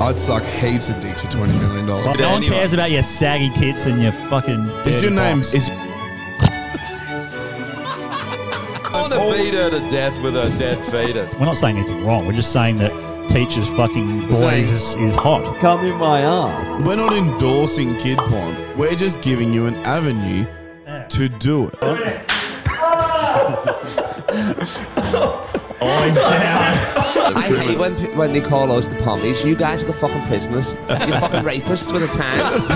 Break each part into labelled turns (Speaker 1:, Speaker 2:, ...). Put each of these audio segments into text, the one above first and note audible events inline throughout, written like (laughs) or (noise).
Speaker 1: I'd suck heaps of dicks for twenty million dollars.
Speaker 2: no one
Speaker 3: anyway.
Speaker 2: cares about your saggy tits and your fucking.
Speaker 4: Is
Speaker 2: dirty
Speaker 4: your name?
Speaker 2: box.
Speaker 4: Is
Speaker 3: I want to beat her to death with her dead fetus.
Speaker 2: We're not saying anything wrong. We're just saying that teachers fucking boys
Speaker 1: saying-
Speaker 2: is, is hot.
Speaker 5: Come in my ass.
Speaker 4: we're not endorsing kid porn. We're just giving you an avenue to do it.
Speaker 2: Always down.
Speaker 5: I hate when, pe- when they call us the pommies. You guys are the fucking prisoners. You're fucking rapists with a tan.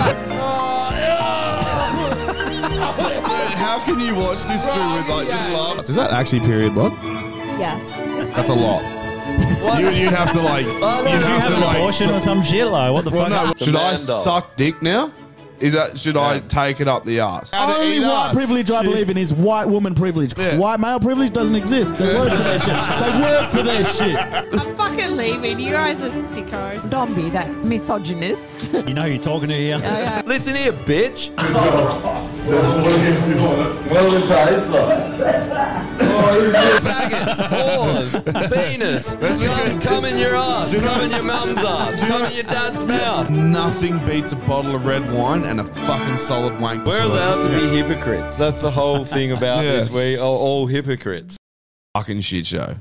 Speaker 4: How can you watch this through with like just laugh? Is that actually period blood?
Speaker 6: Yes.
Speaker 4: That's a lot. you, you'd have to like.
Speaker 2: Did
Speaker 4: you'd
Speaker 2: you
Speaker 4: have
Speaker 2: have
Speaker 4: to
Speaker 2: an
Speaker 4: like.
Speaker 2: abortion or some shit? Like, what the
Speaker 4: Well,
Speaker 2: fuck?
Speaker 4: no,
Speaker 3: It's a
Speaker 4: should I
Speaker 3: man doll.
Speaker 4: suck dick now? Is that should I take it up the ass?
Speaker 7: Only white privilege I believe in is white woman privilege.
Speaker 4: Yeah.
Speaker 7: White male privilege doesn't exist. They work for their shit. They work for their shit.
Speaker 8: I'm fucking leaving. You guys are sickos.
Speaker 6: Don't be that misogynist.
Speaker 2: You know who you're talking to here.
Speaker 3: Listen here, (laughs) bitch. Faggots, whores, penis. Come, come in your ass. Come in your mum's ass. Come in your dad's mouth.
Speaker 4: Nothing beats a bottle of red wine and a fucking solid wank.
Speaker 3: We're allowed to be hypocrites. That's the whole thing about
Speaker 4: Yeah.
Speaker 3: this. We are all hypocrites.
Speaker 4: fucking shit show.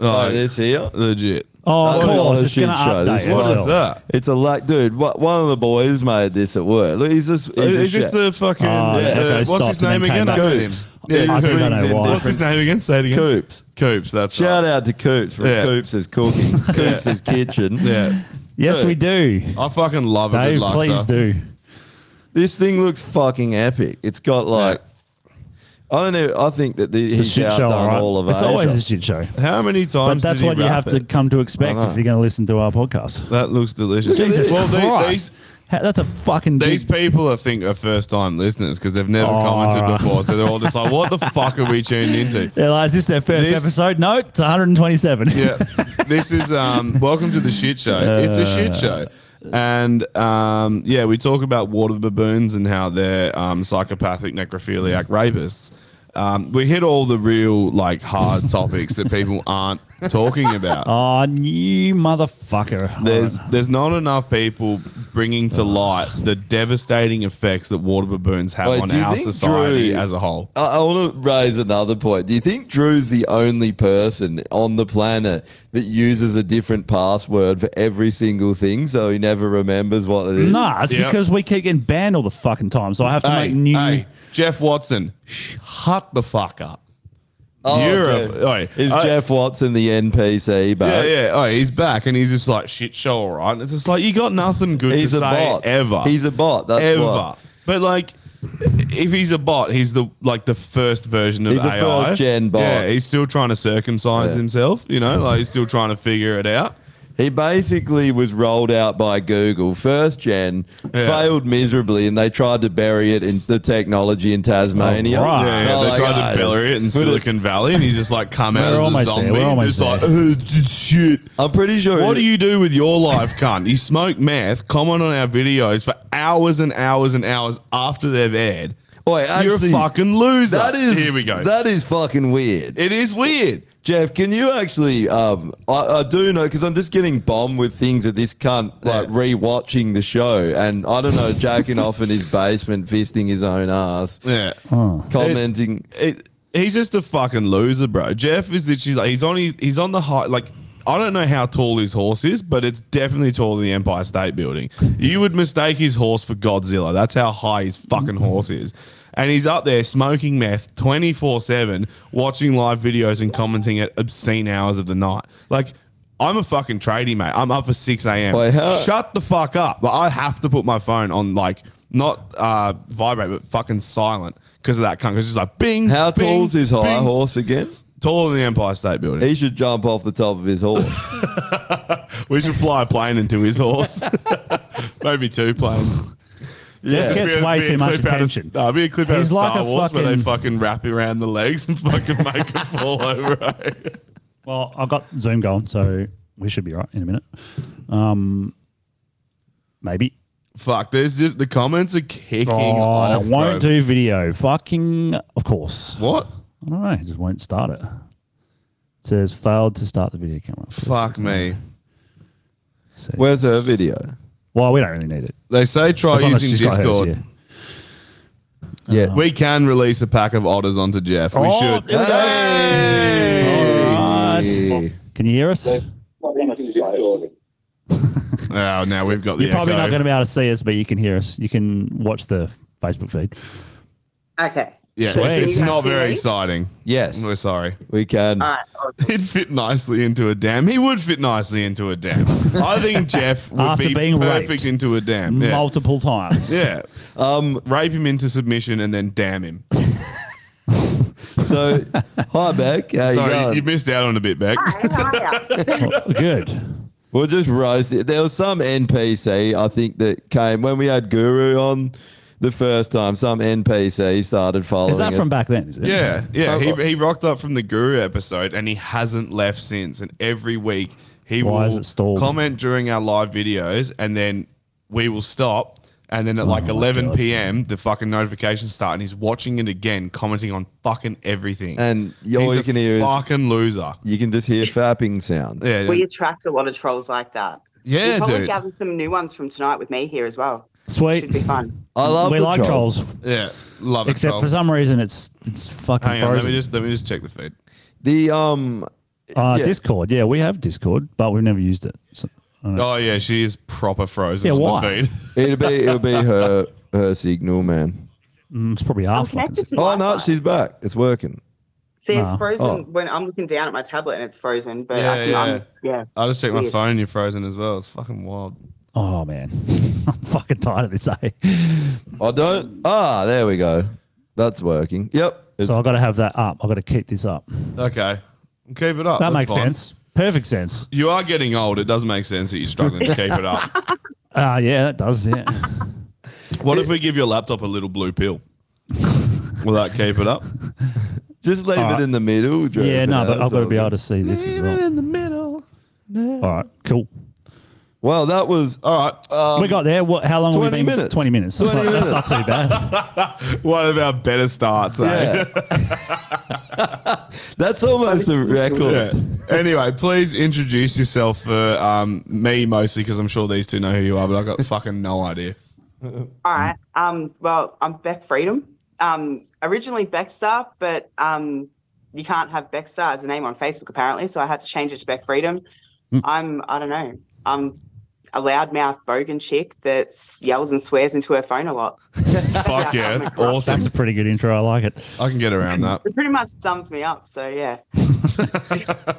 Speaker 3: Oh,
Speaker 4: Like,
Speaker 3: this here.
Speaker 4: legit.
Speaker 2: Oh, of
Speaker 3: That was
Speaker 2: course.
Speaker 3: a
Speaker 2: It's
Speaker 3: shit
Speaker 2: going to
Speaker 3: show.
Speaker 2: update.
Speaker 3: This
Speaker 2: as
Speaker 3: was-
Speaker 4: What is
Speaker 2: well.
Speaker 4: that?
Speaker 3: It's a like, dude. What, one of the boys made this at work. Look, he's just, he's
Speaker 4: Is
Speaker 3: a
Speaker 4: this
Speaker 3: chef.
Speaker 4: the fucking
Speaker 2: Oh, yeah,
Speaker 4: uh,
Speaker 2: okay,
Speaker 4: what's
Speaker 2: stopped
Speaker 4: his
Speaker 2: and
Speaker 4: name
Speaker 2: then came
Speaker 4: again?
Speaker 2: back.
Speaker 4: Coops.
Speaker 3: Yeah,
Speaker 2: I
Speaker 3: he's
Speaker 2: think I
Speaker 3: rings
Speaker 2: know
Speaker 3: in
Speaker 2: why.
Speaker 4: What's his name again? Say it again.
Speaker 3: Coops.
Speaker 4: Coops. That's
Speaker 3: Shout
Speaker 4: right.
Speaker 3: out to Coops
Speaker 4: (laughs)
Speaker 3: from
Speaker 4: Yeah.
Speaker 3: Coops' cooking, Coops' kitchen.
Speaker 4: Yeah,
Speaker 2: Yes, we do.
Speaker 4: I fucking love it.
Speaker 2: Dave, please do.
Speaker 3: This thing looks fucking epic. It's got like, I don't know. I think that the,
Speaker 2: It's a
Speaker 3: he's
Speaker 2: shit show,
Speaker 3: outdone
Speaker 2: all right?
Speaker 3: all of
Speaker 2: It's
Speaker 3: Asia.
Speaker 2: always a shit show.
Speaker 4: How many
Speaker 2: But
Speaker 4: times?
Speaker 2: that's
Speaker 4: did he
Speaker 2: what you
Speaker 4: wrap
Speaker 2: have
Speaker 4: it?
Speaker 2: to come to expect
Speaker 3: I know.
Speaker 2: if you're going to listen to our podcast.
Speaker 4: That looks delicious.
Speaker 2: Jesus
Speaker 4: well, the- these
Speaker 2: Christ. Ha- that's a fucking
Speaker 4: these
Speaker 2: big
Speaker 4: people, I think, are first time listeners because they've never
Speaker 2: Oh,
Speaker 4: commented
Speaker 2: alright.
Speaker 4: before, so they're all just like, "What the fuck are we tuned into?"
Speaker 2: Yeah, like, is this their first
Speaker 4: This-
Speaker 2: episode? No, it's 127. (laughs)
Speaker 4: Yeah, this is um, welcome to the shit show. It's a
Speaker 3: Uh,
Speaker 4: shit show, and um, yeah, we talk about water baboons and how they're um, psychopathic necrophiliac rapists. Um, we hit all the real like
Speaker 3: (laughs)
Speaker 4: hard topics that people aren't talking about.
Speaker 2: Oh, you motherfucker.
Speaker 4: There's there's not enough people bringing
Speaker 3: Oh.
Speaker 4: to light the devastating effects that water baboons have
Speaker 3: Wait,
Speaker 4: on
Speaker 3: do you
Speaker 4: our
Speaker 3: think
Speaker 4: society
Speaker 3: Drew-
Speaker 4: as a whole.
Speaker 3: I, I want to raise another point. Do you think Drew's the only person on the planet that uses a different password for every single thing so he never remembers what it is?
Speaker 2: Nah, it's
Speaker 4: Yeah.
Speaker 2: because we keep getting banned all the fucking time, so I have to
Speaker 4: Hey,
Speaker 2: make new.
Speaker 4: hey, Jeff Watson, shut the fuck up.
Speaker 3: Oh,
Speaker 4: You're a-
Speaker 3: Jeff.
Speaker 4: oi,
Speaker 3: is
Speaker 4: I-
Speaker 3: Jeff Watson the NPC, but
Speaker 4: Yeah, yeah. Oh, he's back, and he's just like shit show, all right. And it's just like you got nothing good
Speaker 3: he's
Speaker 4: to
Speaker 3: a
Speaker 4: say
Speaker 3: bot.
Speaker 4: ever.
Speaker 3: He's a bot. That's
Speaker 4: ever.
Speaker 3: what.
Speaker 4: But like, if he's a bot, he's the like the first version of
Speaker 3: He's a
Speaker 4: AI.
Speaker 3: first-gen bot.
Speaker 4: Yeah, he's still trying to circumcise
Speaker 3: Yeah.
Speaker 4: himself. You know, like he's still trying to figure it out.
Speaker 3: He basically was rolled out by Google first gen,
Speaker 4: Yeah.
Speaker 3: failed miserably, and they tried to bury it in the technology in Tasmania.
Speaker 2: All right.
Speaker 4: Yeah, yeah,
Speaker 3: Oh,
Speaker 4: they
Speaker 3: like,
Speaker 4: tried
Speaker 3: I-
Speaker 4: to bury it in Silicon Valley, and he's just like come out
Speaker 2: We're
Speaker 4: as a
Speaker 2: almost there,
Speaker 4: zombie.
Speaker 2: we're almost
Speaker 4: just like "Uh, d- shit.
Speaker 3: I'm pretty sure.
Speaker 4: What do you do with your life, cunt? You smoke meth, comment on our videos for hours and hours and hours after they've aired.
Speaker 3: Oi,
Speaker 4: You're
Speaker 3: actually,
Speaker 4: a fucking loser.
Speaker 3: That is
Speaker 4: here we go.
Speaker 3: That is fucking weird.
Speaker 4: it is weird.
Speaker 3: Jeff, can you actually? Um, I, I do know because I'm just getting bombed with things at this cunt, like rewatching the show, and
Speaker 4: (laughs)
Speaker 3: I don't know, jacking off in his basement, fisting his own ass,
Speaker 4: Yeah.
Speaker 3: commenting.
Speaker 4: It, he's just a fucking loser, bro. Jeff is literally like he's on his, he's on the high like I don't know how tall his horse is, but it's definitely taller than the Empire State Building. You would mistake his horse for Godzilla. That's how high his fucking horse is. And he's up there smoking meth 24 7, watching live videos and commenting at obscene hours of the night. Like, I'm a fucking tradie, mate. I'm up for 6 a.m.
Speaker 3: Wait, how-
Speaker 4: Shut the fuck up. Like, I have to put my phone on, like, not uh, vibrate, but fucking silent because of that cunt. 'Cause it's like, bing,
Speaker 3: How
Speaker 4: bing,
Speaker 3: tall's his high
Speaker 4: bing.
Speaker 3: horse again?
Speaker 4: Taller than the Empire State Building.
Speaker 3: He should jump off the top of his horse.
Speaker 4: we should fly a plane into his horse. (laughs) Maybe two planes. Just
Speaker 2: Jeff gets
Speaker 4: be a-
Speaker 2: way
Speaker 4: be a
Speaker 2: too much
Speaker 4: clip out of-
Speaker 2: attention.
Speaker 4: Nah, be a clip out
Speaker 2: He's
Speaker 4: of Star
Speaker 2: like a
Speaker 4: Wars where they
Speaker 2: fucking-
Speaker 4: fucking wrap you around the legs and fucking make it
Speaker 2: (laughs)
Speaker 4: fall over. eh?
Speaker 2: Well, I've got Zoom going, so we should be right in a minute. Um, maybe.
Speaker 4: Fuck, there's just the comments are kicking
Speaker 2: Oh,
Speaker 4: off.
Speaker 2: I won't
Speaker 4: bro.
Speaker 2: do video. Fucking, of course.
Speaker 4: What?
Speaker 2: I don't know. It just won't start it. It says failed to start the video camera.
Speaker 4: Fuck me.
Speaker 2: So, well,
Speaker 3: Where's her video?
Speaker 2: we don't really need it.
Speaker 4: They say try
Speaker 2: As long as
Speaker 4: Oh, using
Speaker 2: she's got hers,
Speaker 4: Discord.
Speaker 2: yeah.
Speaker 3: Yeah.
Speaker 4: We can release a pack of otters onto Jeff. We
Speaker 2: Oh,
Speaker 4: should.
Speaker 2: there we go. All
Speaker 3: Yeah.
Speaker 2: right. Can you hear us? You're
Speaker 4: Oh, now we've got the.
Speaker 2: probably not
Speaker 4: echo.
Speaker 2: going to be able to see us, but you can hear us. You can watch the Facebook feed.
Speaker 9: Okay.
Speaker 4: Yeah,
Speaker 2: Sweet.
Speaker 4: it's, it's
Speaker 2: Can you
Speaker 4: not
Speaker 8: actually
Speaker 4: very
Speaker 8: read?
Speaker 4: exciting.
Speaker 3: Yes,
Speaker 4: We're sorry. (laughs)
Speaker 3: we can.
Speaker 9: All right. Awesome.
Speaker 4: He'd fit nicely into a dam. He would fit nicely into a dam. I
Speaker 2: (laughs)
Speaker 4: think Jeff would
Speaker 2: After
Speaker 4: be
Speaker 2: being
Speaker 4: perfect
Speaker 2: raped
Speaker 4: into a dam. Yeah.
Speaker 2: Multiple
Speaker 4: (laughs)
Speaker 2: times.
Speaker 4: yeah.
Speaker 3: Um,
Speaker 4: Rape him into submission and then damn him.
Speaker 3: so, hi, Beck. How you
Speaker 4: Sorry,
Speaker 3: going?
Speaker 4: you, missed out on a bit, Beck.
Speaker 9: Hi, how are you?
Speaker 2: Oh, Good.
Speaker 3: We'll just roast it. There was some NPC I think that came when we had Guru on the first time. Some NPC started following.
Speaker 2: Is that
Speaker 3: us.
Speaker 2: from back then? Is it?
Speaker 4: Yeah, yeah. He,
Speaker 3: Oh,
Speaker 4: he rocked up from the Guru episode and he hasn't left since. And every week he will
Speaker 2: Why is it stalled?
Speaker 4: comment during our live videos and then we will stop. And
Speaker 2: Oh
Speaker 4: then at like 11 p.m., the fucking notifications start and he's watching it again, commenting on fucking everything.
Speaker 3: And all
Speaker 4: He's
Speaker 3: you
Speaker 4: a
Speaker 3: can hear is
Speaker 4: fucking loser.
Speaker 3: you can just hear fapping sounds.
Speaker 4: Yeah,
Speaker 9: We attract a lot of trolls like that.
Speaker 4: yeah,
Speaker 9: We'll probably
Speaker 4: dude.
Speaker 9: gather some new ones from tonight with me here as well.
Speaker 2: Sweet.
Speaker 9: Should be fun.
Speaker 3: I love.
Speaker 2: we
Speaker 3: the
Speaker 2: like trolls,
Speaker 4: Yeah, love it.
Speaker 2: except
Speaker 4: Troll.
Speaker 2: for some reason it's it's fucking
Speaker 4: Hang on,
Speaker 2: frozen.
Speaker 4: let me just let me just check the feed.
Speaker 3: The um.
Speaker 2: uh,
Speaker 3: yeah.
Speaker 2: Discord. Yeah, we have Discord, but we've never used it. So, I don't know.
Speaker 4: Oh yeah, she is proper frozen
Speaker 2: Yeah,
Speaker 4: on
Speaker 2: why?
Speaker 4: the feed. (laughs)
Speaker 3: It'll be it'll be her her signal,
Speaker 9: (laughs)
Speaker 3: man.
Speaker 2: Mm, it's probably half. fucking
Speaker 9: Connected
Speaker 2: sick.
Speaker 9: to
Speaker 3: Oh no,
Speaker 9: Wi-Fi.
Speaker 3: she's back. It's working.
Speaker 9: See, it's
Speaker 2: Nah.
Speaker 9: frozen
Speaker 3: Oh.
Speaker 9: when I'm looking down at my tablet and it's frozen. But
Speaker 4: Yeah,
Speaker 9: I can,
Speaker 4: yeah. Uh,
Speaker 9: I'm- yeah.
Speaker 4: I just checked my
Speaker 9: Weird.
Speaker 4: phone. and You're frozen as well. It's fucking wild.
Speaker 2: Oh man, (laughs) I'm fucking tired of this. Eh?
Speaker 3: I don't. Ah, there we go. That's working. Yep. It's,
Speaker 2: So I've got to have that up. I've got to keep this up.
Speaker 4: Okay, keep it up.
Speaker 2: That
Speaker 4: That's
Speaker 2: makes
Speaker 4: fine.
Speaker 2: sense. Perfect sense.
Speaker 4: You are getting old. It does make sense that you're struggling to keep it up.
Speaker 2: Ah, yeah, that does. Yeah.
Speaker 4: What if we give your laptop a little blue pill? Will that keep it up?
Speaker 3: just leave
Speaker 2: Alright.
Speaker 3: it in the middle. Drew,
Speaker 2: yeah,
Speaker 3: for
Speaker 2: no,
Speaker 3: now.
Speaker 2: but I've
Speaker 3: That's
Speaker 2: got to
Speaker 3: all
Speaker 2: be
Speaker 3: good.
Speaker 2: able to see this as well.
Speaker 4: the middle.
Speaker 2: All right, cool.
Speaker 3: Well, that was oh,
Speaker 4: All right. Uh,
Speaker 2: we got there. What? How long? have
Speaker 3: 20
Speaker 2: we been?
Speaker 3: minutes.
Speaker 2: Twenty minutes. That's,
Speaker 3: 20
Speaker 2: not, that's not too bad.
Speaker 4: One of our better starts. eh? (laughs)
Speaker 3: Yeah.
Speaker 2: (laughs)
Speaker 3: That's almost a record.
Speaker 4: Yeah. Anyway, please introduce yourself for um, me mostly because I'm sure these two know who you are, but I've got fucking no idea.
Speaker 9: All right. Um. Well, I'm Beck Freedom. Um. Originally Beckstar, but um, you can't have Beckstar as a name on Facebook apparently, so I had to change it to Beck Freedom. I'm. I don't know. I'm a loudmouth bogan chick that yells and swears into her phone a lot.
Speaker 4: Fuck yeah. Awesome.
Speaker 2: That's a pretty good intro. I like it.
Speaker 4: I can get around that.
Speaker 9: It pretty much sums me up. So yeah.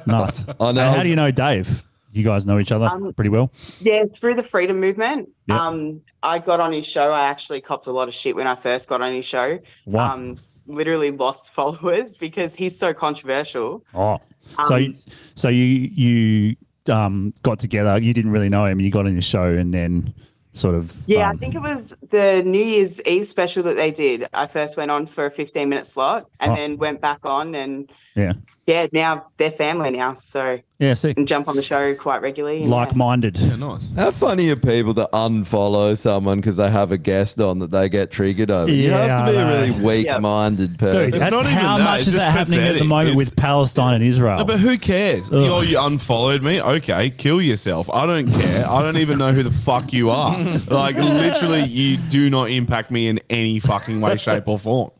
Speaker 2: Nice.
Speaker 3: I know.
Speaker 2: Hey, how do you know Dave? You guys know each other
Speaker 9: Um,
Speaker 2: pretty well.
Speaker 9: Yeah, through the freedom movement.
Speaker 2: Yeah.
Speaker 9: Um, I got on his show. I actually copped a lot of shit when I first got on his show.
Speaker 2: Wow.
Speaker 9: Um, literally lost (laughs) followers because he's so controversial.
Speaker 2: Oh, so
Speaker 9: Um,
Speaker 2: so you you um got together. You didn't really know him. You got in his show, and then sort of
Speaker 9: Yeah,
Speaker 2: um,
Speaker 9: I think it was the New Year's Eve special that they did. I first went on for a 15 minute slot and
Speaker 2: Oh.
Speaker 9: then went back on and
Speaker 2: yeah
Speaker 9: yeah, now they're family now. So
Speaker 2: yeah. See,
Speaker 9: and jump on the show quite regularly. and, yeah.
Speaker 2: like minded.
Speaker 4: Yeah, nice.
Speaker 3: How funny are people that unfollow someone because they have a guest on that they get triggered over? you
Speaker 2: Yeah,
Speaker 3: have to
Speaker 2: I
Speaker 3: be a
Speaker 2: know.
Speaker 3: really weak-minded person.
Speaker 2: Dude, that's
Speaker 4: not even
Speaker 2: how
Speaker 4: that,
Speaker 2: much
Speaker 4: it's
Speaker 2: is
Speaker 4: just
Speaker 2: that happening at the
Speaker 4: pathetic.
Speaker 2: moment
Speaker 4: It's-
Speaker 2: with Palestine and Israel?
Speaker 4: No, but who cares?
Speaker 2: Ugh.
Speaker 4: Oh, you unfollowed me? Okay, kill yourself. I don't care. I don't even know who the fuck you
Speaker 2: (laughs)
Speaker 4: are. Like, literally, you do not impact me in any fucking way, shape, or form.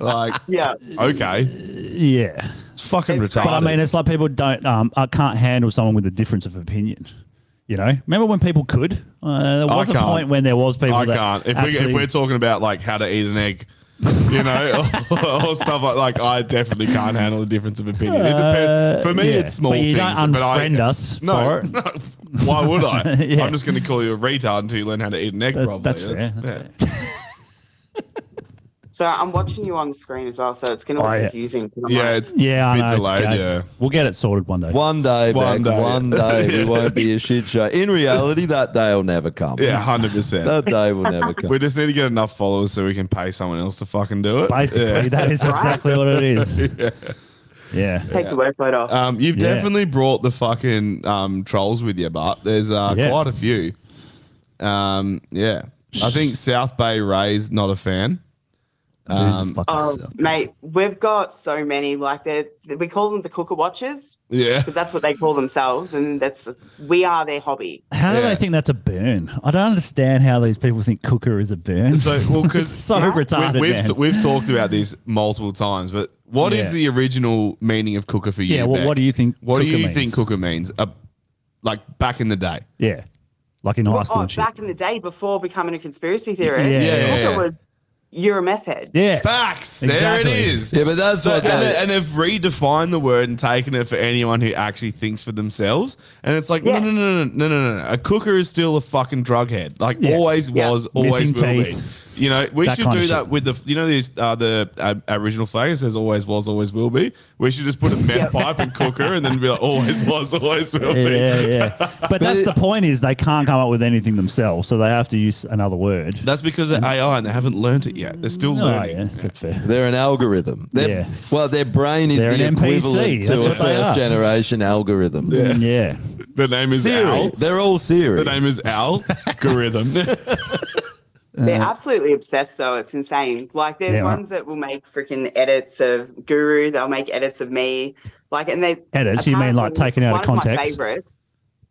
Speaker 4: Like,
Speaker 9: Yeah.
Speaker 4: okay.
Speaker 2: yeah,
Speaker 4: It's fucking retarded.
Speaker 2: but I mean, it's like people don't um I can't handle someone with a difference of opinion. You know, remember when people could? Uh, there
Speaker 4: I
Speaker 2: was a
Speaker 4: can't.
Speaker 2: point when there was people.
Speaker 4: I
Speaker 2: that
Speaker 4: can't. If, we,
Speaker 2: actually-
Speaker 4: if we're talking about like how to eat an egg, you
Speaker 2: (laughs)
Speaker 4: know, (laughs) or, or stuff like like I definitely can't handle the difference of opinion. It
Speaker 2: Uh,
Speaker 4: depends. For me,
Speaker 2: yeah.
Speaker 4: it's small
Speaker 2: But you
Speaker 4: things.
Speaker 2: don't unfriend
Speaker 4: (laughs)
Speaker 2: us
Speaker 4: No,
Speaker 2: for it.
Speaker 4: no. Why would I?
Speaker 2: (laughs) Yeah.
Speaker 4: I'm just going to call you a retard until you learn how to eat an egg.
Speaker 2: That-
Speaker 4: probably.
Speaker 2: that's fair, that's
Speaker 4: yeah.
Speaker 9: So I'm watching you on the screen as well. So it's going to
Speaker 2: Oh,
Speaker 9: look
Speaker 2: yeah.
Speaker 9: confusing. 'cause I'm
Speaker 4: Yeah,
Speaker 9: like,
Speaker 4: it's
Speaker 2: yeah, I
Speaker 4: bit
Speaker 2: know, it's
Speaker 4: delayed,
Speaker 2: gay.
Speaker 4: yeah.
Speaker 2: we'll get it sorted one day.
Speaker 3: One day,
Speaker 4: One
Speaker 3: one
Speaker 4: day.
Speaker 3: day, one day
Speaker 2: (laughs)
Speaker 3: we
Speaker 4: Yeah.
Speaker 3: won't be a shit show. In reality, that day will never come.
Speaker 4: yeah, hundred percent.
Speaker 3: that day will never
Speaker 4: We
Speaker 2: (laughs)
Speaker 3: come.
Speaker 4: just need to get enough followers so we can pay someone else to fucking do it.
Speaker 2: Basically,
Speaker 4: Yeah.
Speaker 2: that is exactly what
Speaker 4: (laughs)
Speaker 2: it is. yeah.
Speaker 9: take the workload off.
Speaker 4: Um, you've
Speaker 2: Yeah.
Speaker 4: definitely brought the fucking um, trolls with you, but there's uh,
Speaker 2: Yeah.
Speaker 4: quite a few. Um, yeah, I think South Bay Ray's not a fan.
Speaker 2: Who the
Speaker 4: Um,
Speaker 2: fuck is
Speaker 9: Oh,
Speaker 2: South-
Speaker 9: mate, we've got so many. Like, they're- we call them the cooker watchers
Speaker 4: yeah.
Speaker 9: because that's what they call themselves, and that's we are their hobby.
Speaker 2: How do
Speaker 4: Yeah.
Speaker 2: they think that's a burn? I don't understand how these people think cooker is a
Speaker 4: (laughs)
Speaker 2: burn.
Speaker 4: So, well, because
Speaker 2: (laughs) so retarded,
Speaker 4: we've,
Speaker 2: man.
Speaker 4: t- we've talked about this multiple times, but what is
Speaker 2: Yeah.
Speaker 4: the original meaning of cooker for you?
Speaker 2: Yeah, what-
Speaker 4: Beck?
Speaker 2: what do you think
Speaker 4: What do
Speaker 2: cooker
Speaker 4: you
Speaker 2: means?
Speaker 4: think cooker means? Uh, like back in the day.
Speaker 2: yeah, like in high school
Speaker 9: Oh,
Speaker 2: and shit.
Speaker 9: back in the day, before becoming a conspiracy theorist,
Speaker 2: Yeah,
Speaker 4: yeah,
Speaker 9: cooker
Speaker 4: yeah.
Speaker 9: was you're a meth head.
Speaker 2: Yeah,
Speaker 4: Facts. There it
Speaker 2: Eh, Exactly.
Speaker 4: is.
Speaker 3: Yeah, but that's
Speaker 4: So,
Speaker 3: what
Speaker 4: and,
Speaker 3: that-
Speaker 4: they, and they've redefined the word and taken it for anyone who actually thinks for themselves. And it's like, no,
Speaker 9: Yeah.
Speaker 4: no, no, no, no, no, no. A cooker is still a fucking drug head. Like
Speaker 2: Yeah.
Speaker 4: always
Speaker 9: Yeah.
Speaker 4: was, always
Speaker 2: Missing
Speaker 4: will
Speaker 2: teeth.
Speaker 4: be. You know, we
Speaker 2: That
Speaker 4: should
Speaker 2: kind of
Speaker 4: do
Speaker 2: shit.
Speaker 4: that with the, you know, these uh, the uh, Aboriginal flag. It says always was, always will be. We should just put a meth pipe and cooker and then be like,
Speaker 2: (laughs)
Speaker 4: always was, always will
Speaker 2: yeah,
Speaker 4: be.
Speaker 2: yeah, yeah.
Speaker 4: (laughs)
Speaker 2: But, that's the point is they can't come up with anything themselves, so they have to use another word.
Speaker 4: That's because of AI and they haven't learnt it yet. They're still
Speaker 2: Oh,
Speaker 4: learning.
Speaker 2: yeah, that's fair.
Speaker 3: They're an algorithm. They're,
Speaker 2: Yeah.
Speaker 3: Well, their brain is
Speaker 2: They're
Speaker 3: the
Speaker 2: an NPC.
Speaker 3: equivalent
Speaker 2: That's
Speaker 3: to a
Speaker 2: what they are.
Speaker 3: first generation algorithm.
Speaker 2: Yeah.
Speaker 4: The name is
Speaker 3: Siri.
Speaker 4: Al.
Speaker 3: They're all Siri.
Speaker 4: The name is Al.
Speaker 2: (laughs)
Speaker 4: Algorithm.
Speaker 9: They're
Speaker 2: Uh-huh.
Speaker 9: absolutely obsessed, though. It's insane. Like, there's
Speaker 2: Yeah, right.
Speaker 9: ones that will make freaking edits of Guru. They'll make edits of me. Like, and they
Speaker 2: Edits, you mean, like,
Speaker 9: apparently
Speaker 2: taken out of
Speaker 9: one my
Speaker 2: context?
Speaker 9: favorites.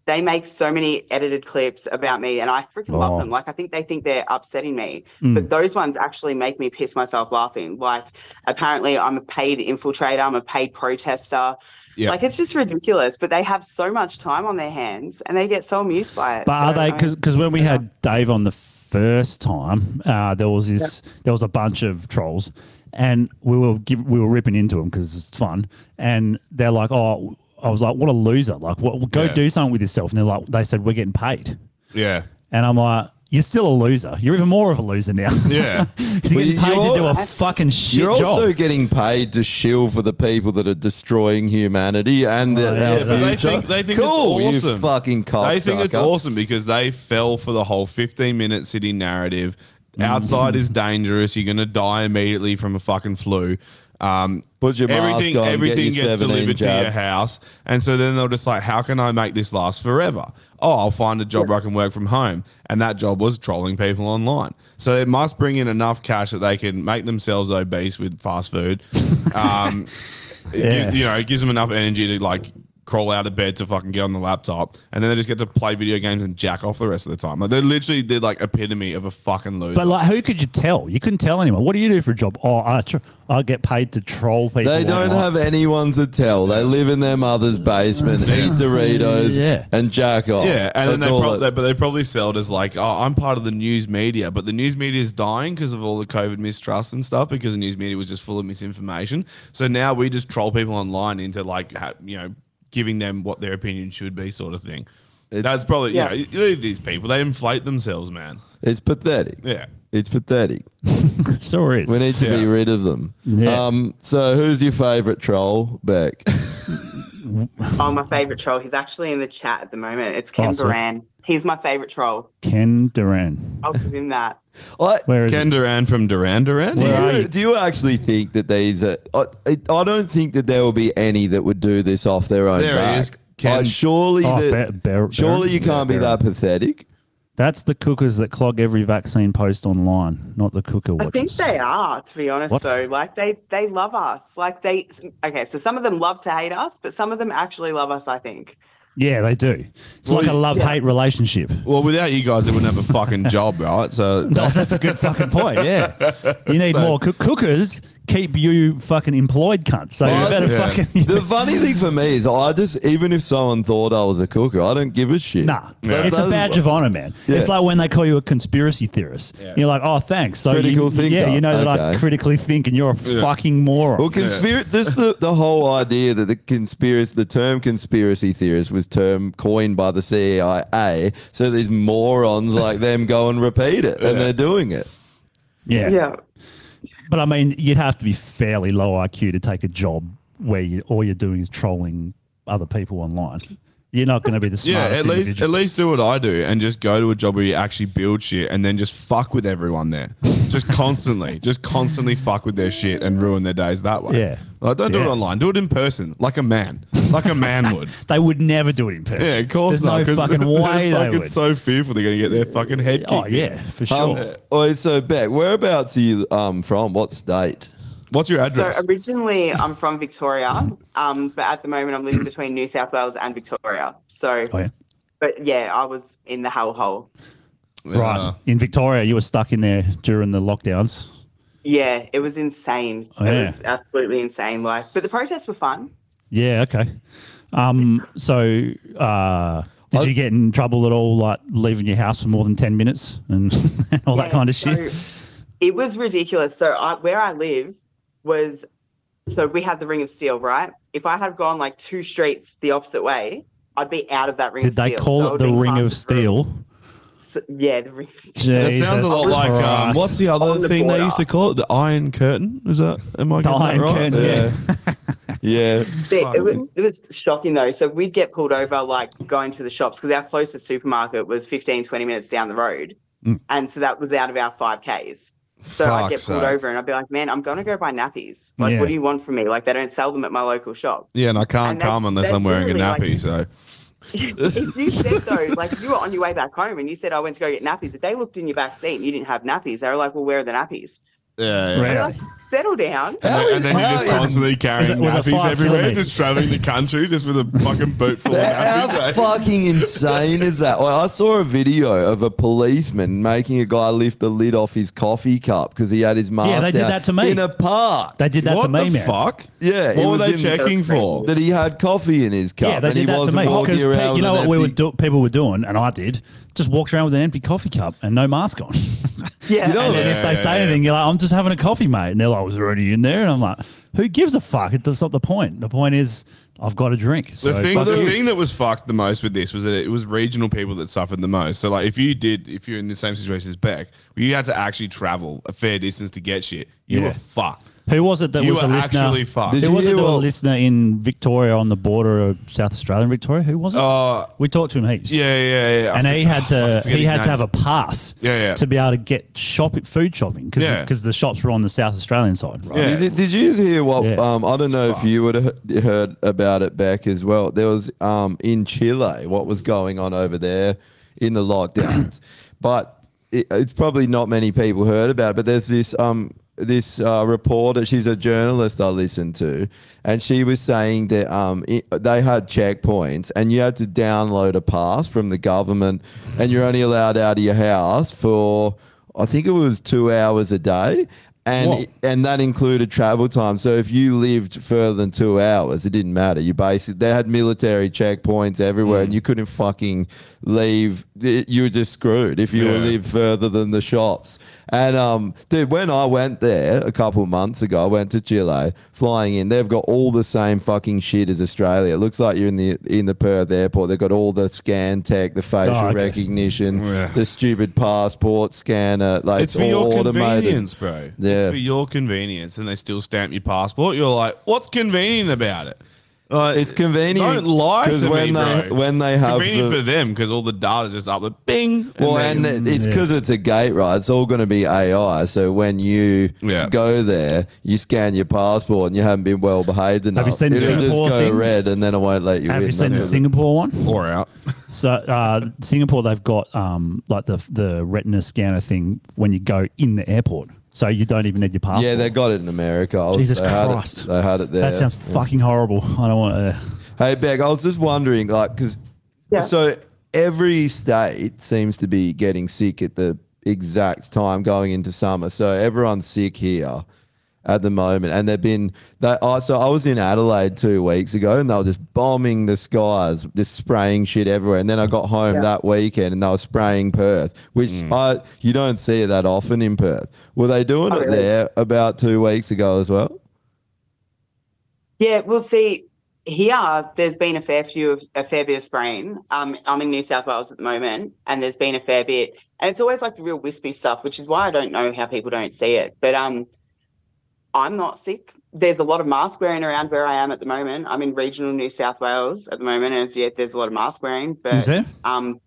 Speaker 9: They make so many edited clips about me, and I freaking
Speaker 2: Oh.
Speaker 9: love them. Like, I think they think they're upsetting me,
Speaker 2: Mm.
Speaker 9: but those ones actually make me piss myself laughing. Like, apparently, I'm a paid infiltrator. I'm a paid protester.
Speaker 4: Yeah.
Speaker 9: Like, it's just ridiculous. But they have so much time on their hands, and they get so amused by it.
Speaker 2: But are
Speaker 9: So, I
Speaker 2: they?
Speaker 9: mean-
Speaker 2: Because when we had Dave on the first time, uh, there was this. There was a bunch of trolls, and we were give, we were ripping into them because it's fun. And they're like, "Oh, I was like, what a loser! Like, what, go
Speaker 4: Yeah.
Speaker 2: do something with yourself." And they're like, "They said we're getting paid,"
Speaker 4: (laughs) yeah.
Speaker 2: and I'm like, "You're still a loser. You're even more of a loser now. (laughs)
Speaker 4: Yeah.
Speaker 2: you're
Speaker 3: Well,
Speaker 2: getting paid
Speaker 3: you're-
Speaker 2: to do a fucking shit
Speaker 3: You're
Speaker 2: job."
Speaker 3: also getting paid to shill for the people that are destroying humanity and the,
Speaker 2: yeah,
Speaker 3: our
Speaker 2: but
Speaker 4: they
Speaker 3: future.
Speaker 4: think- they think it's
Speaker 3: cool, you
Speaker 4: awesome.
Speaker 3: fucking cocksucker.
Speaker 4: They think it's awesome because they fell for the whole 15 minute city narrative. Outside is dangerous. You're going to die immediately from a fucking flu. Um,
Speaker 3: Put your mask
Speaker 4: everything
Speaker 3: on, get
Speaker 4: everything
Speaker 3: your
Speaker 4: gets
Speaker 3: 17
Speaker 4: delivered to your
Speaker 3: jab.
Speaker 4: house. And so then they'll just like, how can I make this last forever? Oh, I'll find a job where I can work from home. And that job was trolling people online. So it must bring in enough cash that they can make themselves obese with fast food.
Speaker 3: (laughs)
Speaker 4: Um, it gi-
Speaker 2: Yeah.
Speaker 4: you know, it gives them enough energy to like crawl out of bed to fucking get on the laptop, and then they just get to play video games and jack off the rest of the time. Like they're literally they're like epitome of a fucking loser.
Speaker 2: but like, who could you tell? You couldn't tell anyone. What do you do for a job? Oh, I, tr- I get paid to troll people.
Speaker 3: They don't
Speaker 2: online."
Speaker 3: have anyone to tell. They live in their mother's basement, eat Doritos,
Speaker 2: Yeah.
Speaker 3: and jack off.
Speaker 4: yeah, and then
Speaker 3: That's
Speaker 4: they,
Speaker 3: all
Speaker 4: prob-
Speaker 3: that-
Speaker 4: they but they probably sell it as like, oh, I'm part of the news media, but the news media is dying because of all the COVID mistrust and stuff because the news media was just full of misinformation. So now we just troll people online into like, ha- you know, giving them what their opinion should be, sort of thing. That's probably yeah.
Speaker 9: Yeah.
Speaker 4: You know, you leave these people; they inflate themselves, man.
Speaker 3: It's pathetic.
Speaker 4: Yeah.
Speaker 3: It's pathetic.
Speaker 2: (laughs) Sure is.
Speaker 3: We need to be
Speaker 4: Yeah.
Speaker 3: rid of them.
Speaker 2: Yeah.
Speaker 3: Um, so, who's your favorite troll, Beck? (laughs)
Speaker 9: Oh, my favorite troll. He's actually in the chat at the moment. It's Ken
Speaker 2: Oh, sweet.
Speaker 9: Duran. He's my favorite troll.
Speaker 2: Ken Duran.
Speaker 9: I'll give him that.
Speaker 3: I,
Speaker 2: Where is
Speaker 4: Ken Duran from Duran Duran.
Speaker 3: do,
Speaker 2: Where are
Speaker 3: you,
Speaker 2: you?
Speaker 3: do you actually think that these are? I, it- I don't think that there will be any that would do this off their own
Speaker 4: There
Speaker 3: back.
Speaker 4: is Ken-
Speaker 3: I- surely,
Speaker 2: Oh,
Speaker 3: that-
Speaker 2: Ber- Ber-
Speaker 3: surely you
Speaker 2: Ber-
Speaker 3: can't be
Speaker 2: Ber-
Speaker 3: that pathetic.
Speaker 2: That's the cookers that clog every vaccine post online, not the cooker
Speaker 9: I think
Speaker 2: watchers.
Speaker 9: they are, to be honest,
Speaker 2: What?
Speaker 9: though. Like they they love us. Like they okay, so some of them love to hate us, but some of them actually love us, I think.
Speaker 2: yeah, they do. It's
Speaker 4: Well,
Speaker 2: like a love hate relationship.
Speaker 4: Well, without you guys, they wouldn't have a
Speaker 2: (laughs)
Speaker 4: fucking job, right? So
Speaker 2: No, Oh, that's a good fucking point.
Speaker 3: (laughs)
Speaker 2: Yeah, you need more cook- cookers. Keep you fucking employed, cunt. So you
Speaker 3: Well,
Speaker 2: better
Speaker 4: yeah.
Speaker 2: fucking (laughs)
Speaker 3: The funny thing for me is, I just even if someone thought I was a cooker, I don't give a shit.
Speaker 2: nah.
Speaker 3: That
Speaker 2: It's a
Speaker 3: doesn't-
Speaker 2: badge of honor, man. It's
Speaker 3: Yeah.
Speaker 2: like when they call you a conspiracy theorist. You're like, oh, thanks. So
Speaker 3: Critical
Speaker 2: you,
Speaker 3: thinker.
Speaker 2: Yeah, you know that I
Speaker 3: Okay.
Speaker 2: critically think, and you're a fucking moron.
Speaker 3: Well, conspiracy. Just the, the whole idea that the conspiracy, the term conspiracy theorist, was term coined by the CIA. So these morons like them go and repeat it, and they're doing it.
Speaker 2: yeah.
Speaker 9: Yeah.
Speaker 2: But I mean, you'd have to be fairly low IQ to take a job where you, all you're doing is trolling other people online. You're not going to be the
Speaker 4: (laughs) yeah,
Speaker 2: smartest.
Speaker 4: at least at least do what I do and just go to a job where you actually build shit and then just fuck with everyone there.
Speaker 2: (laughs)
Speaker 4: just constantly, just constantly fuck with their shit and ruin their days that way.
Speaker 2: Yeah.
Speaker 4: Like, don't do
Speaker 2: Yeah.
Speaker 4: it online. Do it in person, like a man, like a man
Speaker 2: (laughs)
Speaker 4: would.
Speaker 2: They would never do it in person.
Speaker 4: Yeah, of course
Speaker 2: There's
Speaker 4: not.
Speaker 2: no
Speaker 4: 'cause (laughs)
Speaker 2: fucking
Speaker 4: they're
Speaker 2: way they
Speaker 4: fucking
Speaker 2: would.
Speaker 4: so fearful they're going to get their fucking head kicked.
Speaker 2: oh yeah, for
Speaker 3: Um,
Speaker 2: sure.
Speaker 3: oh, so Beck, whereabouts are you um, from? What state?
Speaker 4: What's your
Speaker 9: So
Speaker 4: address?
Speaker 9: originally, I'm from Victoria, um, but at the moment, I'm living between New South Wales and Victoria. So,
Speaker 2: oh yeah.
Speaker 9: but yeah, I was in the hellhole.
Speaker 2: Right. In Victoria, you were stuck in there during the lockdowns.
Speaker 9: Yeah, it was insane.
Speaker 2: Oh,
Speaker 9: It
Speaker 2: yeah.
Speaker 9: was absolutely insane. Like, but the protests were fun.
Speaker 2: Yeah, okay. Um, so uh, did you get in trouble at all, like leaving your house for more than 10 minutes and (laughs) all that
Speaker 9: Yeah,
Speaker 2: kind of
Speaker 9: so
Speaker 2: shit?
Speaker 9: It was ridiculous. So I, where I live was, so we had the Ring of Steel, right? If I had gone like two streets the opposite way, I'd be out of that Ring
Speaker 2: Did
Speaker 9: of Steel.
Speaker 2: they call
Speaker 9: So
Speaker 2: it
Speaker 9: I'd
Speaker 2: the
Speaker 9: be
Speaker 2: Ring
Speaker 9: classed
Speaker 2: of
Speaker 9: as ring-
Speaker 2: Steel?
Speaker 9: So- yeah, the Ring.
Speaker 2: (laughs)
Speaker 9: of Steel.
Speaker 4: That sounds a lot like um,
Speaker 2: Christ.
Speaker 4: what's the
Speaker 9: On
Speaker 4: other
Speaker 9: the
Speaker 4: thing they
Speaker 9: border.
Speaker 4: used to call it? The Iron Curtain? Is that? Am I
Speaker 2: The
Speaker 4: getting that
Speaker 2: Iron
Speaker 4: right?
Speaker 2: Curtain, yeah. (laughs)
Speaker 3: Yeah.
Speaker 9: It, it was, it was shocking though. So we'd get pulled over like going to the shops because our closest supermarket was 15, 20 minutes down the road.
Speaker 2: Mm.
Speaker 9: And so that was out of our 5Ks. So I'd get
Speaker 4: Fuck's
Speaker 9: pulled
Speaker 4: sake.
Speaker 9: over and I'd be like, man, I'm going to go buy nappies. Like,
Speaker 2: Yeah.
Speaker 9: what do you want from me? Like, they don't sell them at my local shop.
Speaker 4: Yeah, and I can't
Speaker 9: And they-
Speaker 4: come unless
Speaker 9: they
Speaker 4: I'm wearing a nappy.
Speaker 9: literally,
Speaker 4: so
Speaker 2: (laughs)
Speaker 9: if you said though, like you were on your way back home and you said I went to go get nappies, if they looked in your back seat and you didn't have nappies, they were like, "Well, where are the nappies?"
Speaker 4: yeah,
Speaker 9: I'd be
Speaker 2: Really?
Speaker 9: Like, Settle down.
Speaker 4: And, then- and then you're just constantly carrying
Speaker 2: was
Speaker 4: nappies
Speaker 2: it five
Speaker 4: everywhere,
Speaker 2: kilometres?
Speaker 4: just traveling the country just with a fucking boot full of
Speaker 3: How
Speaker 4: nappies. eh?
Speaker 3: fucking insane is that? Well, I saw a video of a policeman making a guy lift the lid off his coffee cup because he had his mask
Speaker 2: they did
Speaker 3: down
Speaker 2: that to me.
Speaker 3: in a park.
Speaker 2: They did that
Speaker 4: what
Speaker 2: to me,
Speaker 4: the
Speaker 2: man.
Speaker 4: fuck?
Speaker 3: yeah, it
Speaker 4: What were
Speaker 3: was
Speaker 4: they
Speaker 3: in-
Speaker 4: checking for?
Speaker 3: That he had coffee in his cup
Speaker 2: Yeah, they
Speaker 3: and
Speaker 2: did
Speaker 3: he
Speaker 2: that to
Speaker 3: wasn't
Speaker 2: me.
Speaker 3: walking
Speaker 2: Because
Speaker 3: around.
Speaker 2: pe- you
Speaker 3: with
Speaker 2: know
Speaker 3: an
Speaker 2: what we were
Speaker 3: empty-
Speaker 2: do- people were doing, and I did, just walked around with an empty coffee cup and no mask on.
Speaker 9: Yeah.
Speaker 3: You know-
Speaker 2: and then if
Speaker 4: yeah,
Speaker 2: they
Speaker 4: yeah,
Speaker 2: say
Speaker 4: yeah.
Speaker 2: anything, you're like, I'm just having a coffee, mate. And they're like, was there any in there? And I'm like, who gives a fuck? It- That's not the point. The point is, I've got a drink. So
Speaker 4: The thing,
Speaker 2: fuck
Speaker 4: the
Speaker 2: it.
Speaker 4: thing that was fucked the most with this was that it was regional people that suffered the most. So, like, if you did, if you're in the same situation as Beck, where you had to actually travel a fair distance to get shit, you
Speaker 2: Yeah.
Speaker 4: were fucked.
Speaker 2: Who was it that
Speaker 4: You
Speaker 2: was
Speaker 4: were
Speaker 2: a listener?
Speaker 4: actually fucked. Did
Speaker 2: Who
Speaker 3: you
Speaker 2: was it
Speaker 3: hear
Speaker 2: that was a
Speaker 3: what-
Speaker 2: listener in Victoria on the border of South Australia and Victoria? Who was it?
Speaker 4: Uh,
Speaker 2: we talked to him heaps.
Speaker 4: Yeah, yeah, yeah. I
Speaker 2: And
Speaker 4: for-
Speaker 2: he had
Speaker 4: I
Speaker 2: to
Speaker 4: forget
Speaker 2: he
Speaker 4: his
Speaker 2: had
Speaker 4: name.
Speaker 2: to have a pass
Speaker 4: Yeah, yeah.
Speaker 2: to be able to get shop food shopping because
Speaker 4: Yeah.
Speaker 2: the shops were on the South Australian side, right?
Speaker 4: Yeah.
Speaker 3: Did, did you hear what?
Speaker 2: Yeah.
Speaker 3: Um, I don't know if you would have he- heard about it back as well. There was um, in Chile what was going on over there in the lockdowns, but it, it's probably not many people heard about it. But there's this um, this uh, reporter. She's a journalist I listened to, and she was saying that um, i they had checkpoints, and you had to download a pass from the government, and you're only allowed out of your house for. I think it was two hours a day, and and that included travel time. So if you lived further than two hours, it didn't matter. You basically they had military checkpoints everywhere, and you couldn't fucking leave. It- You were just screwed if you
Speaker 4: Yeah.
Speaker 3: lived further than the shops. And um, dude, when I went there a couple of months ago, I went to Chile flying in. They've got all the same fucking shit as Australia. It looks like you're in the in the Perth airport. They've got all the scan tech, the facial
Speaker 2: okay.
Speaker 3: recognition,
Speaker 4: Yeah.
Speaker 3: the stupid passport scanner. Like
Speaker 4: It's for your
Speaker 3: all automated.
Speaker 4: convenience, bro. It's
Speaker 3: Yeah.
Speaker 4: for your convenience, and they still stamp your passport. You're like, what's convenient about it? Like,
Speaker 3: Uh, It's convenient.
Speaker 4: Don't lie to me,
Speaker 3: when they
Speaker 4: bro.
Speaker 3: when they have
Speaker 4: convenient
Speaker 3: the,
Speaker 4: for them because all the data's just up there, bing.
Speaker 3: well,
Speaker 4: they-
Speaker 3: and it- it's because it's a gate, right? It's all going to be AI. So when you
Speaker 4: Yeah.
Speaker 3: go there, you scan your passport and you haven't been well behaved enough.
Speaker 2: seen the
Speaker 3: It'll
Speaker 2: Singapore
Speaker 3: just go
Speaker 2: thing?
Speaker 3: red, and then it won't let you
Speaker 2: Have
Speaker 3: in.
Speaker 2: you seen the
Speaker 3: That's it.
Speaker 2: Singapore one?
Speaker 4: or out.
Speaker 2: So uh, Singapore, they've got um, like the the retina scanner thing when you go in the airport, so you don't even need your passport.
Speaker 3: yeah, they got it in America. I was-
Speaker 2: Jesus
Speaker 3: they had it-
Speaker 2: Christ.
Speaker 3: they had it there.
Speaker 2: That sounds fucking horrible. I don't want uh, to.
Speaker 3: Hey, Beck, I was just wondering, like, because
Speaker 9: Yeah.
Speaker 3: so every state seems to be getting sick at the exact time going into summer. So everyone's sick here at the moment, and they've been that. I so I was in Adelaide two weeks ago, and they were just bombing the skies, just spraying shit everywhere. And then I got home that weekend, and they were spraying Perth, which
Speaker 4: Hmm.
Speaker 3: I you don't see it that often in Perth. Were they doing
Speaker 9: Oh,
Speaker 3: it
Speaker 9: really?
Speaker 3: there about two weeks ago as well?
Speaker 9: Yeah, well, see, here there's been a fair few of a fair bit of spraying. Um, I'm in New South Wales at the moment, and there's been a fair bit, and it's always like the real wispy stuff, which is why I don't know how people don't see it. But um, I'm not sick. There's a lot of mask wearing around where I am at the moment. I'm in regional New South Wales at the moment, and it's, yeah, there's a lot of mask wearing. But
Speaker 2: Is there?
Speaker 9: Um,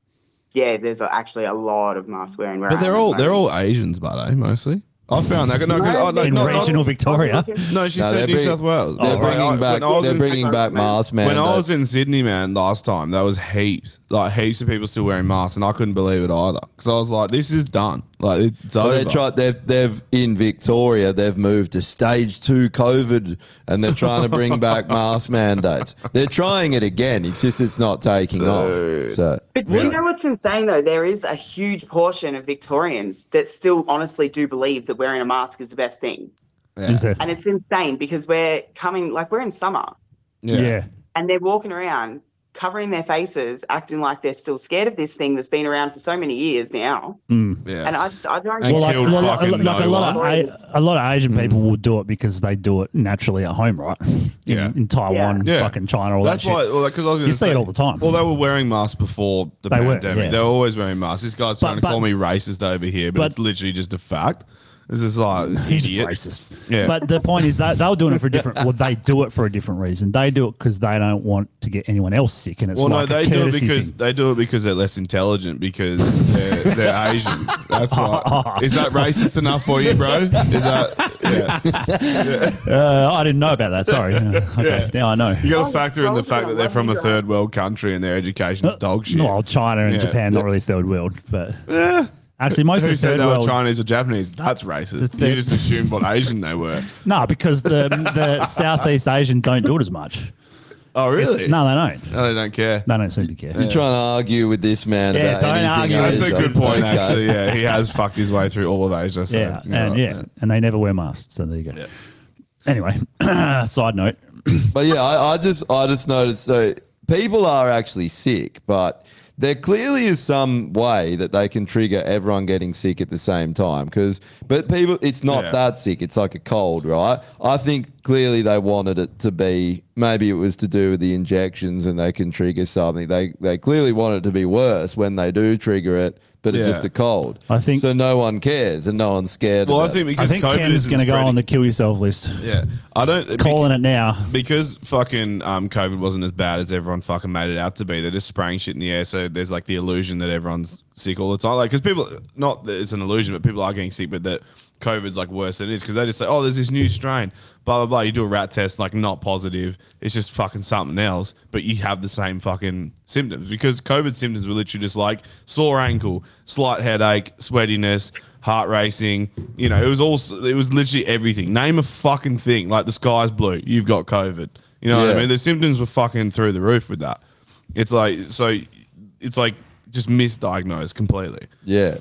Speaker 9: yeah, there's actually a lot of mask wearing. Where I
Speaker 4: But
Speaker 9: am
Speaker 4: they're
Speaker 9: at
Speaker 4: all
Speaker 9: the
Speaker 4: they're
Speaker 9: moment.
Speaker 4: all Asians, but eh, mostly. I found that. No, 'cause- oh, no,
Speaker 2: in
Speaker 4: no, no,
Speaker 2: regional Victoria.
Speaker 4: No, she
Speaker 3: No,
Speaker 4: said
Speaker 3: they're
Speaker 4: New
Speaker 3: bring-
Speaker 4: South Wales.
Speaker 3: They're
Speaker 4: Oh, right.
Speaker 3: bringing
Speaker 4: I-
Speaker 3: back.
Speaker 4: when I was
Speaker 3: They're
Speaker 4: in
Speaker 3: bringing
Speaker 4: Sydney-
Speaker 3: back masks, man.
Speaker 4: When I
Speaker 3: though.
Speaker 4: was in Sydney, man, last time, there was heaps, like heaps of people still wearing masks, and I couldn't believe it either. Because I was like, this is done. Like, it's, it's
Speaker 3: Well,
Speaker 4: over.
Speaker 3: they tried. They've they've in Victoria. They've moved to stage two COVID, and they're trying to
Speaker 2: (laughs)
Speaker 3: bring back mask mandates. They're trying it again. It's just it's not taking off. So
Speaker 9: But do you know what's insane though? There is a huge portion of Victorians that still honestly do believe that wearing a mask is the best thing.
Speaker 2: Is there?
Speaker 9: And it's insane because we're coming like we're in summer
Speaker 2: Yeah.
Speaker 9: and they're walking around covering their faces, acting like they're still scared of this thing that's been around for so many years now.
Speaker 4: Yeah.
Speaker 9: And I just I don't
Speaker 4: And
Speaker 9: get
Speaker 2: Well, like,
Speaker 4: killed
Speaker 2: well, like-
Speaker 4: fucking
Speaker 2: like a
Speaker 4: no
Speaker 2: lot of
Speaker 9: one.
Speaker 2: a, a lot of
Speaker 3: Mm.
Speaker 2: Asian people will do it because they do it naturally at home, right? In,
Speaker 4: Yeah.
Speaker 2: in Taiwan,
Speaker 4: Yeah.
Speaker 2: fucking China, all
Speaker 4: That's
Speaker 2: that shit.
Speaker 4: why, because I was going to
Speaker 2: You
Speaker 4: say
Speaker 2: see it all the time.
Speaker 4: Well, they were wearing masks before the
Speaker 2: They were,
Speaker 4: pandemic.
Speaker 2: yeah.
Speaker 4: They were always wearing masks. This guy's trying to
Speaker 2: but-
Speaker 4: call me racist over here, but,
Speaker 2: but-
Speaker 4: it's literally just a fact. This is like
Speaker 2: He's
Speaker 4: idiot.
Speaker 2: racist.
Speaker 4: Yeah.
Speaker 2: But the point is that they were doing it for a different. Well, they do it for a different reason. They do it because they don't want to get anyone else sick, and it's
Speaker 4: Well,
Speaker 2: like
Speaker 4: no,
Speaker 2: a
Speaker 4: they do it
Speaker 2: courtesy
Speaker 4: because
Speaker 2: thing.
Speaker 4: they do it because they're less intelligent because they're, they're Asian. That's
Speaker 2: (laughs)
Speaker 4: why. Is that racist enough for you, bro? Is that yeah.
Speaker 2: Uh, I didn't know about that. Sorry. Yeah, okay, now I know.
Speaker 4: you got
Speaker 9: Oh,
Speaker 4: to factor in the
Speaker 9: those
Speaker 4: fact
Speaker 9: are
Speaker 4: that they're from a
Speaker 9: lovely
Speaker 4: third world country and their
Speaker 2: Uh,
Speaker 4: education's dog shit.
Speaker 2: Well, China and
Speaker 4: Yeah.
Speaker 2: Japan not really third world, but actually most
Speaker 4: Who
Speaker 2: of the
Speaker 4: said
Speaker 2: third
Speaker 4: they were
Speaker 2: world.
Speaker 4: Chinese or Japanese? That's racist.
Speaker 2: The-
Speaker 4: You just assumed what Asian they were.
Speaker 2: No, because the the
Speaker 4: (laughs)
Speaker 2: Southeast Asian don't do it as much.
Speaker 4: Oh, really?
Speaker 2: No, they don't.
Speaker 4: no, they don't care.
Speaker 2: They don't seem to care.
Speaker 3: you're trying to argue with this man
Speaker 2: Yeah,
Speaker 3: about
Speaker 2: don't
Speaker 3: anything.
Speaker 2: argue.
Speaker 4: That's a
Speaker 3: Asia.
Speaker 4: good point,
Speaker 3: Okay.
Speaker 4: actually. Yeah, (laughs) he has fucked his way through all of Asia. So,
Speaker 2: Yeah,
Speaker 4: you're
Speaker 2: and
Speaker 4: right,
Speaker 2: yeah, and they never wear masks. So there you go. Anyway, (clears throat) side note.
Speaker 3: But yeah, I, I just I just noticed so people are actually sick, but there clearly is some way that they can trigger everyone getting sick at the same time. Because but people, it's not
Speaker 4: Yeah.
Speaker 3: that sick. It's like a cold, right? I think clearly they wanted it to be. Maybe it was to do with the injections, and they can trigger something. They they clearly want it to be worse when they do trigger it. But it's
Speaker 4: Yeah.
Speaker 3: just a cold.
Speaker 2: I think-
Speaker 3: so. No one cares, and no one's scared.
Speaker 4: Well, I
Speaker 3: about
Speaker 4: think
Speaker 3: it.
Speaker 4: because
Speaker 2: I think
Speaker 4: COVID
Speaker 2: Ken's
Speaker 4: isn't
Speaker 2: going to go on the
Speaker 4: spreading-
Speaker 2: kill yourself list.
Speaker 4: yeah. I don't
Speaker 2: Calling it now.
Speaker 4: because fucking um, COVID wasn't as bad as everyone fucking made it out to be. They're just spraying shit in the air, so there's like the illusion that everyone's sick all the time. Like, because people, not that it's an illusion, but people are getting sick, but that COVID's like worse than it is because they just say, oh, there's this new strain, blah blah blah. You do a rat test, like not positive. It's just fucking something else, but you have the same fucking symptoms because COVID symptoms were literally just like sore ankle, slight headache, sweatiness. Heart racing, you know, it was all, it was literally everything. Name a fucking thing. Like the sky's blue, you've got COVID. You know what I
Speaker 3: Yeah.
Speaker 4: mean? The symptoms were fucking through the roof with that. It's like so it's like just misdiagnosed completely.
Speaker 3: yeah.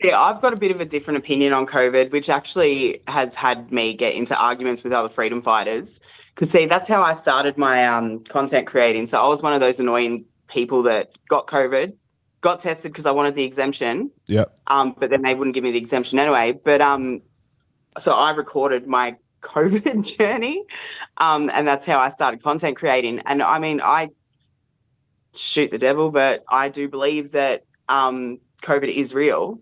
Speaker 9: Yeah, I've got a bit of a different opinion on COVID, which actually has had me get into arguments with other freedom fighters. Because, see, that's how I started my um, content creating. So I was one of those annoying people that got COVID, got tested because I wanted the exemption,
Speaker 4: Yep.
Speaker 9: um, but then they wouldn't give me the exemption anyway. But um, so I recorded my (laughs) COVID journey, um, and that's how I started content creating. And I mean, I shoot the devil, but I do believe that um, COVID is real.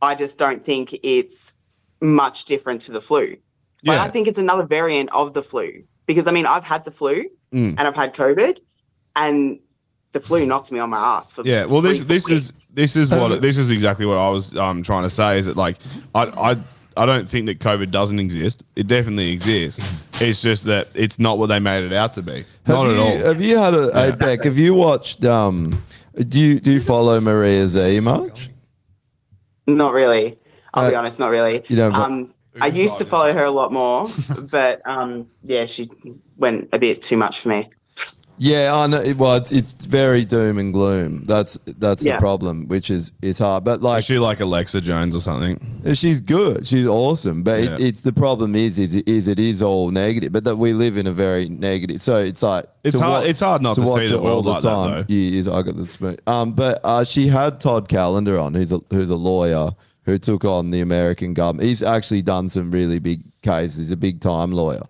Speaker 9: I just don't think it's much different to the flu. Like,
Speaker 4: Yeah.
Speaker 9: I think it's another variant of the flu because I mean, I've had the flu
Speaker 4: Mm.
Speaker 9: and I've had COVID, and the flu knocked me on my ass. For
Speaker 4: Yeah. Well this
Speaker 9: three
Speaker 4: this
Speaker 9: weeks.
Speaker 4: is this is what this is exactly what I was um trying to say is that like I I I don't think that COVID doesn't exist. It definitely exists. It's just that it's not what they made it out to be. Not
Speaker 3: have
Speaker 4: at
Speaker 3: you,
Speaker 4: all.
Speaker 3: Have you had a hey, Beck? Have you watched? Um, do you do you follow Maria Zee much?
Speaker 9: Not really. I'll be
Speaker 3: Uh,
Speaker 9: honest, not really.
Speaker 3: you don't vo-
Speaker 9: um, I used to follow her a lot more, (laughs) but um, yeah, she went a bit too much for me.
Speaker 3: Yeah, I know. it- Well, it's, it's very doom and gloom. That's that's
Speaker 9: Yeah.
Speaker 3: the problem, which is is hard. But like,
Speaker 4: Is she like Alexa Jones or something?
Speaker 3: she's good. She's awesome. But it,
Speaker 4: Yeah.
Speaker 3: it's the problem is is is it is all negative. But that we live in a very negative. So it's like
Speaker 4: It's
Speaker 3: to
Speaker 4: hard- it's hard not to see
Speaker 3: watch
Speaker 4: the
Speaker 3: it all
Speaker 4: world like that, though.
Speaker 3: Yeah, is I got the spoon. Um, but uh, she had Todd Callender on, who's a, who's a lawyer who took on the American government. He's actually done some really big cases. He's a big time lawyer.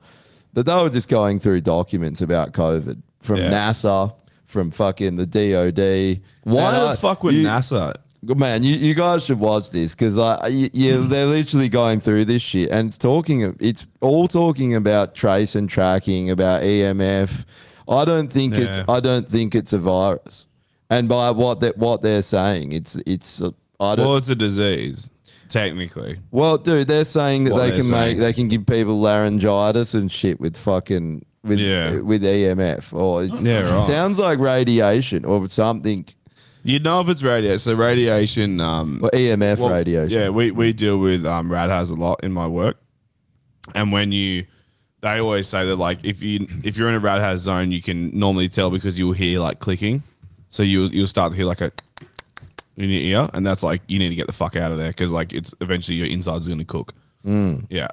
Speaker 3: But they were just going through documents about COVID from
Speaker 4: Yeah.
Speaker 3: NASA, from fucking the DOD.
Speaker 4: Why
Speaker 3: And
Speaker 4: the
Speaker 3: I-
Speaker 4: fuck would
Speaker 3: you-
Speaker 4: NASA?
Speaker 3: Good man, you, you guys should watch this because like you,
Speaker 4: Mm.
Speaker 3: you, they're literally going through this shit and it's talking. It's all talking about trace and tracking about EMF. I don't think it's.
Speaker 4: Yeah.
Speaker 3: I don't think it's a virus. And by what that what they're saying, it's it's. uh, I don't.
Speaker 4: Well, it's a disease. technically.
Speaker 3: Well, dude, they're saying that
Speaker 4: What
Speaker 3: they
Speaker 4: they're
Speaker 3: can
Speaker 4: saying.
Speaker 3: make they can give people laryngitis and shit with fucking with
Speaker 4: Yeah.
Speaker 3: with EMF or it's,
Speaker 4: Yeah, right.
Speaker 3: sounds like radiation or something
Speaker 4: You know if it's radiation. So radiation. Um,
Speaker 3: or EMF
Speaker 4: well,
Speaker 3: radiation.
Speaker 4: Yeah, we, we deal with um, rad has a lot in my work, and when you, they always say that like if you if you're in a rad has zone, you can normally tell because you'll hear like clicking, so you you'll start to hear like a in your ear, and that's like you need to get the fuck out of there because like it's eventually your insides are gonna cook.
Speaker 3: Mm.
Speaker 4: Yeah.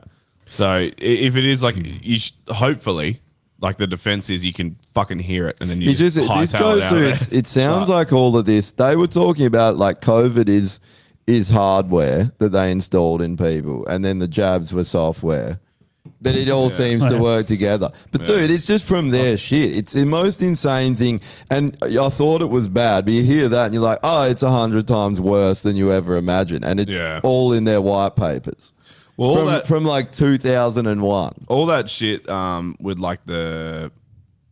Speaker 4: So i- if it is like you, sh- hopefully. Like the defense is, you can fucking hear it, and then you
Speaker 3: It
Speaker 4: just,
Speaker 3: just
Speaker 4: hightail
Speaker 3: this
Speaker 4: it
Speaker 3: goes
Speaker 4: out
Speaker 3: through.
Speaker 4: of
Speaker 3: It's,
Speaker 4: there.
Speaker 3: it sounds like all of this. They were talking about like COVID is is hardware that they installed in people, and then the jabs were software. But it all seems
Speaker 2: (laughs)
Speaker 3: to work together. But dude, it's just from their shit. It's the most insane thing. And I thought it was bad, but you hear that and you're like, oh, it's a hundred times worse than you ever imagined. And it's
Speaker 4: Yeah.
Speaker 3: all in their white papers.
Speaker 4: Well, all
Speaker 3: from,
Speaker 4: that-
Speaker 3: from like 2001.
Speaker 4: all that shit um, with like the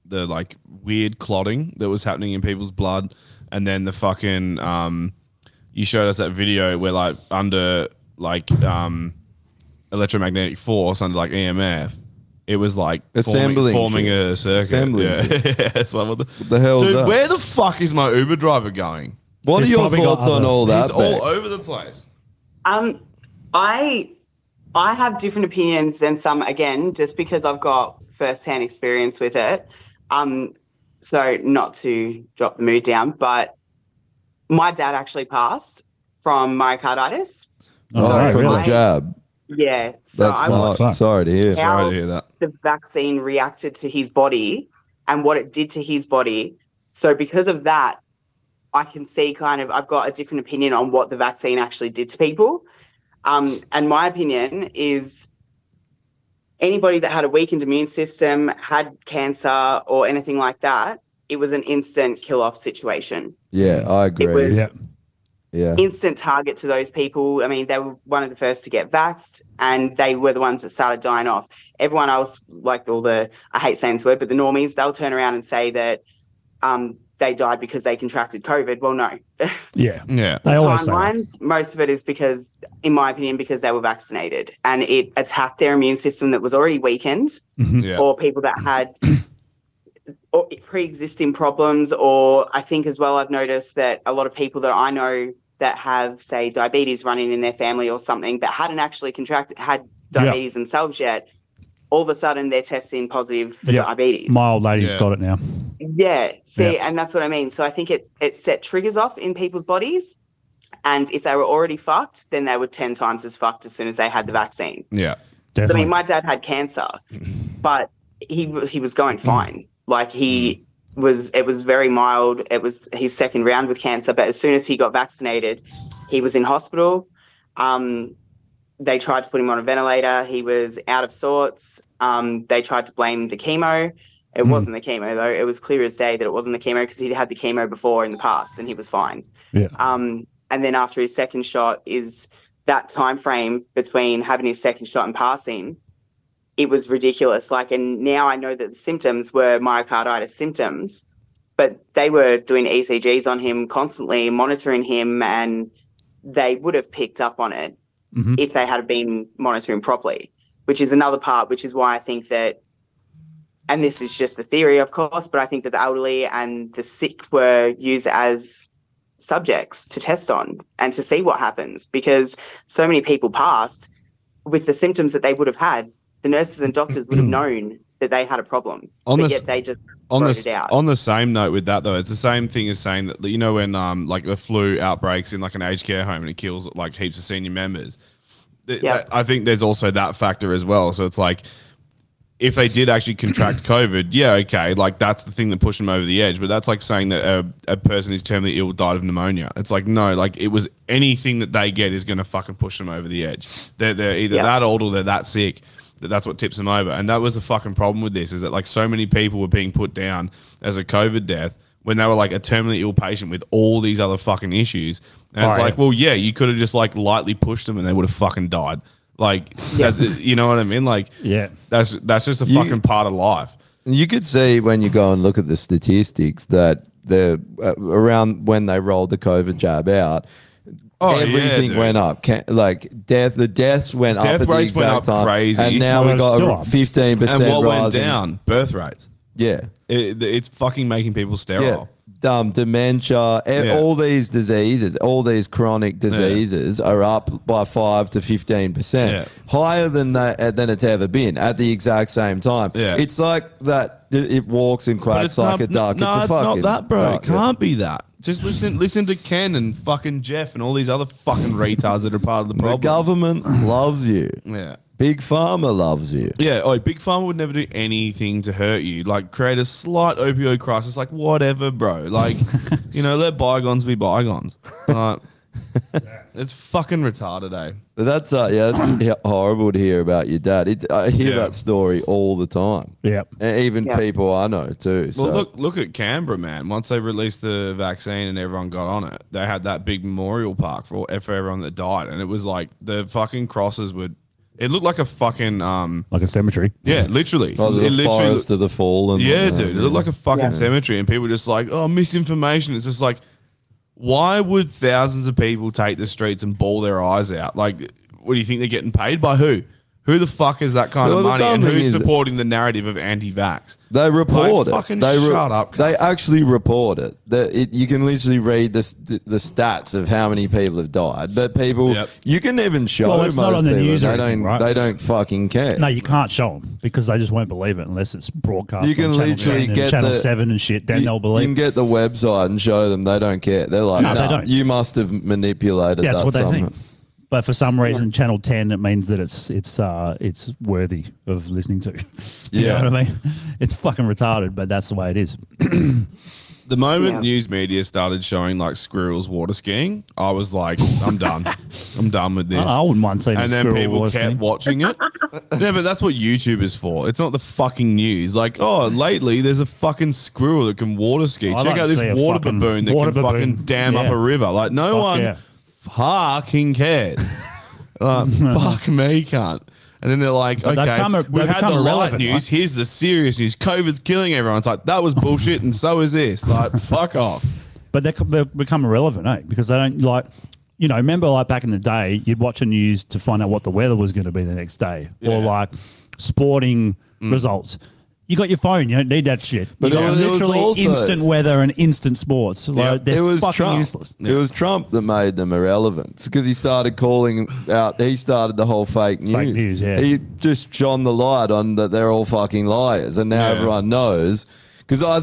Speaker 4: the like weird clotting that was happening in people's blood, and then the fucking um, you showed us that video where like under like um, electromagnetic force under like EMF. It was like
Speaker 3: Assembling
Speaker 4: forming, forming
Speaker 3: shit.
Speaker 4: a circuit. (laughs)
Speaker 3: Assembling
Speaker 4: yeah. It's like, what the,
Speaker 3: the hell's
Speaker 4: dude?
Speaker 3: that?
Speaker 4: Where the fuck is my Uber driver going?
Speaker 3: What are
Speaker 2: He's
Speaker 3: your
Speaker 2: probably got
Speaker 3: thoughts on
Speaker 2: other-
Speaker 3: all that?
Speaker 4: He's all
Speaker 3: Beck?
Speaker 4: over the place.
Speaker 9: Um, I I have different opinions than some again, just because I've got first-hand experience with it. Um, so not to drop the mood down, but my dad actually passed from myocarditis.
Speaker 2: Oh,
Speaker 3: Oh,
Speaker 9: Sorry,
Speaker 3: from
Speaker 9: really?
Speaker 3: the jab.
Speaker 9: Yeah, so
Speaker 3: That's
Speaker 9: I
Speaker 3: fine.
Speaker 9: watched
Speaker 2: fuck.
Speaker 3: Sorry to hear.
Speaker 9: How-
Speaker 4: Sorry to hear that.
Speaker 9: the vaccine reacted to his body and what it did to his body. So because of that, I can see kind of I've got a different opinion on what the vaccine actually did to people. Um, and my opinion is anybody that had a weakened immune system, had cancer or anything like that, it was an instant kill off situation.
Speaker 3: Yeah, I agree.
Speaker 9: was-
Speaker 2: Yeah.
Speaker 3: yeah.
Speaker 9: Instant target to those people. I mean, they were one of the first to get vaxxed and they were the ones that started dying off. Everyone else, like all the, I hate saying this word, but the normies, they'll turn around and say that um, they died because they contracted COVID. Well, no.
Speaker 2: Yeah.
Speaker 4: Yeah.
Speaker 2: They always say that.
Speaker 9: Timelines, most of it is because, in my opinion, because they were vaccinated and it attacked their immune system that was already weakened
Speaker 2: Mm-hmm.
Speaker 4: Yeah.
Speaker 9: or people that had or pre-existing problems or i think as well i've noticed that a lot of people that i know that have say diabetes running in their family or something but hadn't actually contracted had
Speaker 2: Yeah.
Speaker 9: diabetes themselves yet all of a sudden they're testing positive for
Speaker 2: Yeah.
Speaker 9: diabetes
Speaker 2: My old lady's
Speaker 4: Yeah.
Speaker 2: got it now.
Speaker 9: yeah see
Speaker 2: Yeah.
Speaker 9: and that's what i mean so i think it it set triggers off in people's bodies and if they were already fucked then they were 10 times as fucked as soon as they had the vaccine
Speaker 4: Yeah.
Speaker 9: so, I
Speaker 2: Definitely.
Speaker 9: mean, my dad
Speaker 2: (laughs)
Speaker 9: had cancer, but he he was going fine. Like he was, it was very mild. It was his second round with cancer, but as soon as he got vaccinated, he was in hospital. Um, they tried to put him on a ventilator. He was out of sorts. Um, they tried to blame the chemo. It
Speaker 2: Mm.
Speaker 9: wasn't the chemo though. It was clear as day that it wasn't the chemo because he'd had the chemo before in the past and he was fine.
Speaker 2: Yeah.
Speaker 9: Um, and then after his second shot is that time frame between having his second shot and passing. It was ridiculous. Like, and now I know that the symptoms were myocarditis symptoms, but they were doing ECGs on him constantly, monitoring him, and they would have picked up on it
Speaker 2: Mhm.
Speaker 9: if they had been monitoring properly, which is another part, which is why I think that, and this is just the theory, of course, but I think that the elderly and the sick were used as subjects to test on and to see what happens because so many people passed with the symptoms that they would have had. The nurses and doctors would
Speaker 2: Mm.
Speaker 9: have known that they had a problem,
Speaker 4: On
Speaker 9: but
Speaker 4: this-
Speaker 9: yet they just
Speaker 4: on
Speaker 9: wrote
Speaker 4: the
Speaker 9: it out.
Speaker 4: on the same note with that though, it's the same thing as saying that you know when um like the flu outbreaks in like an aged care home and it kills like heaps of senior members. Th-
Speaker 9: Yeah.
Speaker 4: that- I think there's also that factor as well. So it's like if they did actually
Speaker 2: (coughs)
Speaker 4: contract COVID, yeah, okay, like that's the thing that pushed them over the edge. But that's like saying that a, a person who's terminally ill died of pneumonia. It's like no, like it was anything that they get is going to fucking push them over the edge. They're they're either
Speaker 9: Yeah.
Speaker 4: that old or they're that sick that that's what tips them over. And that was the fucking problem with this is that like so many people were being put down as a COVID death when they were like a terminally ill patient with all these other fucking issues. And it's
Speaker 2: Right.
Speaker 4: like, well, yeah, you could have just like lightly pushed them and they would have fucking died. Like, that's, you know what I mean? Like,
Speaker 2: Yeah.
Speaker 4: that's that's just a
Speaker 3: You-
Speaker 4: fucking part of life.
Speaker 3: You could see when you go and look at the statistics that the uh, around when they rolled the COVID jab out,
Speaker 4: Oh, yeah,
Speaker 3: Everything
Speaker 4: dude.
Speaker 3: went up. Ca like death, the deaths went
Speaker 4: Death
Speaker 3: up at the
Speaker 4: rates
Speaker 3: exact
Speaker 4: went up
Speaker 3: time,
Speaker 4: crazy.
Speaker 3: and now
Speaker 2: Well,
Speaker 3: we
Speaker 2: it's
Speaker 3: got
Speaker 2: still
Speaker 3: a
Speaker 2: up.
Speaker 3: fifteen percent
Speaker 4: And what
Speaker 3: rise.
Speaker 4: went
Speaker 3: in-
Speaker 4: down? Birth rates.
Speaker 3: yeah,
Speaker 4: It, it's fucking making people
Speaker 3: yeah.
Speaker 4: sterile.
Speaker 3: Um, dementia, e-
Speaker 4: Yeah.
Speaker 3: all these diseases, all these chronic diseases are up by five to fifteen percent,
Speaker 4: Yeah.
Speaker 3: higher than that uh, than it's ever been at the exact same time.
Speaker 4: Yeah.
Speaker 3: It's like that. It it walks and
Speaker 4: But
Speaker 3: quacks like a duck.
Speaker 4: No,
Speaker 3: it's a
Speaker 4: it's
Speaker 3: fucking
Speaker 4: not that, bro.
Speaker 3: duck.
Speaker 4: it can't be that. Just listen, listen to Ken and fucking Jeff and all these other fucking retards that are part of the
Speaker 3: The
Speaker 4: problem.
Speaker 3: government
Speaker 4: (clears throat)
Speaker 3: loves you.
Speaker 4: yeah.
Speaker 3: Big Pharma loves you.
Speaker 4: Yeah, oh, Big Pharma would never do anything to hurt you. Like, create a slight opioid crisis. Like, whatever, bro.
Speaker 3: (laughs)
Speaker 4: Like, you know, let bygones be bygones. Like, it's fucking retarded, eh?
Speaker 3: But that's uh,
Speaker 4: (clears throat)
Speaker 3: yeah, that's h- horrible to hear about your dad. It's, I hear
Speaker 4: Yeah.
Speaker 3: that story all the time.
Speaker 2: Yep.
Speaker 3: And even
Speaker 9: Yeah.
Speaker 3: people I know too. So
Speaker 4: Well, look, look at Canberra, man. Once they released the vaccine and everyone got on it, they had that big memorial park for e, for everyone that died, and it was like the fucking crosses would. It looked like a fucking um.
Speaker 2: like a cemetery.
Speaker 4: Yeah, literally.
Speaker 3: oh,
Speaker 4: it
Speaker 3: the
Speaker 4: literally
Speaker 3: forest of the fallen.
Speaker 4: Yeah,
Speaker 3: uh,
Speaker 4: dude. It looked like a fucking cemetery, and people were just like, oh, misinformation. It's just like, why would thousands of people take the streets and bawl their eyes out? Like, what do you think they're getting paid by? Who? Who the fuck is that kind
Speaker 3: Well,
Speaker 4: of
Speaker 3: the
Speaker 4: money,
Speaker 3: dumb
Speaker 4: and
Speaker 3: thing
Speaker 4: who's
Speaker 3: is-
Speaker 4: supporting the narrative of anti-vax?
Speaker 3: They
Speaker 4: Like,
Speaker 3: report it.
Speaker 4: fucking
Speaker 3: they
Speaker 4: shut up, cunt.
Speaker 3: They actually report it. That it, you can literally read the, st- the stats of how many people have died, but people
Speaker 4: Yep.
Speaker 3: you can even show.
Speaker 2: Well, it's
Speaker 3: most
Speaker 2: not on the
Speaker 3: people,
Speaker 2: news
Speaker 3: They
Speaker 2: or anything,
Speaker 3: don't.
Speaker 2: right?
Speaker 3: They don't fucking care.
Speaker 2: No, you can't show them because they just won't believe it unless it's broadcast.
Speaker 3: You can
Speaker 2: on Channel
Speaker 3: literally
Speaker 2: 10 and
Speaker 3: get
Speaker 2: Channel
Speaker 3: the-
Speaker 2: Seven and shit. Then
Speaker 3: you,
Speaker 2: they'll
Speaker 3: you
Speaker 2: believe.
Speaker 3: can get the website and show them. They don't care. They're like,
Speaker 2: No, they
Speaker 3: "Nah,
Speaker 2: don't."
Speaker 3: you must have manipulated
Speaker 2: That's
Speaker 3: that
Speaker 2: what they
Speaker 3: somehow."
Speaker 2: think. But for some reason, Channel Ten it means that it's it's uh it's worthy of listening to. (laughs) you
Speaker 4: Yeah.
Speaker 2: know what I mean. It's fucking retarded, but that's the way it is.
Speaker 4: The moment
Speaker 9: Yeah.
Speaker 4: news media started showing like squirrels water skiing, I was like, I'm done. I'm done with this.
Speaker 2: I wouldn't mind seeing a
Speaker 4: and then
Speaker 2: squirrel
Speaker 4: people
Speaker 2: water
Speaker 4: kept
Speaker 2: skiing.
Speaker 4: watching it. yeah, but that's what YouTube is for. It's not the fucking news. Like, oh, lately there's a fucking squirrel that can water ski.
Speaker 2: I'd
Speaker 4: Check
Speaker 2: like
Speaker 4: out
Speaker 2: to see a
Speaker 4: this water
Speaker 2: fucking
Speaker 4: baboon that
Speaker 2: water
Speaker 4: can
Speaker 2: baboon.
Speaker 4: fucking dam up
Speaker 2: Yeah.
Speaker 4: a river. Like, no
Speaker 2: Fuck
Speaker 4: one
Speaker 2: yeah.
Speaker 4: fucking
Speaker 2: (laughs)
Speaker 4: cared. Like, fuck me, cunt. And then they're like,
Speaker 2: But they've
Speaker 4: okay,
Speaker 2: come a-
Speaker 4: we've
Speaker 2: they've
Speaker 4: had the
Speaker 2: become
Speaker 4: light
Speaker 2: relevant,
Speaker 4: news.
Speaker 2: right?
Speaker 4: Here's the serious news. COVID's killing everyone. It's like, that was bullshit and so is this. Like, fuck off.
Speaker 2: but they, they become irrelevant, eh? Because they don't like, you know, remember like back in the day, you'd watch the news to find out what the weather was going to be the next day, or like sporting results. You got your phone. You don't need that shit.
Speaker 3: But
Speaker 2: But
Speaker 3: it was- it was
Speaker 2: literally
Speaker 3: also-
Speaker 2: instant weather and instant sports. Like,
Speaker 4: Yeah.
Speaker 2: They're fucking useless.
Speaker 3: It was Trump that made them irrelevant because he started calling out. He started the whole fake news.
Speaker 2: Fake news, yeah.
Speaker 3: He just shone the light on that they're all fucking liars, and now
Speaker 4: Yeah.
Speaker 3: everyone knows. Because I,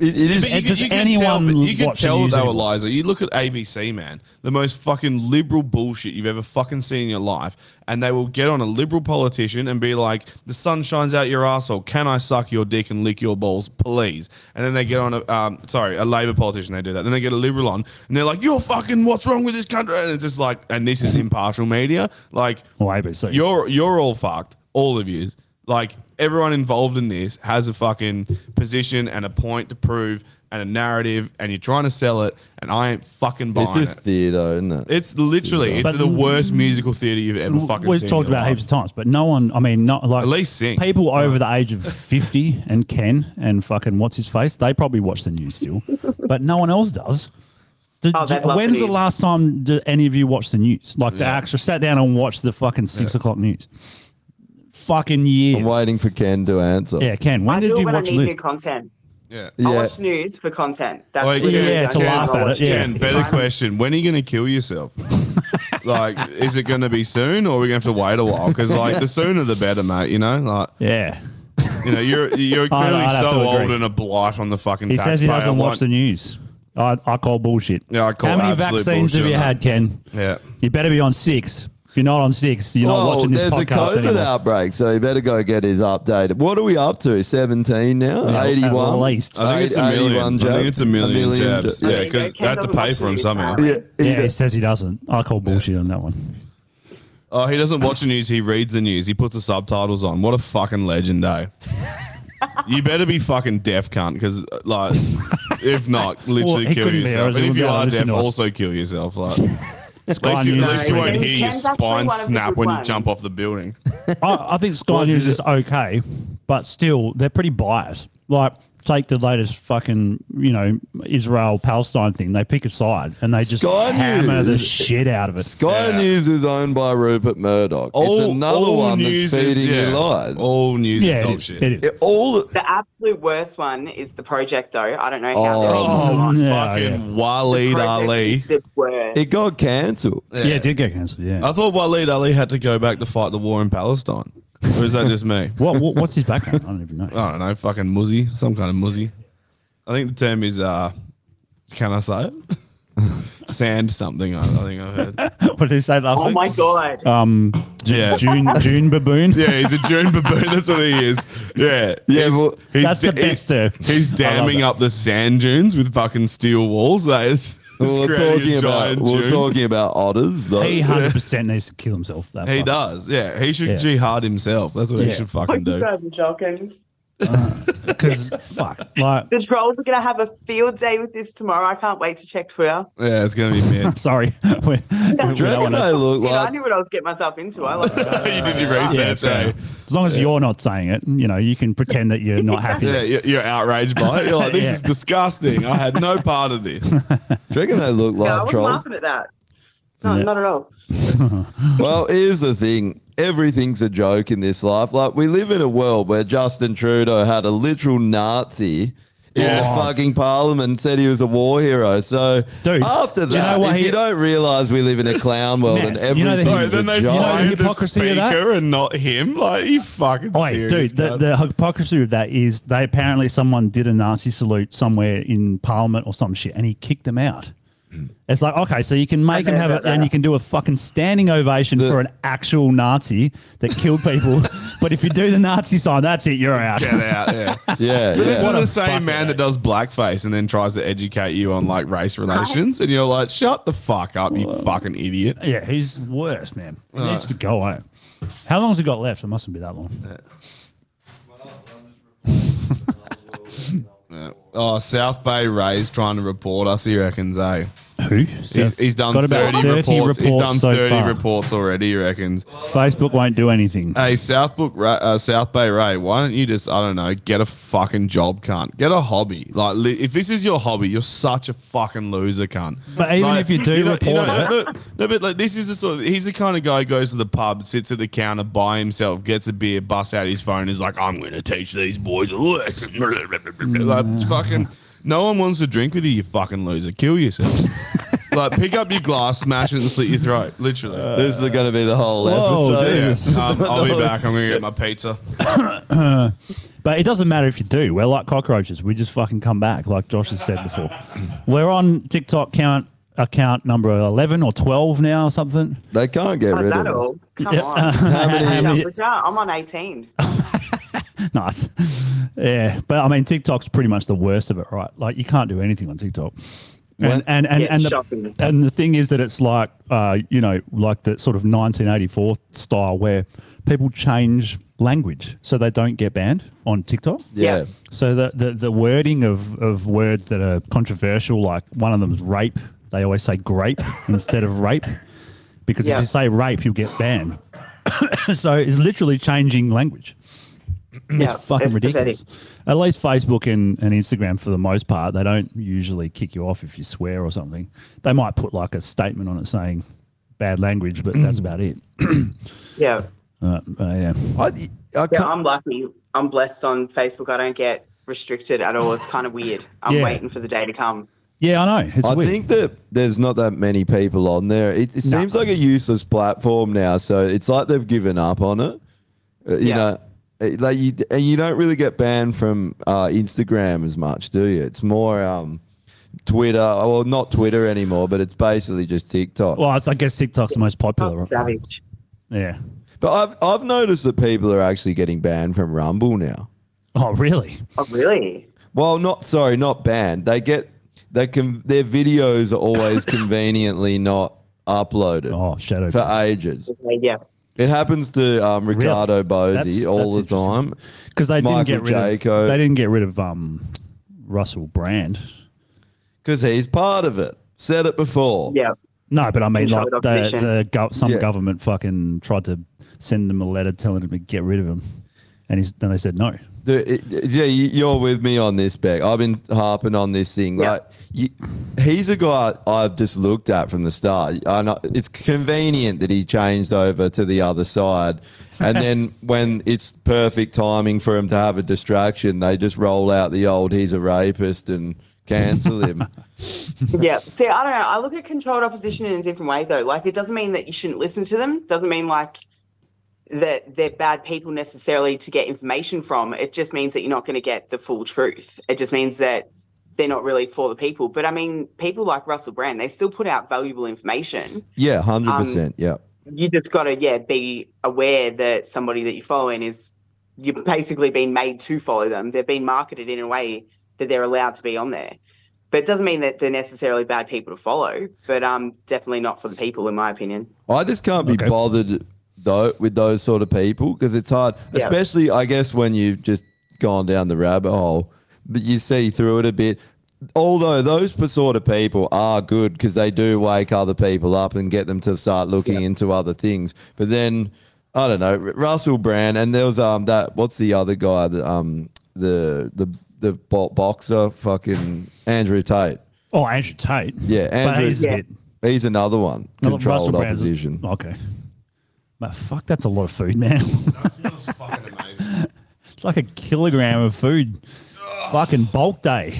Speaker 3: it, it is.
Speaker 4: But you,
Speaker 2: And
Speaker 4: could-
Speaker 2: does
Speaker 4: you can
Speaker 2: anyone
Speaker 4: tell, but you can
Speaker 2: watch the
Speaker 4: tell
Speaker 2: news
Speaker 4: they were
Speaker 2: anymore?
Speaker 4: lies. Like, You look at ABC, man, the most fucking liberal bullshit you've ever fucking seen in your life, and they will get on a liberal politician and be like, "The sun shines out your asshole. Can I suck your dick and lick your balls, please?" And then they get on a um, sorry, a Labour politician. They do that. Then they get a liberal on, and they're like, "You're fucking. What's wrong with this country?" And it's just like, and this is impartial media, like.
Speaker 2: Or ABC.
Speaker 4: You're you're all fucked, all of yous. Like everyone involved in this has a fucking position and a point to prove and a narrative, and you're trying to sell it, and I ain't fucking buying
Speaker 3: It's just
Speaker 4: it.
Speaker 3: theatre, isn't it?
Speaker 4: It's literally it's
Speaker 2: But-
Speaker 4: the worst musical theater you've ever fucking
Speaker 2: We've
Speaker 4: seen.
Speaker 2: talked
Speaker 4: in your
Speaker 2: about
Speaker 4: life.
Speaker 2: heaps of times, but no one. I mean, not like
Speaker 4: At least sing.
Speaker 2: people over the
Speaker 4: (laughs)
Speaker 2: age of fifty and Ken and fucking what's his face. They probably watch the news still, but no one else does. Do-
Speaker 9: Oh, they'd
Speaker 2: do-
Speaker 9: love the
Speaker 2: when's the
Speaker 9: news.
Speaker 2: last time did any of you watched the news? Like the actual sat down and watched the fucking six o'clock news. Fucking years.
Speaker 3: I'm waiting for Ken to answer.
Speaker 2: Yeah, Ken. When
Speaker 9: I
Speaker 2: did
Speaker 9: do it
Speaker 2: you
Speaker 9: when I
Speaker 2: watch
Speaker 9: need new
Speaker 2: Luke?
Speaker 9: content.
Speaker 4: Yeah.
Speaker 3: Yeah.
Speaker 9: I watch news for content. That's
Speaker 4: Like,
Speaker 9: literally
Speaker 2: yeah,
Speaker 9: the
Speaker 2: to
Speaker 9: only
Speaker 2: laugh
Speaker 9: reason I
Speaker 2: at
Speaker 9: watch
Speaker 2: it, yeah.
Speaker 4: Ken,
Speaker 9: news.
Speaker 4: Oh, better question. When are you gonna kill
Speaker 2: (laughs)
Speaker 4: yourself? like, is it gonna be soon, or are we gonna have to wait a while? Because like, the sooner the better, mate. You know, like,
Speaker 2: Yeah.
Speaker 4: you know, you're you're
Speaker 2: (laughs) I'd-
Speaker 4: clearly
Speaker 2: I'd have
Speaker 4: so
Speaker 2: to agree.
Speaker 4: old and a blight on the fucking.
Speaker 2: He says he
Speaker 4: taxpayer.
Speaker 2: doesn't watch
Speaker 4: Why-
Speaker 2: the news. I, I call bullshit.
Speaker 4: Yeah, I call
Speaker 2: How many
Speaker 4: absolute
Speaker 2: vaccines have
Speaker 4: bullshit
Speaker 2: you
Speaker 4: on that.
Speaker 2: had, Ken?
Speaker 4: Yeah.
Speaker 2: You better be on six. If you're not on six, you're not
Speaker 3: Well,
Speaker 2: watching this
Speaker 3: there's a
Speaker 2: podcast
Speaker 3: COVID
Speaker 2: anymore.
Speaker 3: outbreak, so he better go get his updated. What are we up to? 17 now?
Speaker 2: Yeah, at
Speaker 3: 81?
Speaker 2: least.
Speaker 4: I think it's a
Speaker 3: Eight- 81
Speaker 4: million. I
Speaker 3: jabs.
Speaker 4: think it's a million, jabs.
Speaker 3: ja-
Speaker 4: Yeah,
Speaker 9: Okay,
Speaker 4: because
Speaker 9: Ken
Speaker 4: they had to
Speaker 9: doesn't
Speaker 4: pay
Speaker 9: watch
Speaker 4: for him
Speaker 9: news,
Speaker 4: somehow.
Speaker 9: apparently.
Speaker 3: Yeah, he
Speaker 2: Yeah, he
Speaker 3: does.
Speaker 2: says he doesn't. I call bullshit on that one.
Speaker 4: Oh, he doesn't watch the news. He reads the news. He puts the subtitles on. What a fucking legend, eh? you better be fucking deaf, cunt, because like, if not, literally
Speaker 2: Well, he
Speaker 4: kill
Speaker 2: couldn't be,
Speaker 4: yourself. And
Speaker 2: otherwise he
Speaker 4: if
Speaker 2: wouldn't
Speaker 4: you
Speaker 2: be able
Speaker 4: are
Speaker 2: to
Speaker 4: deaf,
Speaker 2: listen to us.
Speaker 4: also kill yourself. Like, at
Speaker 2: Sky
Speaker 4: least you, at
Speaker 2: News
Speaker 4: least you
Speaker 2: is
Speaker 4: won't
Speaker 2: really-
Speaker 4: hear your
Speaker 9: Ken's actually
Speaker 4: spine
Speaker 9: one of the
Speaker 4: snap
Speaker 9: good
Speaker 4: when you
Speaker 9: ones.
Speaker 4: jump off the building.
Speaker 2: I, I think Sky News is okay, but still they're pretty biased. Like take the latest fucking you know Israel Palestine thing. They pick a side and they just
Speaker 3: Sky
Speaker 2: hammer the
Speaker 3: News.
Speaker 2: shit out of it.
Speaker 3: Sky News is owned by Rupert Murdoch. it's another one that's feeding
Speaker 4: is, yeah,
Speaker 3: you lies.
Speaker 4: All news
Speaker 2: Yeah,
Speaker 4: is
Speaker 2: it
Speaker 4: dog
Speaker 2: is.
Speaker 4: shit.
Speaker 2: It is.
Speaker 3: It- all
Speaker 9: The absolute worst one is the project, though. I don't know how. they're able to
Speaker 4: Oh,
Speaker 2: Yeah,
Speaker 4: fucking Waleed
Speaker 9: Project
Speaker 4: Ali.
Speaker 9: is The worst.
Speaker 3: it got cancelled.
Speaker 2: yeah. it did get cancelled. Yeah.
Speaker 4: I thought Waleed Ali had to go back to fight the war in Palestine. Or is that just me?
Speaker 2: what, what what's his background? I don't
Speaker 4: (laughs)
Speaker 2: even know.
Speaker 4: I don't know, fucking muzzy, some kind of muzzy. I think the term is, uh, can I say it? (laughs) Sand something, I, I think I heard.
Speaker 2: (laughs) what did he say last
Speaker 9: oh
Speaker 2: week?
Speaker 9: my god.
Speaker 2: Um, Ju-
Speaker 4: Yeah.
Speaker 2: June June baboon.
Speaker 4: Yeah, he's a June baboon. That's what he is. Yeah.
Speaker 3: Yeah,
Speaker 4: he's,
Speaker 3: well-
Speaker 4: he's
Speaker 2: That's the
Speaker 4: da-
Speaker 2: best term.
Speaker 4: He's damming up the sand dunes with fucking steel walls. That is.
Speaker 3: We We're
Speaker 4: it's creating a
Speaker 3: talking about
Speaker 4: giant
Speaker 3: we we're
Speaker 4: dune.
Speaker 3: talking about otters. Though.
Speaker 2: He hundred percent needs to kill himself. That
Speaker 4: He
Speaker 2: fucker.
Speaker 4: does. Yeah, he should
Speaker 2: Yeah.
Speaker 4: jihad himself. That's what
Speaker 2: Yeah.
Speaker 4: he should
Speaker 9: Oh,
Speaker 4: fucking
Speaker 9: you
Speaker 4: do.
Speaker 9: guys are joking.
Speaker 2: because fuck, like (laughs)
Speaker 9: The trolls are gonna have a field day with this tomorrow. I can't wait to check Twitter.
Speaker 4: Yeah, it's gonna be
Speaker 2: (laughs)
Speaker 4: mad. (laughs)
Speaker 2: sorry, we, we don't
Speaker 3: Do you reckon
Speaker 2: wanna-
Speaker 3: they look
Speaker 9: Yeah, I
Speaker 3: like?
Speaker 9: knew what I was getting myself into. I like that.
Speaker 3: (laughs)
Speaker 4: you did your research.
Speaker 2: fair
Speaker 4: eh?
Speaker 2: enough. As long as you're not saying it, you know, you can pretend that you're not happy.
Speaker 4: Yeah, you- you're outraged by it. You're like, this
Speaker 2: Yeah.
Speaker 4: is disgusting. I had no part of
Speaker 2: (laughs)
Speaker 4: this.
Speaker 3: Do you reckon they look
Speaker 9: Yeah, I
Speaker 3: like
Speaker 9: was
Speaker 3: trolls?
Speaker 9: laughing at that. No,
Speaker 2: Yeah.
Speaker 9: not at all.
Speaker 3: Well, here's the thing. Everything's a joke in this life. Like we live in a world where Justin Trudeau had a literal Nazi in
Speaker 4: Yeah.
Speaker 3: the fucking parliament said he was a war hero. So
Speaker 2: Oh. Dude,
Speaker 3: after
Speaker 2: do you know
Speaker 3: that,
Speaker 2: what
Speaker 3: if
Speaker 2: he-
Speaker 3: you don't realise we live in a clown world
Speaker 2: Man,
Speaker 3: and
Speaker 2: you know
Speaker 3: everything's
Speaker 2: that
Speaker 4: Sorry,
Speaker 2: he-
Speaker 4: then
Speaker 3: a
Speaker 4: they
Speaker 3: joke.
Speaker 2: know
Speaker 4: find the
Speaker 2: hypocrisy of that?
Speaker 4: speaker and not him. Like, you fucking
Speaker 2: Oh, wait,
Speaker 4: serious.
Speaker 2: dude, the,
Speaker 4: cunt.
Speaker 2: the hypocrisy of that is they apparently someone did a Nazi salute somewhere in Parliament or some shit, and he kicked them out.
Speaker 4: Hmm.
Speaker 2: It's like okay, so you can make him have it, and you can do a fucking standing ovation for an actual Nazi that killed people. (laughs) but if you do the Nazi sign, that's it, you're out.
Speaker 4: Get out, (laughs) yeah.
Speaker 3: yeah,
Speaker 4: But this
Speaker 3: yeah.
Speaker 4: is
Speaker 2: What
Speaker 4: the
Speaker 2: a
Speaker 4: same
Speaker 2: fucking
Speaker 4: man that does blackface and then tries to educate you on like race relations, and you're like, "Shut the fuck up, you fucking idiot!"
Speaker 2: Yeah, he's worse, man. He needs to go home. How long's it got left? It mustn't be that long.
Speaker 4: Oh, South Bay Ray's trying to report us. He reckons, eh?
Speaker 2: Who?
Speaker 4: He's, he's done
Speaker 2: Got
Speaker 4: 30,
Speaker 2: about
Speaker 4: reports.
Speaker 2: 30
Speaker 4: He's done
Speaker 2: reports so
Speaker 4: 30
Speaker 2: far.
Speaker 4: reports already. He reckons.
Speaker 2: Facebook won't do anything.
Speaker 4: Hey, South Book, Ra- uh, South Bay Ray, why don't you just I don't know, get a fucking job, cunt. Get a hobby. Like, li- if this is your hobby, you're such a fucking loser, cunt.
Speaker 2: But even
Speaker 4: Like,
Speaker 2: if you do
Speaker 4: know-
Speaker 2: report
Speaker 4: know,
Speaker 2: it,
Speaker 4: no, no, but like this is the sort. Of, he's the kind of guy who goes to the pub, sits at the counter by himself, gets a beer, busts out his phone, is like, "I'm going to teach these boys a lesson." (laughs) like it's fucking, no one wants to drink with you. You fucking loser. Kill
Speaker 2: (laughs)
Speaker 4: yourself. like pick up your glass, smash it, and slit your throat. Literally.
Speaker 2: Uh,
Speaker 3: This is going to be the whole
Speaker 2: Whoa, (laughs)
Speaker 3: episode.
Speaker 2: dude.
Speaker 4: um, I'll be back. I'm gonna get my pizza.
Speaker 2: But it doesn't matter if you do. We're like cockroaches. We just fucking come back, like Josh has said before. We're on TikTok count account number eleven or twelve now, or something. (laughs)
Speaker 3: They can't get
Speaker 9: Not
Speaker 3: rid of
Speaker 9: that
Speaker 3: us.
Speaker 9: all. Come on.
Speaker 3: How many-
Speaker 2: How many-
Speaker 9: Which are- I'm on 18.
Speaker 2: nice. Yeah, but I mean, TikTok's pretty much the worst of it, right? Like you can't do anything on TikTok. And and and,
Speaker 9: Yeah,
Speaker 2: and,
Speaker 9: shocking.
Speaker 2: the, and the thing is that it's like uh, you know like the sort of 1984 style where people change language so they don't get banned on TikTok.
Speaker 3: Yeah.
Speaker 9: Yeah.
Speaker 2: So the, the, the wording of, of words that are controversial, like one of them is rape. They always say
Speaker 9: (laughs)
Speaker 2: grape instead of rape because
Speaker 9: Yeah.
Speaker 2: if you say rape, you'll get banned. (coughs) so it's literally changing language.
Speaker 9: Yeah,
Speaker 2: It's fucking
Speaker 9: it's
Speaker 2: ridiculous.
Speaker 9: pathetic.
Speaker 2: At least Facebook and, and Instagram, for the most part, they don't usually kick you off if you swear or something. They might put like a statement on it saying bad language, but
Speaker 9: Mm.
Speaker 2: that's about it.
Speaker 9: Yeah.
Speaker 2: Uh, uh, yeah.
Speaker 3: I, I
Speaker 9: Yeah,
Speaker 3: can't-
Speaker 9: I'm lucky. I'm blessed on Facebook. I don't get restricted at all. It's kind of weird. I'm
Speaker 2: Yeah.
Speaker 9: waiting for the day to come.
Speaker 2: Yeah, I know. It's
Speaker 3: I
Speaker 2: weird.
Speaker 3: think that there's not that many people on there. It, it
Speaker 2: No.
Speaker 3: seems like a useless platform now. So it's like they've given up on it. Uh, You
Speaker 9: Yeah.
Speaker 3: know, it- like you, and you don't really get banned from uh, Instagram as much, do you? It's more um, Twitter. Oh, Well, not Twitter anymore, but it's basically just TikTok.
Speaker 2: well, it's, I guess TikTok's the most
Speaker 9: Oh,
Speaker 2: popular. right?
Speaker 9: savage.
Speaker 2: Yeah.
Speaker 3: but I've I've noticed that people are actually getting banned from Rumble now.
Speaker 2: Oh, really?
Speaker 9: Oh, really?
Speaker 3: Well, not sorry, not banned. They get they can their videos are
Speaker 2: (laughs)
Speaker 3: always conveniently not uploaded
Speaker 2: Oh, shadow.
Speaker 3: for ages.
Speaker 9: Okay, yeah.
Speaker 3: It happens to um, Ricardo Bozzi
Speaker 2: That's-
Speaker 3: all
Speaker 2: that's
Speaker 3: the time.
Speaker 2: because they
Speaker 3: Michael
Speaker 2: didn't get rid
Speaker 3: Jaco.
Speaker 2: of they didn't get rid of um Russell Brand.
Speaker 3: because he's part of it. Said it before.
Speaker 9: Yeah.
Speaker 2: No, but I mean, like
Speaker 9: Controlled
Speaker 2: the,
Speaker 9: opposition.
Speaker 2: the go- some
Speaker 3: Yeah.
Speaker 2: government fucking tried to send them a letter telling them to get rid of him, and he's then they said no.
Speaker 3: The, it, it- yeah, you- you're with me on this, Beck. I've been harping on this thing.
Speaker 9: Yeah.
Speaker 3: Like, you, he's a guy I've just looked at from the start. I know, it's convenient that he changed over to the other side, and then when it's perfect timing for him to have a distraction, they just roll out the old "he's a rapist" and cancel him.
Speaker 9: yeah. See, I don't know. I look at controlled opposition in a different way, though. Like, it doesn't mean that you shouldn't listen to them. Doesn't mean like that they're bad people necessarily to get information from. It just means that you're not going to get the full truth. It just means that they're not really for the people. But I mean, people like Russell Brand, they still put out valuable information.
Speaker 3: yeah, hundred percent. Yeah.
Speaker 9: You just got to, yeah, be aware that somebody that you're following is you're basically being made to follow them. They've been marketed in a way that they're allowed to be on there. But it doesn't mean that they're necessarily bad people to follow, but um, definitely not for the people, in my opinion.
Speaker 3: I just can't be bothered though with those sort of people because it's hard,
Speaker 9: Yeah.
Speaker 3: especially I guess when you've just gone down the rabbit hole, but you see through it a bit. Although those p- sort of people are good because they do wake other people up and get them to start looking into other things, but then I don't know R- Russell Brand and there was um that what's the other guy that um the the the bo- boxer fucking Andrew Tate
Speaker 2: Oh, Andrew Tate.
Speaker 3: yeah
Speaker 2: but
Speaker 3: Andrew
Speaker 2: he's a bit
Speaker 3: he's another one
Speaker 2: Russell
Speaker 3: controlled
Speaker 2: Brand's a-
Speaker 3: opposition
Speaker 2: okay. But fuck, that's a lot of food, (laughs) man.
Speaker 4: fucking amazing.
Speaker 2: it's like a kilogram of food. Fucking bulk day.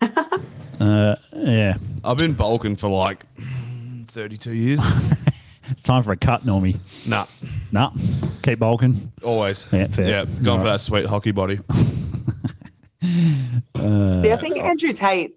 Speaker 2: Yeah. uh, yeah.
Speaker 4: I've been bulking for like 32 years.
Speaker 2: It's time for a cut, Normie.
Speaker 4: (laughs) nah,
Speaker 2: Nah. Keep bulking.
Speaker 4: always.
Speaker 2: Yeah, fair.
Speaker 4: Yeah, going for that sweet hockey body.
Speaker 9: See, I think Andrew Tate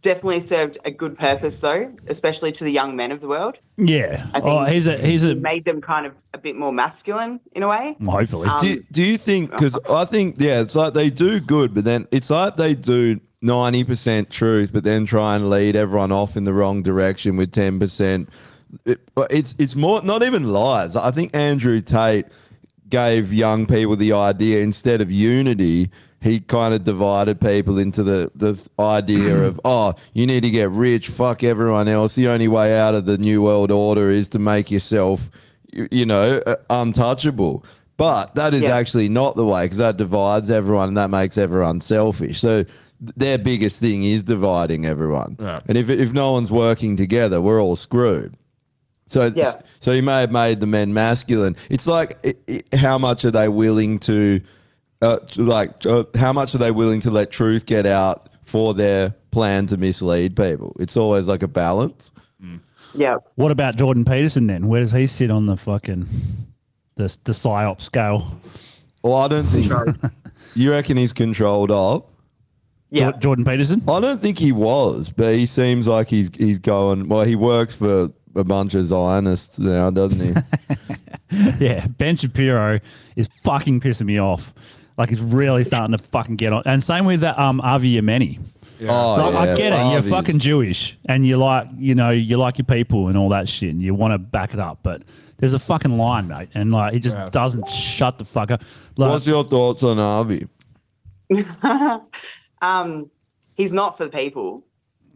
Speaker 9: definitely served a good purpose, though, especially to the young men of the world.
Speaker 2: Yeah.
Speaker 9: I
Speaker 2: Oh,
Speaker 9: think
Speaker 2: he's a he's
Speaker 9: It
Speaker 2: a
Speaker 9: made them kind of a bit more masculine in a way.
Speaker 2: hopefully.
Speaker 9: Um,
Speaker 3: do, you- do you think because i think yeah it's like they do good but then it's like they do 90% truth but then try and lead everyone off in the wrong direction with 10% It- but it's it's more not even lies i think andrew tate gave young people the idea instead of unity he kind of divided people into the, the idea of oh you need to get rich fuck everyone else the only way out of the new world order is to make yourself you, you know uh, untouchable but that is
Speaker 9: Yeah.
Speaker 3: actually not the way because that divides everyone and that makes everyone selfish so th- their biggest thing is dividing everyone and if, if no one's working together we're all screwed so,
Speaker 9: Yeah.
Speaker 3: so you may have made the men masculine. It's like i i how much are they willing to, uh, to like, uh, how much are they willing to let truth get out for their plan to mislead people? It's always like a balance.
Speaker 9: Yeah.
Speaker 2: what about Jordan Peterson then? Where does he sit on the fucking the the psyop scale?
Speaker 3: Well, I don't think you reckon he's controlled off.
Speaker 9: Yeah. Oh.
Speaker 2: Jor- Jordan Peterson.
Speaker 3: I don't think he was, but he seems like he's he's going. Well, he works for a bunch of Zionists now,
Speaker 2: (laughs)
Speaker 3: doesn't he?
Speaker 2: (laughs) Yeah, Ben Shapiro is fucking pissing me off. Like it's really starting to fucking get on. And same with that um Avi Yemeni.
Speaker 3: Oh,
Speaker 2: Like, I
Speaker 3: yeah,
Speaker 2: get it. You're
Speaker 3: Harvey's.
Speaker 2: fucking Jewish, and you like you know you like your people and all that shit, and you want to back it up. But there's a fucking line, mate, and like he just doesn't shut the fuck up. Like,
Speaker 3: What's your thoughts on Harvey?
Speaker 9: (laughs) um, he's not for the people.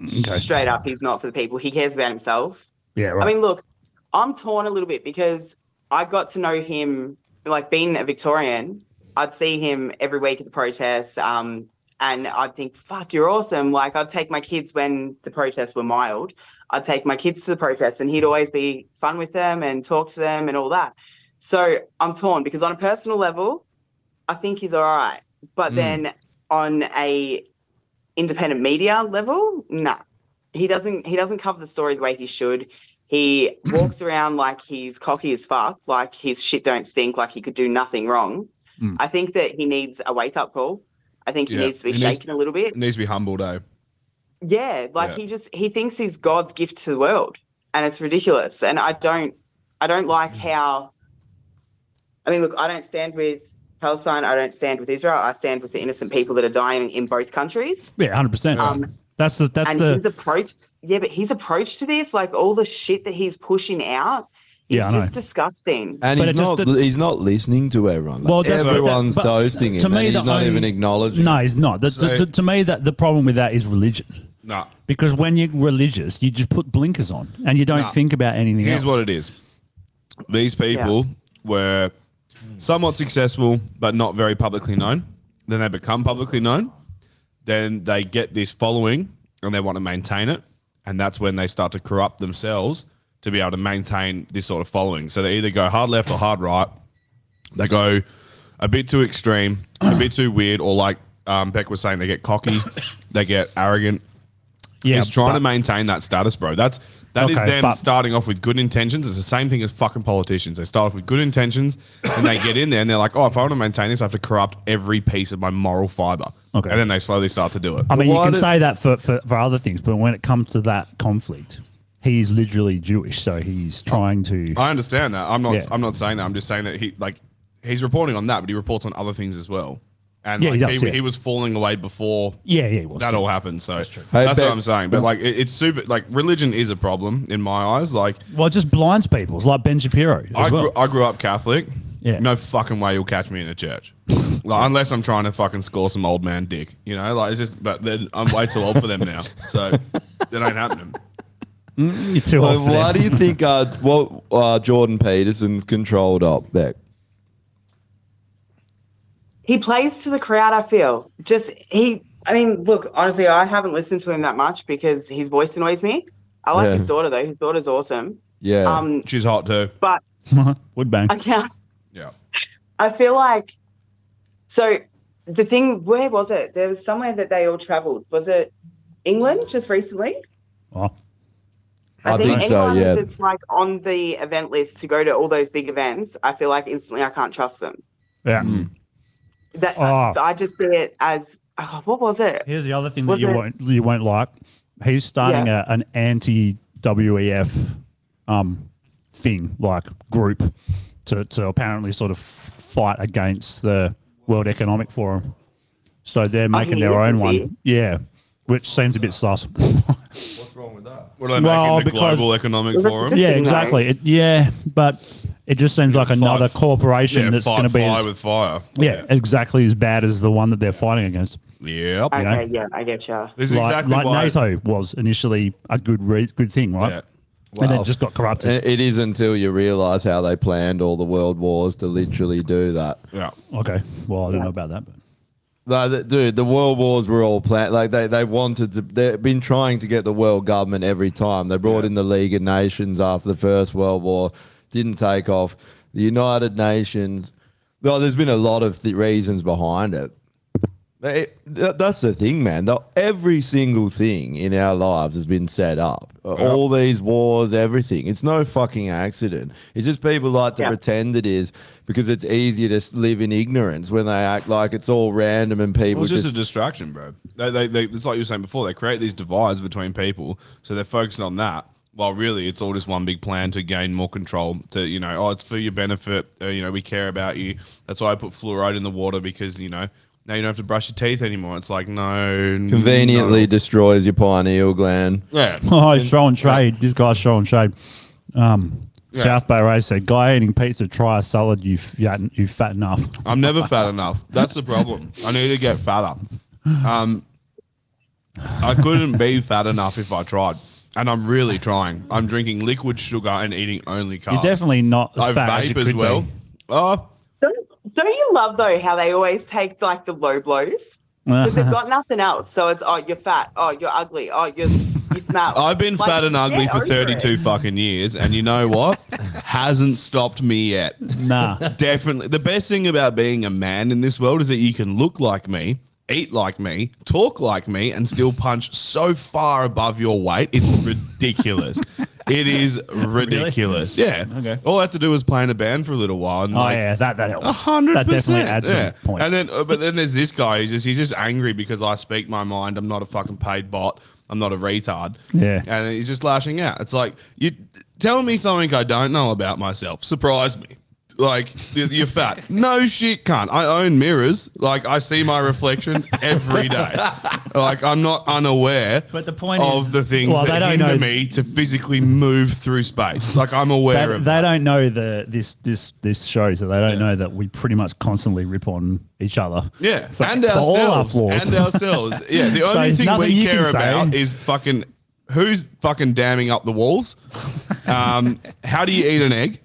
Speaker 9: Straight up, he's not for the people. He cares about himself.
Speaker 2: yeah,
Speaker 9: I
Speaker 2: right.
Speaker 9: mean, look, I'm torn a little bit because I got to know him, like being a Victorian, I'd see him every week at the protests. Um, and I'd think, fuck, you're awesome. Like, I'd take my kids when the protests were mild. I'd take my kids to the protests, and he'd always be fun with them and talk to them and all that. So I'm torn because, on a personal level, I think he's all right.
Speaker 2: Hmm.
Speaker 9: But then on a independent media level, nah. He doesn't he doesn't cover the story the way he should. He walks around like he's cocky as fuck, like his shit don't stink, like he could do nothing wrong.
Speaker 2: Mm.
Speaker 9: I think that he needs a wake up call. I think he
Speaker 4: Yeah,
Speaker 9: needs to be
Speaker 4: he
Speaker 9: shaken
Speaker 4: needs-
Speaker 9: a little bit.
Speaker 4: needs to be humbled, eh?
Speaker 9: Yeah, like
Speaker 4: Yeah.
Speaker 9: he just he thinks he's God's gift to the world, and it's ridiculous. And I don't, I don't like
Speaker 4: Mm.
Speaker 9: how. I mean, look, I don't stand with Palestine. I don't stand with Israel. I stand with the innocent people that are dying in both countries.
Speaker 2: yeah, hundred percent.
Speaker 9: Um,
Speaker 2: That's the that's
Speaker 9: and
Speaker 2: the
Speaker 9: his approach, yeah, but his approach to this, like all the shit that he's pushing out, is
Speaker 2: Yeah, I know.
Speaker 9: just disgusting.
Speaker 2: But
Speaker 3: And he's
Speaker 2: it just
Speaker 3: not,
Speaker 2: did-
Speaker 3: he's not listening to everyone. Like,
Speaker 2: Well, that's- but-
Speaker 3: everyone's
Speaker 2: but
Speaker 3: toasting him.
Speaker 2: to
Speaker 3: To
Speaker 2: me,
Speaker 3: he's
Speaker 2: the
Speaker 3: not
Speaker 2: only-
Speaker 3: even acknowledging
Speaker 2: no, he's not. That's,
Speaker 4: So-
Speaker 2: to, to me, that the problem with that is religion.
Speaker 4: Nah.
Speaker 2: Because when you're religious, you just put blinkers on and you don't
Speaker 4: Nah.
Speaker 2: think about anything
Speaker 4: Here's
Speaker 2: else.
Speaker 4: what it is. These people were somewhat successful, but not very publicly known. Then they become publicly known. Then they get this following and they want to maintain it. And that's when they start to corrupt themselves to be able to maintain this sort of following. So they either go hard left or hard right. They go a bit too extreme, a bit too weird, or like um, Beck was saying, they get cocky, (coughs) they get arrogant.
Speaker 2: Yeah,
Speaker 4: It's trying
Speaker 2: but-
Speaker 4: to maintain that status, bro. That's that is
Speaker 2: Okay,
Speaker 4: them
Speaker 2: but-
Speaker 4: starting off with good intentions. It's the same thing as fucking politicians. They start off with good intentions, and they get in there and they're like, "Oh, if I want to maintain this, I have to corrupt every piece of my moral fiber."
Speaker 2: Okay.
Speaker 4: and then they slowly start to do it.
Speaker 2: I mean, you
Speaker 3: Why
Speaker 2: can
Speaker 3: did-
Speaker 2: say that for, for, for other things, but when it comes to that conflict, he's literally Jewish, so he's trying to.
Speaker 4: I understand that. I'm not.
Speaker 2: Yeah.
Speaker 4: I'm not saying that. I'm just saying that he like he's reporting on that, but he reports on other things as well. And
Speaker 2: Yeah,
Speaker 4: like,
Speaker 2: he
Speaker 4: he,
Speaker 2: does, yeah.
Speaker 4: he was falling away before
Speaker 2: yeah, yeah, well,
Speaker 4: that all happened. So that's,
Speaker 3: Hey,
Speaker 4: what
Speaker 3: Beck-
Speaker 4: I'm saying. But like, it, it's super. Like, religion is a problem in my eyes. Like,
Speaker 2: well, it just blinds people. It's like Ben Shapiro. As
Speaker 4: I,
Speaker 2: well.
Speaker 4: grew, I grew up Catholic.
Speaker 2: Yeah.
Speaker 4: No fucking way you'll catch me in a church. (laughs) Like, unless I'm trying to fucking score some old man dick. You know, like it's just, but then I'm way too old for them now.
Speaker 2: (laughs)
Speaker 4: So it ain't happening.
Speaker 2: You're too old
Speaker 3: So
Speaker 2: for
Speaker 3: why
Speaker 2: that.
Speaker 3: do you think uh, what uh, Jordan Peterson's controlled up back?
Speaker 9: he plays to the crowd. I feel just he. I mean, look, honestly, I haven't listened to him that much because his voice annoys me. I like
Speaker 3: Yeah.
Speaker 9: his daughter though. His daughter's awesome.
Speaker 3: Yeah.
Speaker 9: Um,
Speaker 4: She's hot too.
Speaker 9: but
Speaker 2: (laughs) Wood bang.
Speaker 9: I can't.
Speaker 4: Yeah.
Speaker 9: I feel like so. The thing, where was it? There was somewhere that they all travelled. Was it England just recently?
Speaker 2: Oh,
Speaker 3: I think so,
Speaker 9: anyone
Speaker 3: yeah.
Speaker 9: that's like on the event list to go to all those big events, I feel like instantly I can't trust them.
Speaker 2: yeah.
Speaker 4: Hmm.
Speaker 9: That
Speaker 2: Ah.
Speaker 9: I just see it as oh, what was it?
Speaker 2: Here's the other thing that
Speaker 9: Was
Speaker 2: you
Speaker 9: it-
Speaker 2: won't you won't like. He's starting
Speaker 9: Yeah.
Speaker 2: a, an anti WEF um, thing, like group, to, to apparently sort of f- fight against the World Economic Forum. So they're making their own
Speaker 9: EECC.
Speaker 2: one, yeah, which seems a bit sus. (laughs)
Speaker 4: What are they
Speaker 2: Well,
Speaker 4: making the
Speaker 2: because-
Speaker 4: global economic
Speaker 9: Well, that's
Speaker 4: forum?
Speaker 9: the-
Speaker 2: yeah,
Speaker 9: (laughs) No.
Speaker 2: exactly. It, yeah, but it just seems like another
Speaker 4: Fight-
Speaker 2: corporation
Speaker 4: Yeah,
Speaker 2: that's
Speaker 4: fight
Speaker 2: going to be
Speaker 4: fire
Speaker 2: as,
Speaker 4: with fire.
Speaker 2: yeah, exactly as bad as the one that they're fighting against.
Speaker 4: Yep.
Speaker 9: Okay,
Speaker 2: know?
Speaker 9: yeah, I get you.
Speaker 4: This is
Speaker 2: like
Speaker 4: exactly
Speaker 2: like
Speaker 4: why.
Speaker 2: NATO was initially a good re- good thing, right?
Speaker 4: Yeah. Eh.
Speaker 2: And then
Speaker 3: Wow.
Speaker 2: it just got corrupted.
Speaker 3: It it is until you realise how they planned all the world wars to literally do that.
Speaker 4: Yeah.
Speaker 2: Okay. Well, I don't know about that, but (laughs)
Speaker 3: Like, the- dude, the world wars were all planned. Like they, they wanted to. They've been trying to get the world government every time. They brought in the League of Nations after the First World War, didn't take off. The United Nations. Well, there's been a lot of th- reasons behind it. They- tha- that's the thing, man. The- every single thing in our lives has been set up. Uh, All these wars, everything. It's no fucking accident. It's just people like to
Speaker 9: Yeah.
Speaker 3: pretend it is because it's easier to s- live in ignorance when they act like it's all random and people
Speaker 4: Well, it's just,
Speaker 3: just.
Speaker 4: a distraction, bro. They, they, they, it's like you were saying before. They create these divides between people, so they're focusing on that. While really, it's all just one big plan to gain more control. To you know, oh, it's for your benefit. Uh, you know, we care about you. That's why I put fluoride in the water because you know now you don't have to brush your teeth anymore. It's like no,
Speaker 3: Conveniently
Speaker 4: no.
Speaker 3: destroys your pineal gland.
Speaker 4: yeah.
Speaker 2: oh, he's showing trade. This guy's showing trade. Um,
Speaker 4: Yeah.
Speaker 2: South Bay Ray said, "Guy eating pizza, try a salad. You fat, you fat enough."
Speaker 4: I'm never fat enough. That's the problem. I need to get fatter. Um, I couldn't be fat enough if I tried, and I'm really trying. I'm drinking liquid sugar and eating only carbs.
Speaker 2: You're definitely not as
Speaker 4: Oh. I
Speaker 2: fat as you
Speaker 4: vape
Speaker 2: could
Speaker 4: as well.
Speaker 2: be.
Speaker 4: Oh,
Speaker 9: Don't, don't you love though how they always take like the low blows because they've got nothing else. So it's oh you're fat, oh you're ugly, oh you're you
Speaker 4: (laughs)
Speaker 9: smell.
Speaker 4: I've been
Speaker 9: Like,
Speaker 4: fat and ugly
Speaker 9: get
Speaker 4: for
Speaker 9: over
Speaker 4: 32
Speaker 9: it.
Speaker 4: fucking years, and you know
Speaker 2: (laughs)
Speaker 4: what? Hasn't stopped me yet. (laughs)
Speaker 2: Nah,
Speaker 4: Definitely. The best thing about being a man in this world is that you can look like me, eat like me, talk like me, and still punch so far above your weight. It's
Speaker 2: (laughs)
Speaker 4: ridiculous. It is ridiculous. Yeah.
Speaker 2: Okay.
Speaker 4: All I had to do was play in a band for a little while. And
Speaker 2: oh
Speaker 4: like,
Speaker 2: yeah, that that helps.
Speaker 4: A hundred
Speaker 2: That
Speaker 4: percent.
Speaker 2: definitely adds
Speaker 4: yeah.
Speaker 2: some points.
Speaker 4: And then, uh, but then there's this guy who's just he's just angry because I speak my mind. I'm not a fucking paid bot. I'm not a retard.
Speaker 2: Yeah.
Speaker 4: And he's just lashing out. It's like you telling me something I don't know about myself. Surprise me. Like you're you're
Speaker 2: (laughs)
Speaker 4: fat. No shit, cunt. I own mirrors. Like I see my reflection every day. Like I'm not unaware.
Speaker 2: But the point
Speaker 4: of
Speaker 2: is-
Speaker 4: the things
Speaker 2: well, they
Speaker 4: that
Speaker 2: don't
Speaker 4: hinder
Speaker 2: know-
Speaker 4: me to physically move through space. Like I'm aware
Speaker 2: they,
Speaker 4: of.
Speaker 2: they don't know the this this this show, so they don't know that we pretty much constantly rip on each other.
Speaker 4: Yeah,
Speaker 2: for,
Speaker 4: and
Speaker 2: for all our
Speaker 4: ourselves,
Speaker 2: flaws.
Speaker 4: and ourselves. Yeah, the
Speaker 2: So
Speaker 4: only
Speaker 2: there's
Speaker 4: thing
Speaker 2: nothing
Speaker 4: we
Speaker 2: you can
Speaker 4: care
Speaker 2: say.
Speaker 4: about is fucking who's fucking damming up the walls. Um, how do you eat an egg?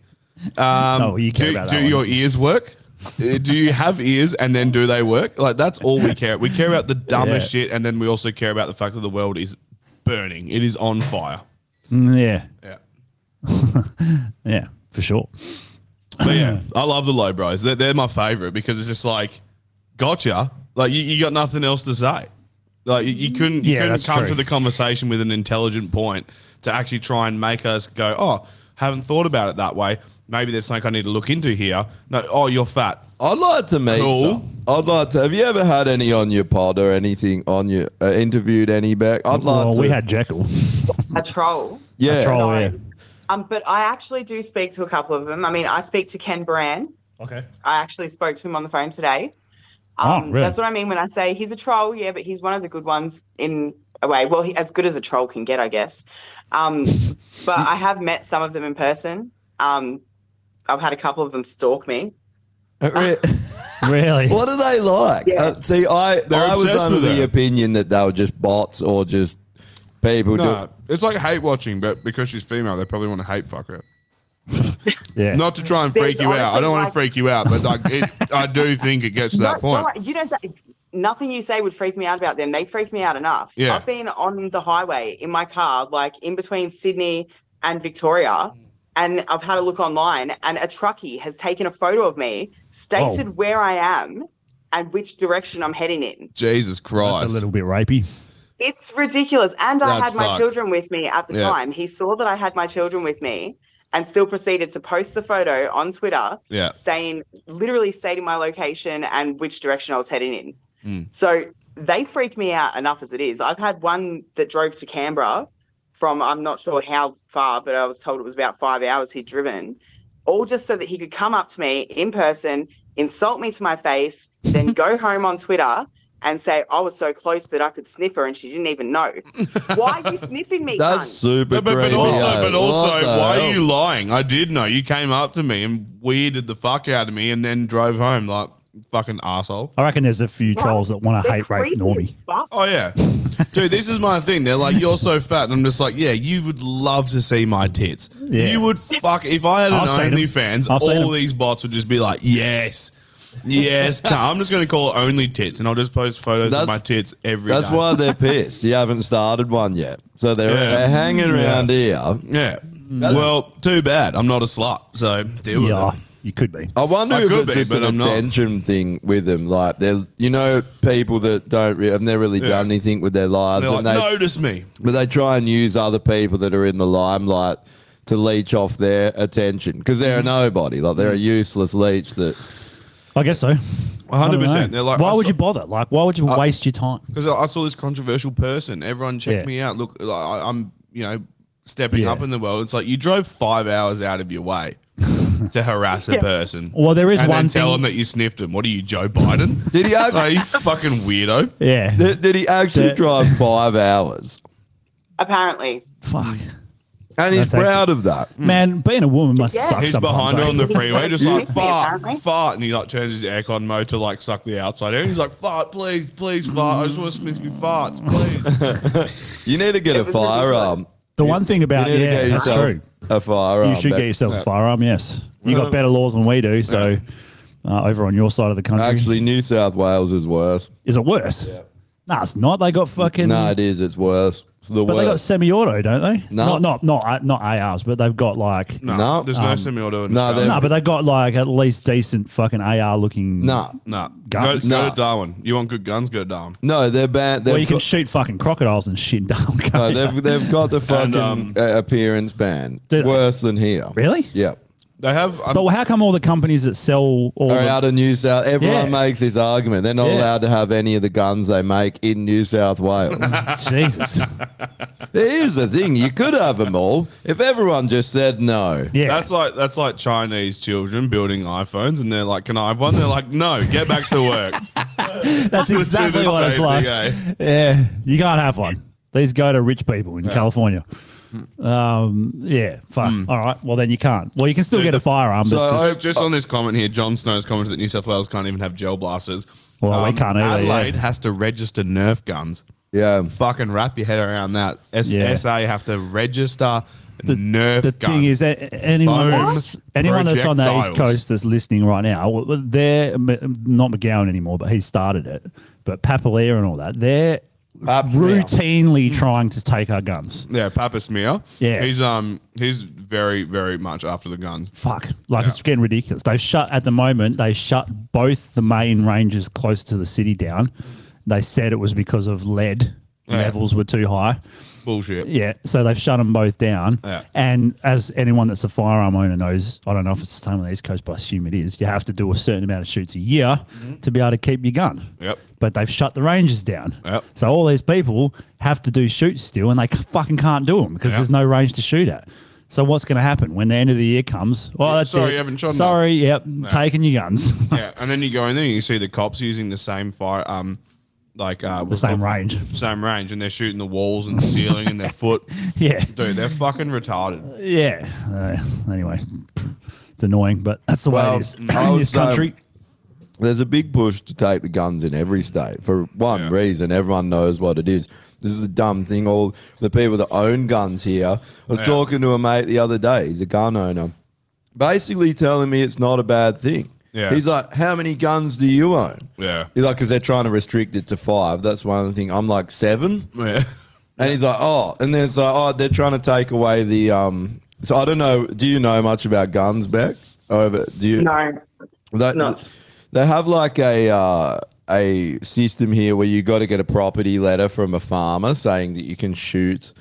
Speaker 4: Um,
Speaker 2: Oh, you care
Speaker 4: do,
Speaker 2: about
Speaker 4: do
Speaker 2: that one.
Speaker 4: your ears work? Uh, do you have ears and then do they work? Like that's all we care. We care
Speaker 2: (laughs)
Speaker 4: about the dumbest shit, and then we also care about the fact that the world is burning. It is on fire.
Speaker 2: (laughs) Mm, yeah,
Speaker 4: Yeah.
Speaker 2: yeah, for sure.
Speaker 4: But yeah, (clears throat) I love the low bros. They're, they're my favorite because it's just like, gotcha. Like you, you got nothing else to say. Like you, you couldn't, you
Speaker 2: Yeah,
Speaker 4: couldn't
Speaker 2: that's
Speaker 4: come
Speaker 2: true.
Speaker 4: to the conversation with an intelligent point to actually try and make us go, oh, haven't thought about it that way. Maybe there's something I need to look into here. No, oh, you're fat.
Speaker 3: I'd like to meet.
Speaker 4: Cool.
Speaker 3: some. I'd like to. Have you ever had any on your pod or anything on your uh, interviewed any back? I'd like
Speaker 2: Well,
Speaker 3: to.
Speaker 2: we
Speaker 4: (laughs)
Speaker 2: had Jekyll.
Speaker 9: A troll.
Speaker 3: yeah.
Speaker 2: Troll, yeah.
Speaker 9: Um, but I actually do speak to a couple of them. I mean, I speak to Ken Brand.
Speaker 2: Okay.
Speaker 9: I actually spoke to him on the phone today.
Speaker 2: Oh,
Speaker 9: Um,
Speaker 2: really?
Speaker 9: That's what I mean when I say he's a troll. Yeah, but he's one of the good ones in a way. Well, he, as good as a troll can get, I guess.
Speaker 2: (laughs)
Speaker 9: Um, but I have met some of them in person. Um, I've had a couple of them stalk me.
Speaker 3: Uh, (laughs) re-
Speaker 2: Really?
Speaker 3: what are they like?
Speaker 9: Yeah.
Speaker 3: Uh, see, I I was
Speaker 4: obsessed
Speaker 3: under
Speaker 4: with
Speaker 3: the
Speaker 4: her.
Speaker 3: opinion that they were just bots or just people.
Speaker 4: No,
Speaker 3: Do-
Speaker 4: it's like hate watching, but because she's female, they probably want to hate fuck her.
Speaker 2: Yeah.
Speaker 4: Not to try and freak
Speaker 9: There's
Speaker 4: you out. I don't want to
Speaker 9: honestly,
Speaker 4: freak you out, but like it,
Speaker 9: (laughs)
Speaker 4: I do think it gets to that
Speaker 9: No,
Speaker 4: point.
Speaker 9: no, you don't. say- Nothing you say would freak me out about them. They freak me out enough.
Speaker 4: Yeah.
Speaker 9: I've been on the highway in my car, like in between Sydney and Victoria, and I've had a look online, and a truckie has taken a photo of me,
Speaker 4: Oh.
Speaker 9: stated where I am, and which direction I'm heading in.
Speaker 4: Jesus Christ.
Speaker 2: That's a little bit rapey.
Speaker 9: It's ridiculous. And I
Speaker 4: That's
Speaker 9: had my
Speaker 4: fucked.
Speaker 9: children with me at the
Speaker 4: Yeah.
Speaker 9: time. He saw that I had my children with me and still proceeded to post the photo on Twitter
Speaker 4: Yeah.
Speaker 9: saying, literally stating my location and which direction I was heading in.
Speaker 2: Hmm.
Speaker 4: Mm.
Speaker 9: So they freak me out enough as it is. I've had one that drove to Canberra from, I'm not sure how far, but I was told it was about five hours he'd driven, all just so that he could come up to me in person, insult me to my face,
Speaker 2: (laughs)
Speaker 9: then go home on Twitter. And say I was so close that I could sniff her, and she didn't
Speaker 2: (laughs)
Speaker 9: even know. Why are you sniffing me?
Speaker 3: that's
Speaker 9: cunt?
Speaker 3: super
Speaker 4: No, but, but
Speaker 3: creepy,
Speaker 4: also,
Speaker 3: eh?
Speaker 4: but
Speaker 3: What
Speaker 4: also,
Speaker 3: the
Speaker 4: why
Speaker 3: hell?
Speaker 4: are you lying? I did know you came up to me and weirded the fuck out of me, and then drove home like fucking asshole.
Speaker 2: I reckon there's a few
Speaker 9: Right.
Speaker 2: trolls that want to
Speaker 9: They're
Speaker 2: hate rape
Speaker 9: creepy
Speaker 2: Normie.
Speaker 9: as fuck.
Speaker 4: Oh yeah, dude, this is my thing. They're like, you're so fat, and I'm just like, yeah, you would love to see my tits.
Speaker 2: Yeah.
Speaker 4: You would fuck if I had an
Speaker 2: I've seen 'em.
Speaker 4: OnlyFans.
Speaker 2: I've seen
Speaker 4: All
Speaker 2: 'em.
Speaker 4: these bots would just be like, yes. Yes, cunt. I'm just going to call it only tits, and I'll just post photos
Speaker 3: That's-
Speaker 4: of my tits every
Speaker 3: That's
Speaker 4: day.
Speaker 3: why they're pissed. You haven't started one yet, so they're,
Speaker 4: Yeah.
Speaker 3: they're hanging around here.
Speaker 4: Yeah. Well, too bad. I'm not a slut, so deal with
Speaker 2: Yeah,
Speaker 4: it. Oh.
Speaker 2: you could be.
Speaker 3: I wonder
Speaker 4: I
Speaker 3: if
Speaker 4: could
Speaker 3: it's
Speaker 4: be,
Speaker 3: just
Speaker 4: but
Speaker 3: an
Speaker 4: I'm not.
Speaker 3: attention thing with them. Like they're, you know, people that don't re- have never really
Speaker 4: Yeah.
Speaker 3: done anything with their lives,
Speaker 4: They're like,
Speaker 3: and they,
Speaker 4: notice me.
Speaker 3: but they try and use other people that are in the limelight to leech off their attention because they're
Speaker 2: Mm-hmm.
Speaker 3: a nobody. Like they're a useless leech.
Speaker 2: (laughs)
Speaker 3: That
Speaker 2: I guess so. I don't know.
Speaker 4: 100%. They're like,
Speaker 2: why
Speaker 4: I
Speaker 2: would
Speaker 4: saw- Uh,
Speaker 2: you bother? Like, why would you waste your time?
Speaker 4: because I I saw this controversial person. Everyone check
Speaker 2: Yeah.
Speaker 4: me out. Look, like, I, I'm you know stepping
Speaker 2: Yeah.
Speaker 4: up in the world. It's like you drove five hours out of your way
Speaker 2: (laughs)
Speaker 4: to harass a person.
Speaker 2: Well, there is
Speaker 4: and
Speaker 2: one
Speaker 4: then tell
Speaker 2: thing-
Speaker 4: them that you sniffed him. What are you, Joe
Speaker 2: (laughs)
Speaker 4: Biden?
Speaker 3: did he
Speaker 4: Are
Speaker 3: actually,
Speaker 4: you fucking weirdo?
Speaker 2: Yeah.
Speaker 3: (laughs) did, did he actually
Speaker 2: That-
Speaker 3: drive five hours?
Speaker 9: Apparently,
Speaker 2: Fuck.
Speaker 3: And he's
Speaker 2: That's actually-
Speaker 3: proud
Speaker 2: (laughs)
Speaker 3: of that.
Speaker 2: Man, being a woman must
Speaker 9: Yeah.
Speaker 2: suck
Speaker 4: He's
Speaker 2: sometimes,
Speaker 4: behind her
Speaker 2: eh?
Speaker 4: on the freeway,
Speaker 2: (laughs)
Speaker 4: just like
Speaker 9: Excuse me,
Speaker 4: fart,
Speaker 9: apparently.
Speaker 4: fart, and he like turns his aircon mode to like suck the outside air. And he's like, fart, please, please, fart. I just want to sniff me farts,
Speaker 2: (laughs)
Speaker 4: please.
Speaker 3: You need to get a
Speaker 9: was really
Speaker 3: firearm.
Speaker 2: The one thing
Speaker 3: You
Speaker 2: about,
Speaker 3: need to
Speaker 2: yeah,
Speaker 3: get
Speaker 2: that's
Speaker 3: yourself
Speaker 2: true.
Speaker 3: a firearm.
Speaker 2: You should
Speaker 3: back-
Speaker 2: get yourself a firearm, yes. You got better laws than we do, so uh, over on your side of the country.
Speaker 3: Actually, New South Wales is worse.
Speaker 2: is it worse? No, it's not. They got fucking.
Speaker 3: No, it is. It's worse. It's the
Speaker 2: but they got
Speaker 3: worst.
Speaker 2: semi-auto, don't they?
Speaker 3: No.
Speaker 2: Not not not uh, not ARs, but they've got like no,
Speaker 4: No,
Speaker 3: No.
Speaker 4: there's
Speaker 2: Um,
Speaker 4: no semi-auto. In
Speaker 3: no,
Speaker 4: Australia.
Speaker 3: they're-
Speaker 2: but they've got like at least decent fucking AR looking.
Speaker 3: No,
Speaker 4: No,
Speaker 2: Guns.
Speaker 4: Go, go
Speaker 3: Nah.
Speaker 4: to Darwin. You want good guns? Go to Darwin.
Speaker 3: no, they're banned. They've,
Speaker 2: Well, you can
Speaker 3: got,
Speaker 2: shoot fucking crocodiles and (laughs) shit. Down,
Speaker 3: no, they've, they've
Speaker 2: (laughs)
Speaker 3: got the fucking
Speaker 4: um,
Speaker 3: uh, appearance ban.
Speaker 2: Did-
Speaker 3: Worse than here.
Speaker 2: Really?
Speaker 3: Yeah.
Speaker 4: They have. um, I'm,
Speaker 2: But how come all the companies that sell all
Speaker 3: Are
Speaker 2: the-
Speaker 3: out of New South. Everyone
Speaker 2: Yeah.
Speaker 3: makes this argument. They're not
Speaker 2: Yeah.
Speaker 3: allowed to have any of the guns they make in New
Speaker 2: (laughs)
Speaker 3: South Wales.
Speaker 2: (laughs)
Speaker 3: (laughs)
Speaker 2: Jesus?
Speaker 3: Here's the thing: you could have them all if everyone just said no.
Speaker 2: Yeah,
Speaker 4: That's like that's like Chinese children building iPhones, and they're like, "Can I have one?" They're like, "No, get back to
Speaker 2: (laughs)
Speaker 4: work." It's
Speaker 2: that's exactly
Speaker 4: the
Speaker 2: what it's
Speaker 4: same
Speaker 2: like.
Speaker 4: thing,
Speaker 2: (laughs)
Speaker 4: eh?
Speaker 2: Yeah, you can't have one. These go to rich people in California.
Speaker 3: Hmm.
Speaker 2: Um, yeah, fuck. All right. Well, then you can't. Well, you can still get a firearm.
Speaker 4: So
Speaker 2: but it's
Speaker 4: I-
Speaker 2: just-
Speaker 4: just on this comment here, John Snow's comment that New South Wales can't even have gel blasters. Um,
Speaker 2: Well, they can't either, yeah.
Speaker 4: Adelaide has to register Nerf guns.
Speaker 3: Yeah.
Speaker 4: Fucking wrap your head around that. S-
Speaker 2: Yeah.
Speaker 4: SA have to register the, Nerf
Speaker 2: the
Speaker 4: guns.
Speaker 2: thing is that anyone
Speaker 4: Foam
Speaker 2: that's, anyone that's on the east
Speaker 4: projectiles.
Speaker 2: coast that's listening right now well, well, they're m- not mcgowan anymore but he started it but papalier and all that they're
Speaker 3: Paps now.
Speaker 2: routinely trying to take our guns
Speaker 4: yeah, Papa Smear.
Speaker 2: Yeah.
Speaker 4: he's um he's very very much after the guns.
Speaker 2: fuck like it's getting ridiculous they've shut at the moment they shut both the main ranges close to the city down they said it was because of lead
Speaker 4: Yeah.
Speaker 2: levels were too high
Speaker 4: Bullshit.
Speaker 2: Yeah, so they've shut them both down.
Speaker 4: Yeah.
Speaker 2: And as anyone that's a firearm owner knows, I don't know if it's the same on the East Coast, but I assume it is. You have to do a certain amount of shoots a year to be able to keep your gun.
Speaker 4: Mm-hmm. Yep.
Speaker 2: But they've shut the ranges down.
Speaker 4: Yep.
Speaker 2: So all these people have to do shoots still, and they c- fucking can't do them because
Speaker 4: Yep.
Speaker 2: there's no range to shoot at. So what's going to happen when the end of the year comes? Oh,
Speaker 4: Yeah,
Speaker 2: that's
Speaker 4: sorry,
Speaker 2: it.
Speaker 4: you haven't shot enough.
Speaker 2: Sorry, yep, taking your guns.
Speaker 4: (laughs) yeah, and then you go in there and you see the cops using the same fire, um, like uh,
Speaker 2: (laughs) the same range.
Speaker 4: same range, and they're shooting the walls and the ceiling
Speaker 2: (laughs)
Speaker 4: and their foot. (laughs)
Speaker 2: Yeah.
Speaker 4: Dude, they're fucking retarded.
Speaker 2: Yeah. Uh, anyway, it's annoying, but that's the way
Speaker 3: Well,
Speaker 2: it is
Speaker 3: I
Speaker 2: in this
Speaker 3: was,
Speaker 2: (coughs)
Speaker 3: um,
Speaker 4: uh,
Speaker 2: country.
Speaker 3: There's a big push to take the guns in every state for one
Speaker 4: Yeah.
Speaker 3: reason. Everyone knows what it is. This is a dumb thing. All the people that own guns here. I was
Speaker 4: Yeah.
Speaker 3: talking to a mate the other day. He's a gun owner, basically telling me it's not a bad thing.
Speaker 4: Yeah.
Speaker 3: He's like, "How many guns do you own?"
Speaker 4: Yeah.
Speaker 3: He's like, "Cause they're trying to restrict it to five. That's one of the things. I'm like seven.
Speaker 4: Yeah.
Speaker 3: And he's like, oh, and then it's like, oh, they're trying to take away the. Um, so I don't know. Do you know much about guns, Beck? Over? Do you?
Speaker 9: No.
Speaker 3: They,
Speaker 9: No.
Speaker 3: they have like a uh, a system here where you got to get a property letter from a farmer saying that you can shoot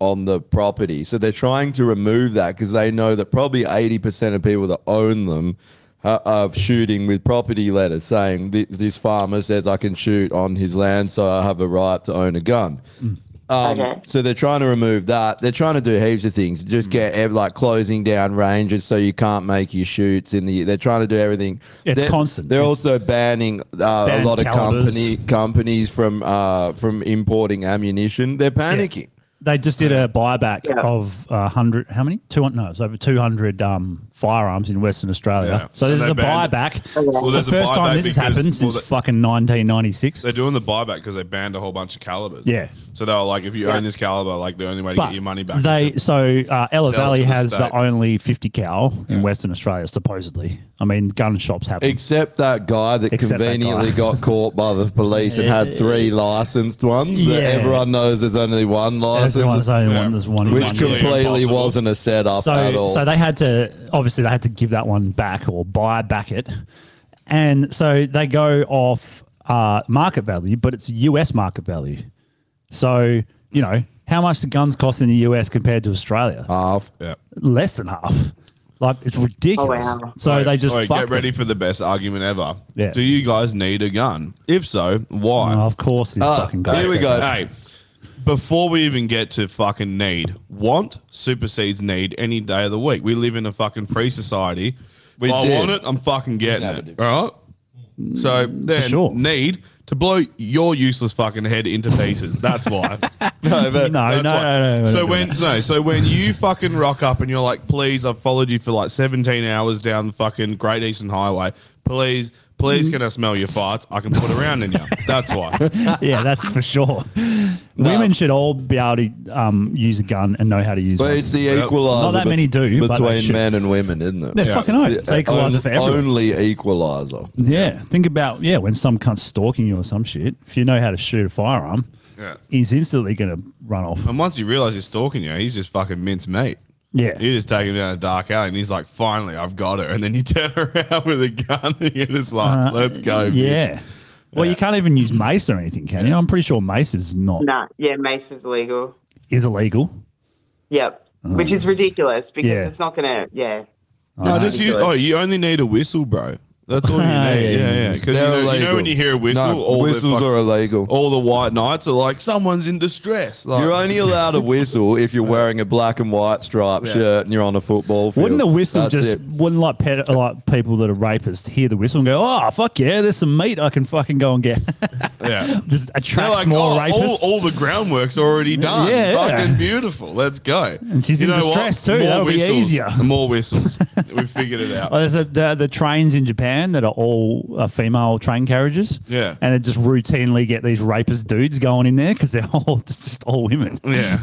Speaker 3: on the property. So they're trying to remove that because they know that probably eighty percent of people that own them are, are shooting with property letters saying this, this farmer says I can shoot on his land, so I have a right to own a gun. Um,
Speaker 9: Okay.
Speaker 3: So they're trying to remove that. They're trying to do heaps of things. Just get ev- like closing down ranges so you can't make your shoots in the. They're trying to do everything.
Speaker 2: It's
Speaker 3: they're,
Speaker 2: constant.
Speaker 3: They're also banning uh,
Speaker 2: Ban
Speaker 3: a lot of
Speaker 2: calibers.
Speaker 3: company companies from uh, from importing ammunition. They're panicking.
Speaker 2: They just did a buyback
Speaker 9: Yeah.
Speaker 2: of uh, hundred. How many? Two hundred? No, it's over two hundred um, firearms in Western Australia.
Speaker 4: Yeah.
Speaker 2: So this
Speaker 4: And
Speaker 2: is
Speaker 4: they
Speaker 2: a
Speaker 4: banned-
Speaker 2: buyback.
Speaker 9: Well,
Speaker 2: the
Speaker 4: there's a
Speaker 2: first
Speaker 4: buyback
Speaker 2: time this has
Speaker 4: because-
Speaker 2: happened
Speaker 4: well,
Speaker 2: since
Speaker 4: they-
Speaker 2: fucking nineteen ninety six.
Speaker 4: They're doing the buyback because they banned a whole bunch of calibers.
Speaker 2: Yeah.
Speaker 4: So they were like, if you own this caliber, like the only way to
Speaker 2: But
Speaker 4: get your money back.
Speaker 2: they
Speaker 4: is
Speaker 2: so uh,
Speaker 4: Sell
Speaker 2: Ella
Speaker 4: it
Speaker 2: Valley
Speaker 4: to the
Speaker 2: has the
Speaker 4: state.
Speaker 2: only fifty cal in Western Australia, supposedly. I mean, gun shops have. them.
Speaker 3: Except that guy that
Speaker 2: Except that
Speaker 3: conveniently
Speaker 2: guy.
Speaker 3: got caught by the police and had three licensed ones. That
Speaker 2: Yeah.
Speaker 3: everyone knows there's only one
Speaker 2: That's
Speaker 3: license,
Speaker 2: the one. There's only
Speaker 4: Yeah.
Speaker 2: one. There's one. in
Speaker 3: which
Speaker 2: one
Speaker 4: Completely
Speaker 2: year.
Speaker 3: completely
Speaker 4: impossible.
Speaker 3: wasn't a setup
Speaker 2: so,
Speaker 3: at all.
Speaker 2: So they had to obviously they had to give that one back or buy back it, and so they go off uh, market value, but it's US market value. So you know how much the guns cost in the US compared to Australia?
Speaker 3: Half.
Speaker 4: yeah.
Speaker 2: Less than half. Like it's ridiculous.
Speaker 9: Oh, wow.
Speaker 2: So
Speaker 4: Like,
Speaker 2: they just
Speaker 4: like,
Speaker 2: fucked
Speaker 4: get ready
Speaker 2: it.
Speaker 4: for the best argument ever.
Speaker 2: Yeah.
Speaker 4: Do you guys need a gun? If so, why?
Speaker 2: Oh, of course, this fucking guy.
Speaker 3: here we
Speaker 2: said
Speaker 3: go.
Speaker 2: that.
Speaker 4: Hey, before we even get to fucking need, want supersedes need any day of the week. We live in a fucking free society.
Speaker 3: We
Speaker 4: if I
Speaker 3: do.
Speaker 4: want it, I'm fucking getting it. All right. So then
Speaker 2: Mm, sure.
Speaker 4: need to blow your useless fucking head into pieces. That's
Speaker 2: (laughs)
Speaker 4: why.
Speaker 3: No,
Speaker 2: No, no,
Speaker 3: but
Speaker 4: That's
Speaker 2: no,
Speaker 4: why.
Speaker 2: no, no, we're
Speaker 4: So
Speaker 2: not doing
Speaker 4: when
Speaker 2: that.
Speaker 4: no, so when you fucking rock up and you're like, please, I've followed you for like 17 hours down the fucking Great Eastern Highway. Please,
Speaker 2: Mm.
Speaker 4: please, can I smell your farts? I can put around in you. That's
Speaker 2: (laughs)
Speaker 4: why.
Speaker 2: yeah, that's for sure. Women should all be able to um, use a gun and know how to use
Speaker 3: But
Speaker 2: it.
Speaker 3: it's the equalizer.
Speaker 2: Not that many do, but they
Speaker 3: between
Speaker 2: should.
Speaker 3: men and women, isn't it?
Speaker 2: They're fucking oath. It's equalizer for everyone.
Speaker 3: Only equalizer.
Speaker 2: Yeah, think about yeah when some cunt's stalking you or some shit. If you know how to shoot a firearm,
Speaker 4: Yeah. Um,
Speaker 2: he's instantly gonna run off.
Speaker 4: And once you realize he's stalking you, he's just fucking mince meat.
Speaker 2: Yeah,
Speaker 4: You just take him down a dark alley, and he's like, "Finally, I've got her." And then you (laughs) turn around with a gun, and you're just like, "Let's go!"
Speaker 2: Uh, yeah. Well, you can't even use mace or anything, can you? I'm pretty sure mace is not
Speaker 9: No. Yeah, mace is illegal.
Speaker 2: is illegal.
Speaker 9: Yep. Which is ridiculous because
Speaker 2: Oh. Yeah.
Speaker 9: it's not gonna. Yeah.
Speaker 4: bitch." No, just you. Oh, you only need a whistle, bro. That's
Speaker 2: (laughs)
Speaker 4: all you need. yeah, yeah. Because you,
Speaker 3: They're
Speaker 4: know- you know
Speaker 3: illegal.
Speaker 4: when you hear a whistle,
Speaker 3: No,
Speaker 4: all
Speaker 3: whistles
Speaker 4: the fuck-
Speaker 3: are illegal.
Speaker 4: all the white knights are like, "Someone's in distress." Like,
Speaker 3: You're only allowed
Speaker 4: (laughs)
Speaker 3: to whistle if you're wearing a black and white striped
Speaker 4: Yeah.
Speaker 3: shirt and you're on a football field.
Speaker 2: Wouldn't a whistle
Speaker 3: That's
Speaker 2: just
Speaker 3: it.
Speaker 2: wouldn't like pet like people that are rapists hear the whistle and go, oh fuck yeah, there's some meat I can fucking go and get. (laughs)
Speaker 4: yeah.
Speaker 2: just
Speaker 4: They're
Speaker 2: attracts
Speaker 4: like,
Speaker 2: more
Speaker 4: oh,
Speaker 2: rapists.
Speaker 4: all, all the groundwork's already done.
Speaker 2: Yeah, yeah.
Speaker 4: Fucking beautiful. Let's go. And
Speaker 2: she's in distress too. That'll be easier. (laughs)
Speaker 4: More whistles. we figured it out.
Speaker 2: Oh, there's a, the, the trains in Japan Japan that are all uh, female train carriages.
Speaker 4: Yeah.
Speaker 2: and it just routinely get these rapist dudes going in there because they're (laughs) all it's just all women. (laughs)
Speaker 4: Yeah.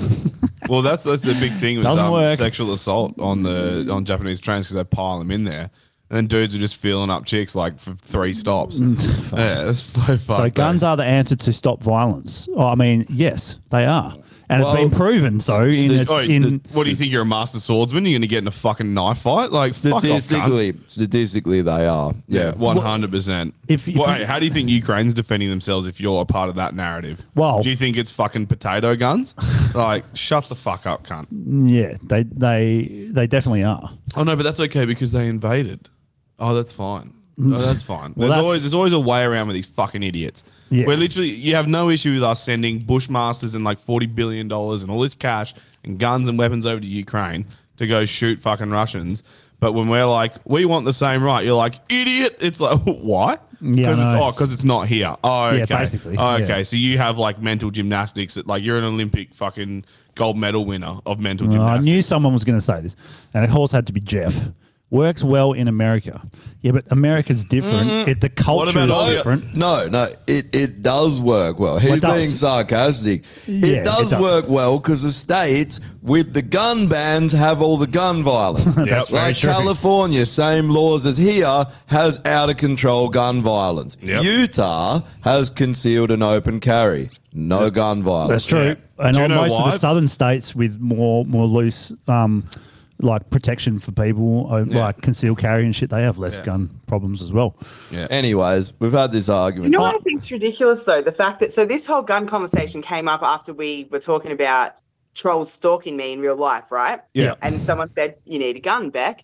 Speaker 4: Well, that's that's the big thing with
Speaker 2: Doesn't
Speaker 4: um,
Speaker 2: work.
Speaker 4: sexual assault on the on Japanese trains because they pile them in there, and then dudes are just filling up chicks like for three stops. yeah, that's so fucked.
Speaker 2: Mm, So
Speaker 4: eh?
Speaker 2: guns are the answer to stop violence. Oh, I mean, yes, they are, and it's been proven. So in,
Speaker 3: st-
Speaker 2: its-
Speaker 4: Oh,
Speaker 2: in
Speaker 4: what do you think? You're a master swordsman. You're going to get in a fucking knife fight? Like fuck off, gun.
Speaker 3: Statistically, statistically, they are.
Speaker 4: yeah,
Speaker 3: Yeah.
Speaker 4: one hundred percent.
Speaker 2: If- if
Speaker 4: Wait,
Speaker 2: you-
Speaker 4: how do you think Ukraine's defending themselves if you're a part of that narrative?
Speaker 2: Well-
Speaker 4: do you think it's fucking potato
Speaker 2: (laughs)
Speaker 4: guns? like, shut the fuck up, cunt.
Speaker 2: yeah, they they they definitely are.
Speaker 4: Oh no, but that's okay because they invaded. Oh, that's fine. Oh, that's
Speaker 2: (laughs)
Speaker 4: fine. there's
Speaker 2: Mm. that's-
Speaker 4: always there's always a way around with these fucking idiots.
Speaker 2: Yeah.
Speaker 4: We're literally you have no issue with us sending bushmasters and like forty billion dollars and all this cash and guns and weapons over to Ukraine to go shoot fucking Russians. But when we're like, we want the same right, you're like, idiot. It's like, (laughs) why?
Speaker 2: Yeah, I
Speaker 4: Because it's
Speaker 2: know.
Speaker 4: oh, because it's not here. Oh, okay.
Speaker 2: Yeah, basically,
Speaker 4: Oh,
Speaker 2: yeah.
Speaker 4: okay. So you have like mental gymnastics. That, like you're an Olympic fucking gold medal winner of mental
Speaker 2: Oh, I
Speaker 4: gymnastics.
Speaker 2: knew someone was going to say this, and it always had to be Jeff. Works well in America. Yeah, but America's different. It, the culture
Speaker 4: Mm-hmm. about Australia?
Speaker 2: is different.
Speaker 3: No, no, it, it does work well. He's
Speaker 2: it does.
Speaker 3: being sarcastic.
Speaker 2: Yeah,
Speaker 3: it does
Speaker 2: it does.
Speaker 3: work well because the states with the gun bans have all the
Speaker 2: (laughs)
Speaker 3: gun violence.
Speaker 4: That's
Speaker 2: very
Speaker 3: like
Speaker 2: true.
Speaker 3: California, same laws as here, has out of control gun violence.
Speaker 4: Yep.
Speaker 3: Utah has concealed and open carry, no gun violence.
Speaker 2: That's true.
Speaker 4: Yeah.
Speaker 2: And
Speaker 4: Do you
Speaker 2: on
Speaker 4: know
Speaker 2: most of
Speaker 4: why?
Speaker 2: the southern states with more more loose um, like protection for people, uh, like concealed carry and shit, they have less gun problems as well.
Speaker 3: Anyways, we've had this
Speaker 9: You
Speaker 3: argument.
Speaker 9: know
Speaker 2: Oh.
Speaker 9: what I think's ridiculous though? The fact that so this whole gun conversation came up after we were talking about trolls stalking me in real life, right?
Speaker 2: Yeah.
Speaker 9: And someone said, You need a gun, Beck.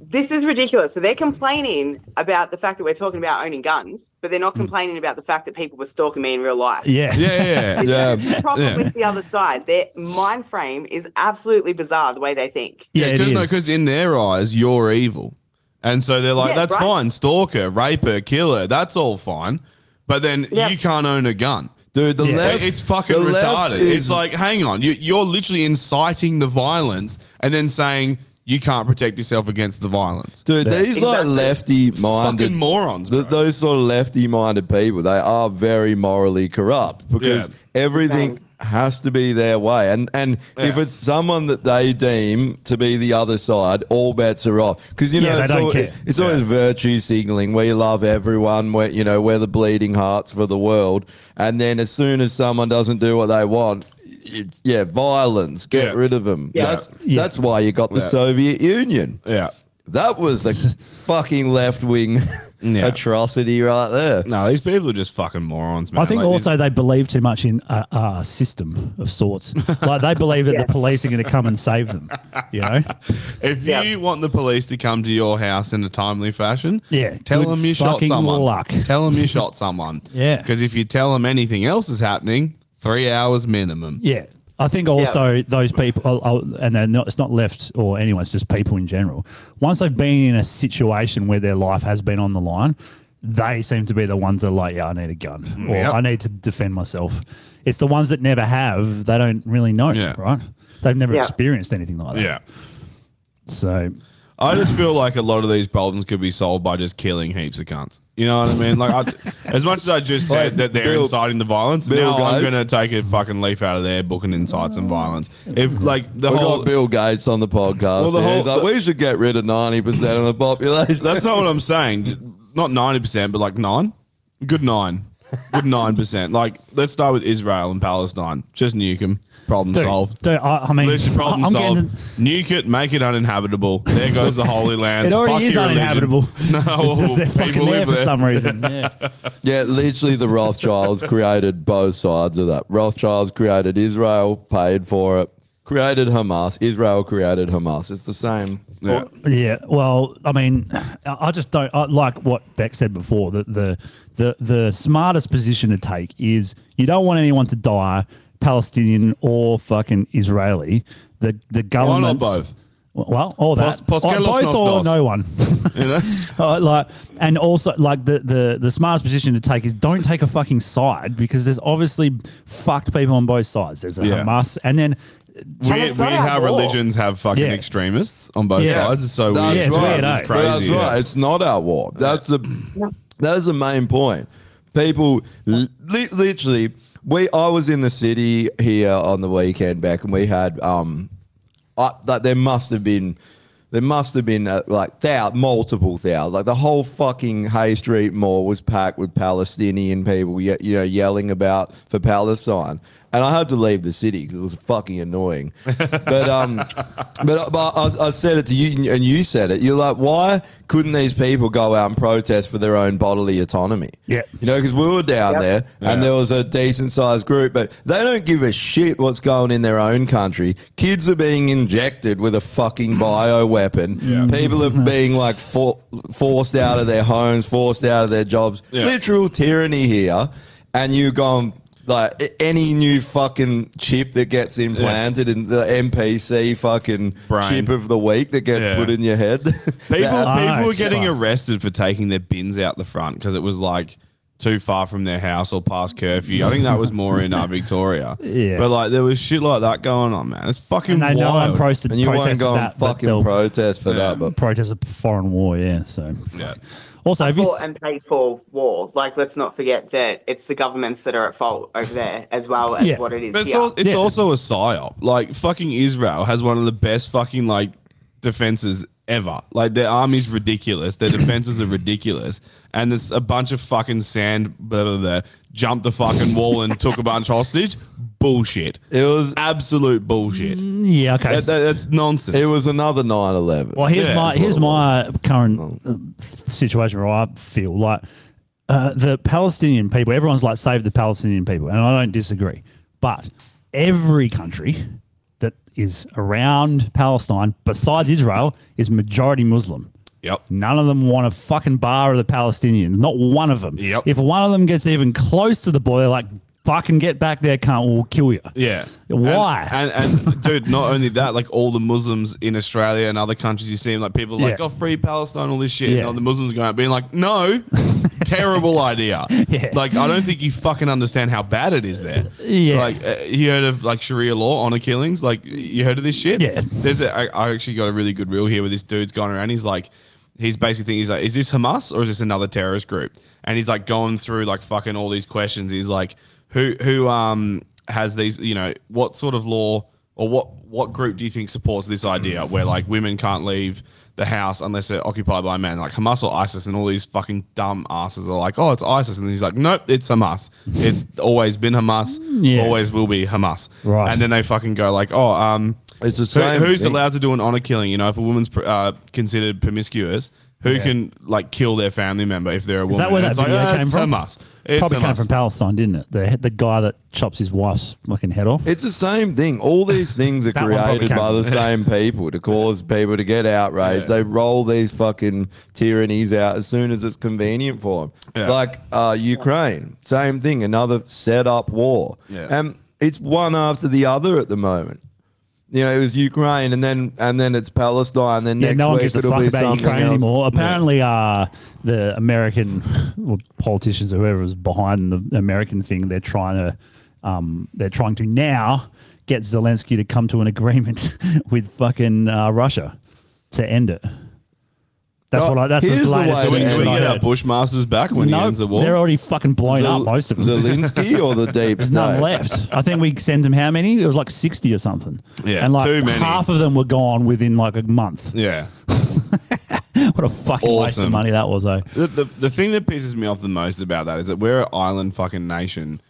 Speaker 9: This is ridiculous. So they're complaining about the fact that we're talking about owning guns, but they're not complaining about the fact that people were stalking me in real life.
Speaker 2: Hmm. Yeah.
Speaker 4: Yeah, yeah, yeah.
Speaker 3: yeah,
Speaker 9: The problem
Speaker 4: Yeah.
Speaker 9: with the other side, their mind frame is absolutely bizarre the way they think.
Speaker 2: Yeah, it is.
Speaker 4: because in their eyes, you're evil, and so they're like,
Speaker 9: Yeah,
Speaker 4: "That's
Speaker 9: right.
Speaker 4: fine, stalk her, rape her, kill her. That's all fine." But then
Speaker 9: Yeah.
Speaker 4: you can't own a gun.
Speaker 3: dude, the left.
Speaker 4: It's fucking
Speaker 3: the left
Speaker 4: retarded. it's
Speaker 3: is-
Speaker 4: like, hang on, you, you're literally inciting the violence, and then saying you can't protect yourself against the violence.
Speaker 3: Dude, these like
Speaker 9: Exactly.
Speaker 3: lefty minded
Speaker 4: Fucking morons,
Speaker 3: th-
Speaker 4: bro.
Speaker 3: those sort of lefty minded people, they are very morally corrupt because
Speaker 4: Yeah.
Speaker 3: everything has to be their way. And and if
Speaker 4: Yeah.
Speaker 3: it's someone that they deem to be the other side, all bets are off. Because you know
Speaker 2: Yeah, they
Speaker 3: it's,
Speaker 2: don't
Speaker 3: al-
Speaker 2: care.
Speaker 3: it's always virtue signaling. We love everyone. We you know we're the bleeding hearts for the world. And then as soon as someone doesn't do what they want. It's, yeah, violence. Get
Speaker 4: Yeah.
Speaker 3: rid of them.
Speaker 9: Yeah.
Speaker 3: That's
Speaker 2: Yeah.
Speaker 3: that's why you got the
Speaker 4: Yeah.
Speaker 3: Soviet Union.
Speaker 4: Yeah.
Speaker 3: That
Speaker 4: (laughs)
Speaker 3: was the fucking left wing
Speaker 4: Yeah.
Speaker 3: atrocity right there.
Speaker 4: No, these people are just fucking morons, man.
Speaker 2: I think
Speaker 4: Like,
Speaker 2: also they believe too much in a, a system
Speaker 4: (laughs)
Speaker 2: of sorts. Like they believe that the police are going to come and save them.
Speaker 4: (laughs)
Speaker 2: You know,
Speaker 4: If
Speaker 9: Yeah.
Speaker 4: you want the police to come to your house in a timely fashion,
Speaker 2: Yeah,
Speaker 4: tell
Speaker 2: good
Speaker 4: them you shot
Speaker 2: fucking
Speaker 4: someone.
Speaker 2: luck.
Speaker 4: (laughs) Tell them you shot someone.
Speaker 2: Yeah.
Speaker 4: Because if you tell them anything else is happening, three hours minimum.
Speaker 2: yeah. I think also those people, oh, oh, and they're not, it's not left or anyone, it's just people in general. Once they've been in a situation where their life has been on the line, they seem to be the ones that are like, yeah, I need a gun or
Speaker 4: Yep.
Speaker 2: I need to defend myself. It's the ones that never have, they don't really know,
Speaker 4: Yeah.
Speaker 2: right? They've never
Speaker 9: Yeah.
Speaker 2: experienced anything like that.
Speaker 4: Yeah.
Speaker 2: So
Speaker 4: I just feel like a lot of these problems could be solved by just killing heaps of cunts. You know what I mean? Like, I, as much as I just said that they're
Speaker 3: Bill-
Speaker 4: inciting the violence,
Speaker 3: Bill
Speaker 4: now I'm
Speaker 3: Gates.
Speaker 4: going to take a fucking leaf out of their book and incite some violence. If like the
Speaker 3: We
Speaker 4: whole
Speaker 3: got Bill Gates on the podcast.
Speaker 4: Well, the
Speaker 3: here.
Speaker 4: whole-
Speaker 3: He's like, we should get rid of ninety percent of the population.
Speaker 4: That's not what I'm saying. Not 90%, but like nine. Good nine. Good 9%. (laughs) Like, let's start with Israel and Palestine. Just nuke them. Problem
Speaker 2: Dude,
Speaker 4: solved.
Speaker 2: dude, I, I mean,
Speaker 4: Literally problem
Speaker 2: I- I'm
Speaker 4: solved.
Speaker 2: getting-
Speaker 4: Nuke it, make it uninhabitable. There goes the
Speaker 2: (laughs)
Speaker 4: Holy Land.
Speaker 2: it already
Speaker 4: Fuck
Speaker 2: is
Speaker 4: your religion.
Speaker 2: uninhabitable.
Speaker 4: (laughs) No,
Speaker 2: (laughs) it's just they're
Speaker 4: people
Speaker 2: fucking there
Speaker 4: live
Speaker 2: for
Speaker 4: there.
Speaker 2: some reason. Yeah.
Speaker 3: yeah, literally the Rothschilds created both sides of that. Rothschilds created Israel, paid for it, created Hamas, Israel created Hamas. It's the same.
Speaker 4: Yeah.
Speaker 2: Yeah, well, I mean, I I just don't I, like what Beck said before. That the the the smartest position to take is you don't want anyone to die, Palestinian or fucking Israeli. The the government
Speaker 4: both?
Speaker 2: Well, all that
Speaker 4: Pos-
Speaker 2: Or
Speaker 4: poskelos
Speaker 2: both
Speaker 4: nos
Speaker 2: or
Speaker 4: dos.
Speaker 2: no
Speaker 3: (laughs)
Speaker 2: one.
Speaker 4: (laughs)
Speaker 2: (laughs)
Speaker 4: You know?
Speaker 2: Uh, like, and also like the, the the smartest position to take is don't take a fucking side because there's obviously fucked people on both sides. There's a
Speaker 4: Yeah.
Speaker 2: Hamas, and then
Speaker 4: Weird,
Speaker 9: it's not
Speaker 4: weird
Speaker 9: our
Speaker 4: how
Speaker 9: war.
Speaker 4: religions have fucking
Speaker 2: Yeah.
Speaker 4: extremists on both
Speaker 2: Yeah.
Speaker 4: sides. It's so
Speaker 3: That's
Speaker 4: weird.
Speaker 2: it's weird, eh?
Speaker 4: It's
Speaker 3: But
Speaker 4: crazy.
Speaker 3: That's right. It's not our war. That's the that is the main point. People, li- literally, we. I was in the city here on the weekend back, and we had um, I, like there must have been. There must have been uh, like thou, multiple thousand. Like the whole fucking Hay Street Mall was packed with Palestinian people, ye- you know, yelling about for Palestine. And I had to leave the city because it was fucking annoying. but um, but, but I, I said it to you, and you said it. You're like, why couldn't these people go out and protest for their own bodily autonomy?
Speaker 2: Yeah.
Speaker 3: you know, because we were down there, and there was a decent sized group, but they don't give a shit what's going in their own country. Kids are being injected with a fucking bio
Speaker 4: (clears throat)
Speaker 3: weapon. People
Speaker 2: Mm-hmm.
Speaker 3: are being like for, forced out of their homes, forced out of their jobs.
Speaker 4: Yeah.
Speaker 3: Literal tyranny here, and you gone. Like a- any new fucking chip that gets implanted in the MPC fucking
Speaker 4: Brain.
Speaker 3: chip of the week that gets
Speaker 4: Yeah.
Speaker 3: put in your head. (laughs)
Speaker 4: People,
Speaker 3: That-
Speaker 4: people were
Speaker 2: it's
Speaker 4: getting
Speaker 2: fucked.
Speaker 4: arrested for taking their bins out the front because it was like too far from their house or past curfew. I think that was more in uh, Victoria.
Speaker 2: (laughs) Yeah.
Speaker 4: But like there was shit like that going on, man. It's fucking
Speaker 2: And I know I'm
Speaker 4: wild.
Speaker 2: pro- protested
Speaker 3: and you won't go and
Speaker 2: that, but
Speaker 3: fucking
Speaker 2: they'll
Speaker 3: protest for that, but
Speaker 2: uh, protest a foreign war. Yeah, so
Speaker 4: Yeah.
Speaker 2: also have you?
Speaker 9: Fought
Speaker 2: s-
Speaker 9: and paid for war. Like, let's not forget that it's the governments that are at fault over there as well as
Speaker 2: Yeah.
Speaker 9: what it is
Speaker 4: But it's,
Speaker 9: here.
Speaker 4: al- it's
Speaker 2: Yeah.
Speaker 4: also a psyop. Like fucking Israel has one of the best fucking like defenses ever. Like their army's ridiculous. Their defenses are ridiculous. And there's a bunch of fucking sand blah, blah, blah, jumped the fucking wall and took a bunch hostage. Bullshit.
Speaker 3: it was Mm.
Speaker 4: Absolute bullshit.
Speaker 2: Yeah, okay.
Speaker 4: That- that- that's nonsense.
Speaker 3: it was another 9-11.
Speaker 2: Well, here's
Speaker 4: Yeah.
Speaker 2: my here's my current uh, situation where I feel like uh, the Palestinian people. Everyone's like, save the Palestinian people, and I don't disagree. But every country that is around Palestine, besides Israel, is majority Muslim.
Speaker 4: Yep.
Speaker 2: None of them want a fucking bar of the Palestinians. Not one of them.
Speaker 4: Yep.
Speaker 2: If one of them gets even close to the border, like fucking get back there, cunt, we'll kill you.
Speaker 4: Yeah.
Speaker 2: Why?
Speaker 4: And, and, and dude, not only that, like all the Muslims in Australia and other countries you see, like people are like,
Speaker 2: Yeah.
Speaker 4: oh, free Palestine, all this shit.
Speaker 2: Yeah.
Speaker 4: And all the Muslims going out being like,
Speaker 2: (laughs)
Speaker 4: no, terrible idea.
Speaker 2: Yeah.
Speaker 4: Like, I don't think you fucking understand how bad it is there.
Speaker 2: Yeah.
Speaker 4: Like, uh, you heard of like Sharia law, honor killings? Like, you heard of this shit?
Speaker 2: Yeah.
Speaker 4: There's a, I, I actually got a really good reel here where this dude's gone around. He's like, he's basically thinking, he's like, is this Hamas or is this another terrorist group? And he's like going through like fucking all these questions. He's like, who, who, um, has these, you know, what sort of law or what, what group do you think supports this idea where like women can't leave the house unless they're occupied by a man, like Hamas or ISIS? And all these fucking dumb asses are like, oh, it's ISIS. And he's like, nope, it's Hamas. It's always been Hamas,
Speaker 2: Yeah.
Speaker 4: always will be Hamas.
Speaker 2: Right.
Speaker 4: And then they fucking go like, oh, um,
Speaker 3: It's the
Speaker 4: who-
Speaker 3: same
Speaker 4: who's
Speaker 3: thing.
Speaker 4: allowed to do an honor killing? You know, if a woman's pr- uh, considered promiscuous, who can like kill their family member if they're a woman?
Speaker 2: Is that where
Speaker 4: And
Speaker 2: that
Speaker 4: it's like,
Speaker 2: video
Speaker 4: "Ah,
Speaker 2: came
Speaker 4: it's
Speaker 2: from?
Speaker 4: Hamas. It's
Speaker 2: Probably came
Speaker 4: Hamas."
Speaker 2: from Palestine, didn't it? The the guy that chops his wife's fucking head off.
Speaker 3: It's the same thing.
Speaker 2: (laughs)
Speaker 3: All these things are
Speaker 2: That one probably
Speaker 3: created by
Speaker 2: came
Speaker 3: the
Speaker 2: from-
Speaker 3: same people to cause people to get outraged. They roll these fucking tyrannies out as soon as it's convenient for them.
Speaker 4: Yeah.
Speaker 3: Like uh, Ukraine, same thing. Another set up war,
Speaker 4: Yeah.
Speaker 3: and it's one after the other at the moment. You know, it was Ukraine, and then and then it's Palestine. Then
Speaker 2: Yeah,
Speaker 3: next
Speaker 2: no one
Speaker 3: week
Speaker 2: gives a
Speaker 3: it'll
Speaker 2: fuck
Speaker 3: be
Speaker 2: about
Speaker 3: something
Speaker 2: Ukraine
Speaker 3: else.
Speaker 2: anymore. Apparently, uh, the American well, politicians, or whoever was behind the American thing, they're trying to, um, they're trying to now get Zelensky to come to an agreement (laughs) with fucking uh, Russia to end it. That's
Speaker 3: Oh,
Speaker 2: what I. That's
Speaker 3: here's
Speaker 2: the
Speaker 3: the
Speaker 2: latest.
Speaker 3: way
Speaker 4: Do we,
Speaker 3: to
Speaker 4: do we
Speaker 2: news I
Speaker 4: get our
Speaker 2: heard.
Speaker 4: Bushmasters back when he
Speaker 2: No,
Speaker 4: ends the war?
Speaker 2: they're already fucking blown up.
Speaker 3: Zel-
Speaker 2: Most of them.
Speaker 3: Zelensky or the
Speaker 2: (laughs)
Speaker 3: deep
Speaker 2: There's
Speaker 3: state.
Speaker 2: none left. I think we sent them how many? It was like sixty or something.
Speaker 4: Yeah,
Speaker 2: and like
Speaker 4: too many.
Speaker 2: half of them were gone within like a month. (laughs)
Speaker 4: yeah.
Speaker 2: What a fucking waste of
Speaker 4: Awesome.
Speaker 2: money that was, eh? though.
Speaker 4: The, the, the thing that pisses me off the most about that is that we're an island fucking nation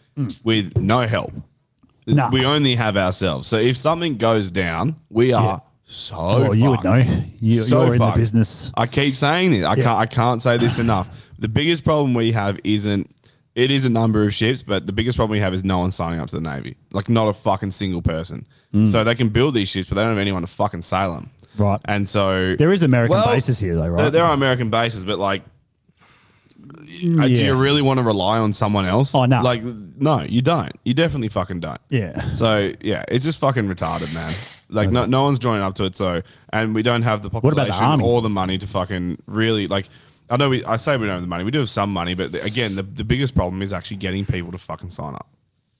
Speaker 4: with no help.
Speaker 2: Hmm. Nah.
Speaker 4: We only have ourselves. So if something goes down, we are so.
Speaker 2: well, you would
Speaker 4: fucked.
Speaker 2: know. You,
Speaker 4: Oh, So
Speaker 2: you're in
Speaker 4: fucked. Uh,
Speaker 2: the business.
Speaker 4: I keep saying it. I can't. I can't say
Speaker 2: (sighs)
Speaker 4: this enough. The biggest problem we have isn't. It is a number of ships, but the biggest problem we have is no one signing up to the navy. Like not a fucking single person. So they can build these ships, but they don't have anyone to fucking sail them.
Speaker 2: Mm. Right.
Speaker 4: And so
Speaker 2: There is American
Speaker 3: Well,
Speaker 2: bases here, though, right?
Speaker 4: there, there are American bases, but like, uh, do
Speaker 2: Yeah.
Speaker 4: you really want to rely on someone else?
Speaker 2: Oh, no.
Speaker 4: Like, no, you don't. You definitely fucking don't.
Speaker 2: Yeah.
Speaker 4: So yeah, it's just fucking retarded, man. Like no, no one's joining up to it. So and we don't have the
Speaker 2: about the
Speaker 4: population
Speaker 2: army?
Speaker 4: or the money to fucking really like. I know we. I say we don't have the money. We do have some money, but the- again, the, the biggest problem is actually getting people to fucking sign up.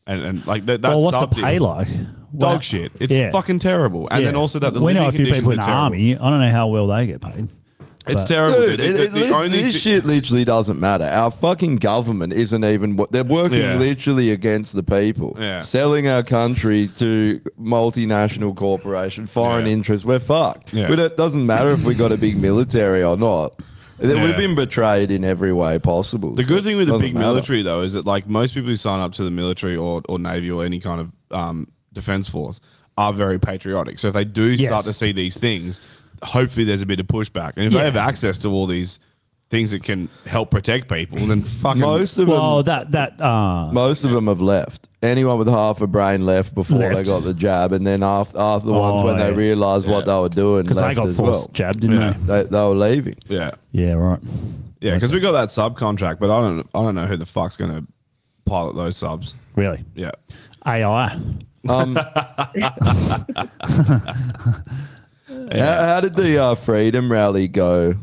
Speaker 4: And and like that. That's
Speaker 2: well, what's the
Speaker 4: something-
Speaker 2: pay like? Well,
Speaker 4: Dog shit. It's
Speaker 2: yeah.
Speaker 4: fucking terrible. And
Speaker 2: yeah.
Speaker 4: then also that the
Speaker 2: we know a
Speaker 4: living
Speaker 2: few people in
Speaker 4: conditions
Speaker 2: the
Speaker 4: are terrible.
Speaker 2: army. I don't know how well they get paid.
Speaker 4: It's
Speaker 2: but-
Speaker 4: terrible.
Speaker 3: Dude,
Speaker 4: The-
Speaker 3: it,
Speaker 4: the-
Speaker 3: it,
Speaker 4: the
Speaker 3: li-
Speaker 4: only
Speaker 3: this
Speaker 4: thi-
Speaker 3: shit literally doesn't matter. Our fucking government isn't even what they're working
Speaker 4: Yeah.
Speaker 3: literally against the people,
Speaker 4: Yeah.
Speaker 3: selling our country to multinational corporation, foreign
Speaker 4: Yeah.
Speaker 3: interests. We're fucked.
Speaker 4: Yeah.
Speaker 3: But it doesn't matter if we got a big military or not. That We've
Speaker 4: Yeah.
Speaker 3: been betrayed in every way possible.
Speaker 4: The
Speaker 3: So
Speaker 4: good thing with
Speaker 3: it
Speaker 4: the
Speaker 3: doesn't
Speaker 4: big
Speaker 3: matter.
Speaker 4: military though is that like most people who sign up to the military or, or navy or any kind of um, defense force are very patriotic. So if they do start
Speaker 2: Yes.
Speaker 4: to see these things, hopefully there's a bit of pushback. And if they
Speaker 2: Yeah.
Speaker 4: have access to all these things that can help protect people, then
Speaker 3: (laughs)
Speaker 4: fucking
Speaker 3: most of them,
Speaker 2: Well, that that uh,
Speaker 3: most of them have left. Anyone with half a brain left before they
Speaker 2: Left.
Speaker 3: got the jab, and then after, after the ones
Speaker 2: Oh,
Speaker 3: when they
Speaker 2: yeah.
Speaker 3: realised what they were doing,
Speaker 2: because they
Speaker 3: left
Speaker 2: got
Speaker 3: as
Speaker 2: forced
Speaker 3: well.
Speaker 2: jabbed, didn't
Speaker 4: Yeah.
Speaker 2: they?
Speaker 3: They, they were leaving.
Speaker 4: yeah,
Speaker 2: Yeah, right.
Speaker 4: yeah, because we got that subcontract, but I don't I don't know who the fuck's gonna pilot those subs.
Speaker 2: Really,
Speaker 4: Yeah,
Speaker 2: AI.
Speaker 3: Um, how, how did the uh, freedom rally go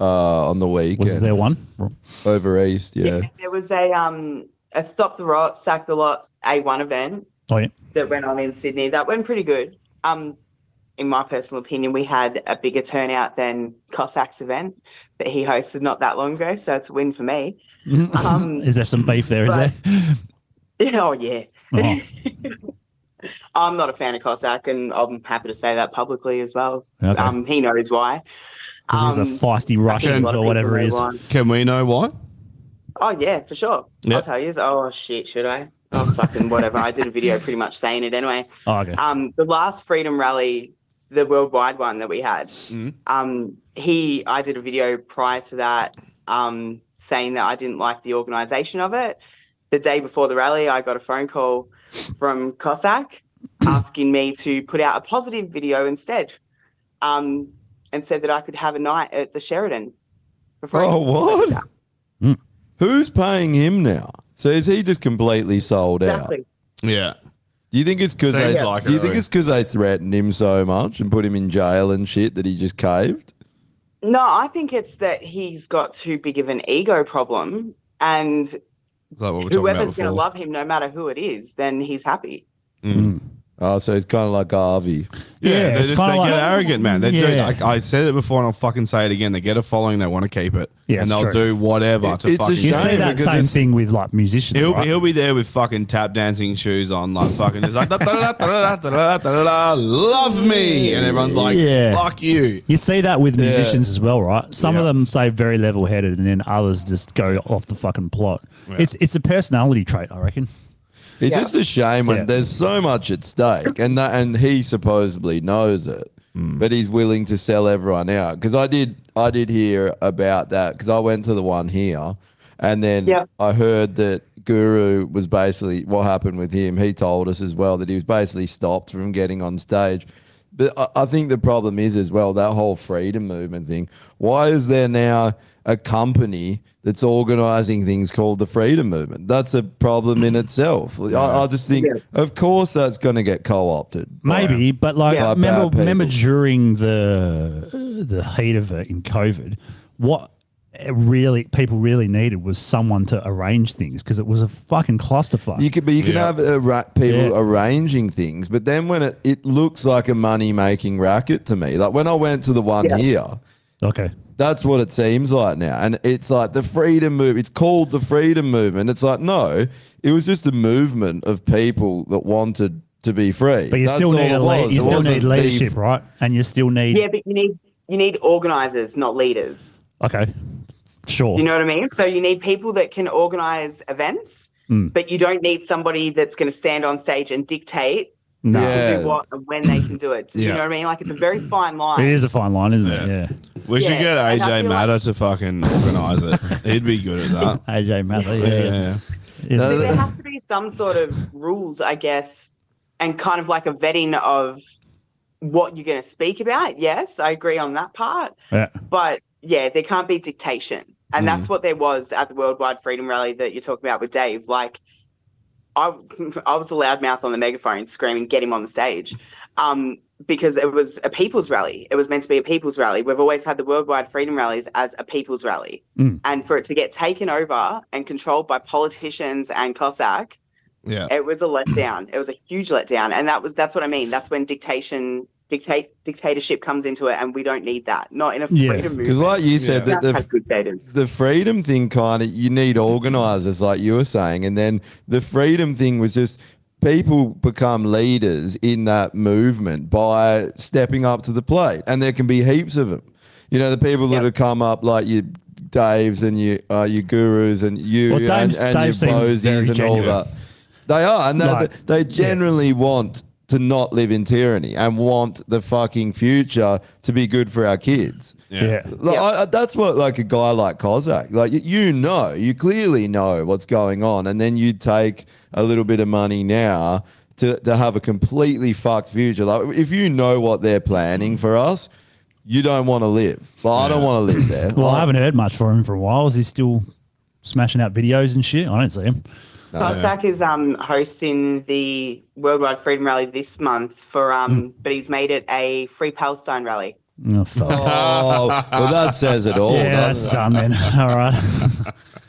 Speaker 3: uh, on the
Speaker 2: Was
Speaker 3: weekend
Speaker 2: there one? Oh,
Speaker 3: over east? Yeah. Oh,
Speaker 9: There was a um a stop the rot, sack the lot A1 event
Speaker 2: Oh yeah.
Speaker 9: that went on in Sydney. That went pretty good. Um, in my personal opinion, we had a bigger turnout than Cossack's event that he hosted not that long ago. So it's a win for me. (laughs) Um,
Speaker 2: Is there some beef there? Is
Speaker 9: but-
Speaker 2: there?
Speaker 9: oh yeah.
Speaker 2: Oh,
Speaker 9: I'm not a fan of Cossack, and I'm happy to say that publicly as well.
Speaker 2: Okay.
Speaker 9: Um, he knows why.
Speaker 2: 'Cause
Speaker 9: Um,
Speaker 2: he's a feisty
Speaker 9: I think a
Speaker 2: Russian
Speaker 9: lot of
Speaker 2: or
Speaker 9: people
Speaker 2: whatever
Speaker 9: know
Speaker 2: he is.
Speaker 9: why.
Speaker 4: can we know why?
Speaker 9: Oh yeah, for sure.
Speaker 4: Yeah.
Speaker 9: I'll tell you. Oh shit, should I? Oh fucking whatever. I did a video pretty much saying it anyway.
Speaker 2: Oh, okay.
Speaker 9: Um, the last Freedom Rally, the worldwide one that we had,
Speaker 3: Mm.
Speaker 4: Mhm.
Speaker 9: um, he I did a video prior to that um, saying that I didn't like the organisation of it. The day before the rally, I got a phone call from Cossack asking me to put out a positive video instead, um, and said that I could have a night at the Sheridan. for free.
Speaker 3: Oh, what?
Speaker 2: Hmm.
Speaker 3: Who's paying him now? So is he just completely sold out?
Speaker 9: Exactly.
Speaker 4: Yeah,
Speaker 3: Do you think it's because they?
Speaker 4: Seems like
Speaker 3: do
Speaker 4: it,
Speaker 3: you think
Speaker 4: really.
Speaker 3: it's because they threatened him so much and put him in jail and shit that he just caved?
Speaker 9: No, I think it's that he's got too big of an ego problem, and
Speaker 4: is that what we're talking about
Speaker 9: whoever's
Speaker 4: before?
Speaker 9: going to love him, no matter who it is, then he's happy.
Speaker 3: Oh, so he's kind of like Harvey.
Speaker 4: Yeah,
Speaker 2: Yeah,
Speaker 4: they
Speaker 2: it's
Speaker 4: just
Speaker 2: kinda
Speaker 4: they
Speaker 2: like-
Speaker 4: get arrogant, man. They
Speaker 2: Yeah.
Speaker 4: do. I, I said it before, and I'll fucking say it again. They get a following, they want to keep it,
Speaker 2: Yeah,
Speaker 4: and
Speaker 2: it's
Speaker 4: they'll
Speaker 2: true.
Speaker 4: do whatever
Speaker 3: It-
Speaker 4: to
Speaker 3: it's a
Speaker 4: fucking.
Speaker 2: You
Speaker 3: shame
Speaker 2: see that
Speaker 3: because
Speaker 2: same
Speaker 3: it's-
Speaker 2: thing with like musicians.
Speaker 4: He'll
Speaker 2: right?
Speaker 4: be he'll be there with fucking tap dancing shoes on, like fucking. There's like da, da, da, da, da, da, da, da, da, da, love me, and everyone's like,
Speaker 2: Yeah.
Speaker 4: fuck you.
Speaker 2: You see that with musicians as well, right? Some of them stay very level headed and then others just go off the fucking plot. It's it's a personality trait, I reckon.
Speaker 3: It's just a shame when
Speaker 2: Yeah.
Speaker 3: there's so much at stake, and that, and he supposedly knows it, but he's willing to sell everyone out. Because I did, I did hear about that because I went to the one here, and then
Speaker 9: Yeah.
Speaker 3: I heard that Guru was basically what happened with him. He told us as well that he was basically stopped from getting on stage. But I, I think the problem is as well that whole freedom movement thing. Why is there now a company that's organizing things called the freedom movement? That's a problem in itself. I, I just think, of course, that's going to get co opted.
Speaker 2: Maybe, but like
Speaker 9: Yeah.
Speaker 3: By bad
Speaker 2: remember
Speaker 3: people.
Speaker 2: remember during the the heat of it in COVID, what it really people really needed was someone to arrange things because it was a fucking clusterfuck.
Speaker 3: You could, but you can
Speaker 4: Yeah.
Speaker 3: have uh, ra- people
Speaker 2: Yeah.
Speaker 3: arranging things, but then when it, it looks like a money making racket to me, like when I went to the one here,
Speaker 2: okay.
Speaker 3: That's what it seems like now. And it's like the freedom move. It's called the freedom movement. It's like, no, it was just a movement of people that wanted to be free.
Speaker 2: But you
Speaker 3: That's
Speaker 2: still
Speaker 3: all
Speaker 2: need a
Speaker 3: it
Speaker 2: lead,
Speaker 3: was.
Speaker 2: you
Speaker 3: It
Speaker 2: still need
Speaker 3: wasn't the-
Speaker 2: leadership, right? And you still need
Speaker 9: Yeah, but you need you need organizers, not leaders.
Speaker 2: okay. Sure.
Speaker 9: You know what I mean? So you need people that can organize events, but you don't need somebody that's going to stand on stage and dictate
Speaker 2: no.
Speaker 3: Yeah.
Speaker 9: who, what, and when they can do it. You
Speaker 4: Yeah.
Speaker 9: know what I mean? Like it's a very fine
Speaker 2: It
Speaker 9: line.
Speaker 2: is a fine line, isn't
Speaker 4: Yeah.
Speaker 2: it?
Speaker 4: We should
Speaker 9: Yeah,
Speaker 4: get
Speaker 9: and I
Speaker 4: AJ
Speaker 9: feel like-
Speaker 4: Matter to fucking organize it. He'd be good at that.
Speaker 2: Yeah. AJ Mather. (laughs) Yeah.
Speaker 4: Oh. Yeah,
Speaker 2: yeah.
Speaker 4: yeah.
Speaker 2: Is-
Speaker 3: No,
Speaker 9: There has to be some sort of rules, I guess, and kind of like a vetting of what you're going to speak about. Yes, I agree on that part.
Speaker 2: yeah.
Speaker 9: but yeah, there can't be dictation. And that's what there was at the Worldwide Freedom Rally that you're talking about with Dave. Like, I, I was a loudmouth on the megaphone screaming, get him on the stage, um, because it was a people's rally. It was meant to be a people's rally. We've always had the Worldwide Freedom Rallies as a people's rally.
Speaker 2: Mm.
Speaker 9: And for it to get taken over and controlled by politicians and Cossack
Speaker 1: Yeah.
Speaker 9: It was a letdown. It was a huge letdown, and that was that's what I mean. That's when dictation dictate dictatorship comes into it, and we don't need that. Not in a
Speaker 2: Yeah,
Speaker 9: freedom movement.
Speaker 3: Because, like you said,
Speaker 9: We
Speaker 3: that
Speaker 9: have
Speaker 3: the,
Speaker 9: to have dictators.
Speaker 3: the freedom thing kind of you need organizers like you were saying and then the freedom thing was just people become leaders in that movement by stepping up to the plate and there can be heaps of them you know the people that have come up like you daves and you uh, your gurus and you
Speaker 2: Well,
Speaker 3: and,
Speaker 2: Dave's-
Speaker 3: and
Speaker 2: Dave
Speaker 3: your
Speaker 2: seems very
Speaker 3: bosies and all
Speaker 2: genuine.
Speaker 3: that they are and they,
Speaker 2: Right.
Speaker 3: they generally want to not live in tyranny and want the fucking future to be good for our kids
Speaker 2: Yeah.
Speaker 3: like,
Speaker 9: Yeah.
Speaker 3: I, I, that's what like a guy like Kozak, like you, you know, you clearly know what's going on, and then you take a little bit of money now to to have a completely fucked future. Like if you know what they're planning for us, you don't want to live. But I don't want to live there.
Speaker 2: Well, I haven't heard much from him for a while. Is he still smashing out videos and shit? I don't see him.
Speaker 9: Cossack is um hosting the Worldwide Freedom Rally this month for
Speaker 3: Hmm.
Speaker 9: um, but he's made it a Free Palestine rally.
Speaker 2: Oh, fuck.
Speaker 3: Oh, well, that says it all.
Speaker 2: (laughs) yeah,
Speaker 3: doesn't
Speaker 2: that's done then. All right.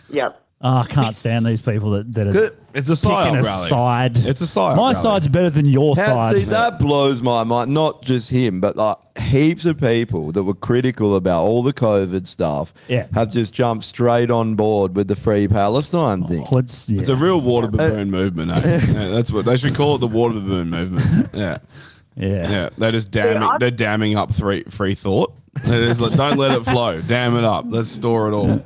Speaker 9: Yep.
Speaker 2: Oh, I can't stand these people that, that are
Speaker 4: It's a
Speaker 2: picking
Speaker 4: psyop
Speaker 2: a
Speaker 4: rally.
Speaker 2: side.
Speaker 4: It's a psyop.
Speaker 2: My
Speaker 4: rally.
Speaker 2: side's better than your
Speaker 3: How-
Speaker 2: side.
Speaker 3: See, that blows my mind. Not just him, but like heaps of people that were critical about all the COVID stuff
Speaker 2: Yeah.
Speaker 3: have just jumped straight on board with the free Palestine thing.
Speaker 2: What's yeah.
Speaker 4: It's a real water baboon movement.
Speaker 2: (laughs)
Speaker 4: eh? Yeah, that's what they should call it. The water baboon movement. Yeah,
Speaker 2: yeah.
Speaker 4: yeah. They're just damming.
Speaker 9: I-
Speaker 4: they're damming up free free thought. They're just like, don't let it
Speaker 9: (laughs)
Speaker 4: flow. Dam it up. Let's store it all.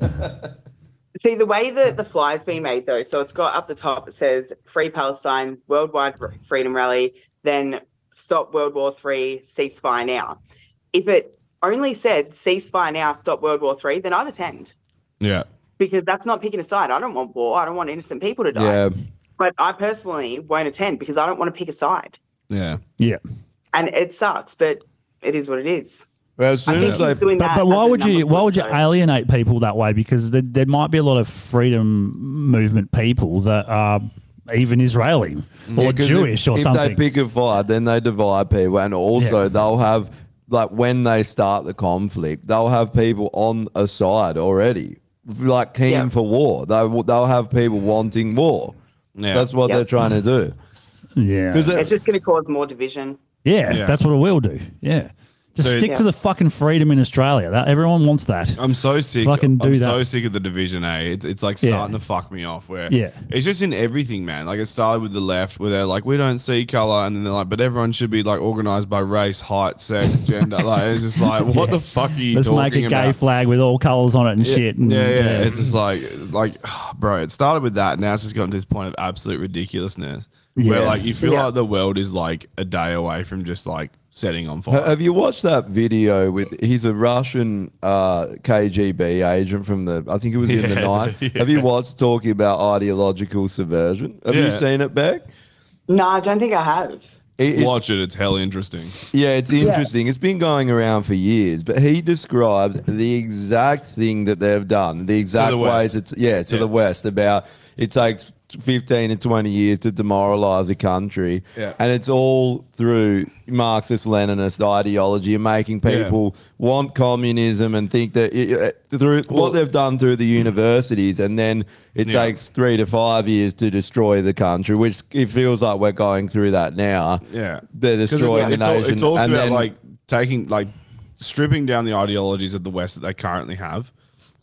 Speaker 9: See the way that the fly's been made though, so it's got up the top. It says Free Palestine, Worldwide Re- Freedom Rally, then Stop World War Three, Ceasefire Now. If it only said Ceasefire Now, Stop World War Three, then I'd attend
Speaker 4: Yeah.
Speaker 9: because that's not picking a side. I don't want war. I don't want innocent people to die.
Speaker 3: Yeah.
Speaker 9: But I personally won't attend because I don't want to pick a side,
Speaker 4: Yeah.
Speaker 2: Yeah.
Speaker 9: and it sucks. But it is what it is.
Speaker 3: Well, as
Speaker 9: I
Speaker 3: soon
Speaker 9: think
Speaker 3: as they
Speaker 9: he's doing
Speaker 2: But,
Speaker 9: that
Speaker 2: but why
Speaker 9: as a
Speaker 2: would you
Speaker 9: number
Speaker 2: why would you
Speaker 9: crusade.
Speaker 2: alienate people that way? Because there, there might be a lot of freedom movement people that are even Israeli or
Speaker 3: Yeah, 'cause
Speaker 2: Jewish
Speaker 3: if,
Speaker 2: or
Speaker 3: if
Speaker 2: something.
Speaker 3: they pick a fight, then they divide people, and also
Speaker 2: Yeah.
Speaker 3: they'll have like when they start the conflict, they'll have people on a side already, like keen
Speaker 9: Yeah.
Speaker 3: for war. They will- they'll have people wanting war.
Speaker 4: Yeah.
Speaker 3: That's what
Speaker 9: Yeah.
Speaker 3: they're trying to do.
Speaker 2: yeah.
Speaker 3: Because
Speaker 9: It's just going to cause more division.
Speaker 2: yeah,
Speaker 4: Yeah.
Speaker 2: that's what it will do. Yeah. Just
Speaker 4: Dude.
Speaker 2: stick to the fucking freedom in Australia. That everyone wants that.
Speaker 4: I'm so sick.
Speaker 2: Fucking do
Speaker 4: I'm
Speaker 2: that.
Speaker 4: so sick of the division. A. It's, it's like
Speaker 2: Yeah.
Speaker 4: starting to fuck me off. Where
Speaker 2: Yeah.
Speaker 4: it's just in everything, man. Like it started with the left, where they're like, we don't see color, and then they're like, but everyone should be like organized by race, height, sex, gender. like it's just like,
Speaker 2: (laughs)
Speaker 4: what the fuck are you
Speaker 2: Let's
Speaker 4: talking
Speaker 2: make a gay
Speaker 4: about?
Speaker 2: flag with all colours on it and shit.
Speaker 3: Mm,
Speaker 2: And,
Speaker 4: yeah, yeah, It's just like, like, (sighs) bro. It started with that. Now it's just gotten to this point of absolute ridiculousness, where
Speaker 2: Yeah.
Speaker 4: like you feel
Speaker 9: Yeah.
Speaker 4: like the world is like a day away from just like setting on
Speaker 3: Ha-
Speaker 4: fire.
Speaker 3: Uh, Have you watched that video with? He's a Russian uh, KGB agent from the. I think it was in the
Speaker 4: (laughs) Yeah,
Speaker 3: night.
Speaker 4: yeah.
Speaker 3: Have you watched talking about ideological subversion? Have you
Speaker 4: Yeah.
Speaker 3: seen it, Beck?
Speaker 9: No, I don't think I have.
Speaker 3: It- it's-
Speaker 4: Watch it. It's hell interesting.
Speaker 3: Yeah, it's interesting. It's been going around for years, but he describes the exact thing that they've done, the exact
Speaker 4: the
Speaker 3: ways
Speaker 4: West.
Speaker 3: it's yeah to
Speaker 4: Yeah.
Speaker 3: the West about it takes fifteen to twenty years to demoralize a country,
Speaker 4: Yeah.
Speaker 3: and it's all through Marxist Leninist ideology and making
Speaker 4: Yeah.
Speaker 3: people want communism and think that it, it- through
Speaker 4: Well-
Speaker 3: what they've done through the universities, and then it
Speaker 4: Yeah.
Speaker 3: takes three to five years to destroy the country, which it feels like we're going through that now.
Speaker 4: Yeah.
Speaker 3: They're
Speaker 4: 'Cause it's-
Speaker 3: destroying the
Speaker 4: it's, al-
Speaker 3: nation.
Speaker 4: It's also
Speaker 3: and
Speaker 4: about
Speaker 3: then
Speaker 4: like taking like stripping down the ideologies of the West that they currently have.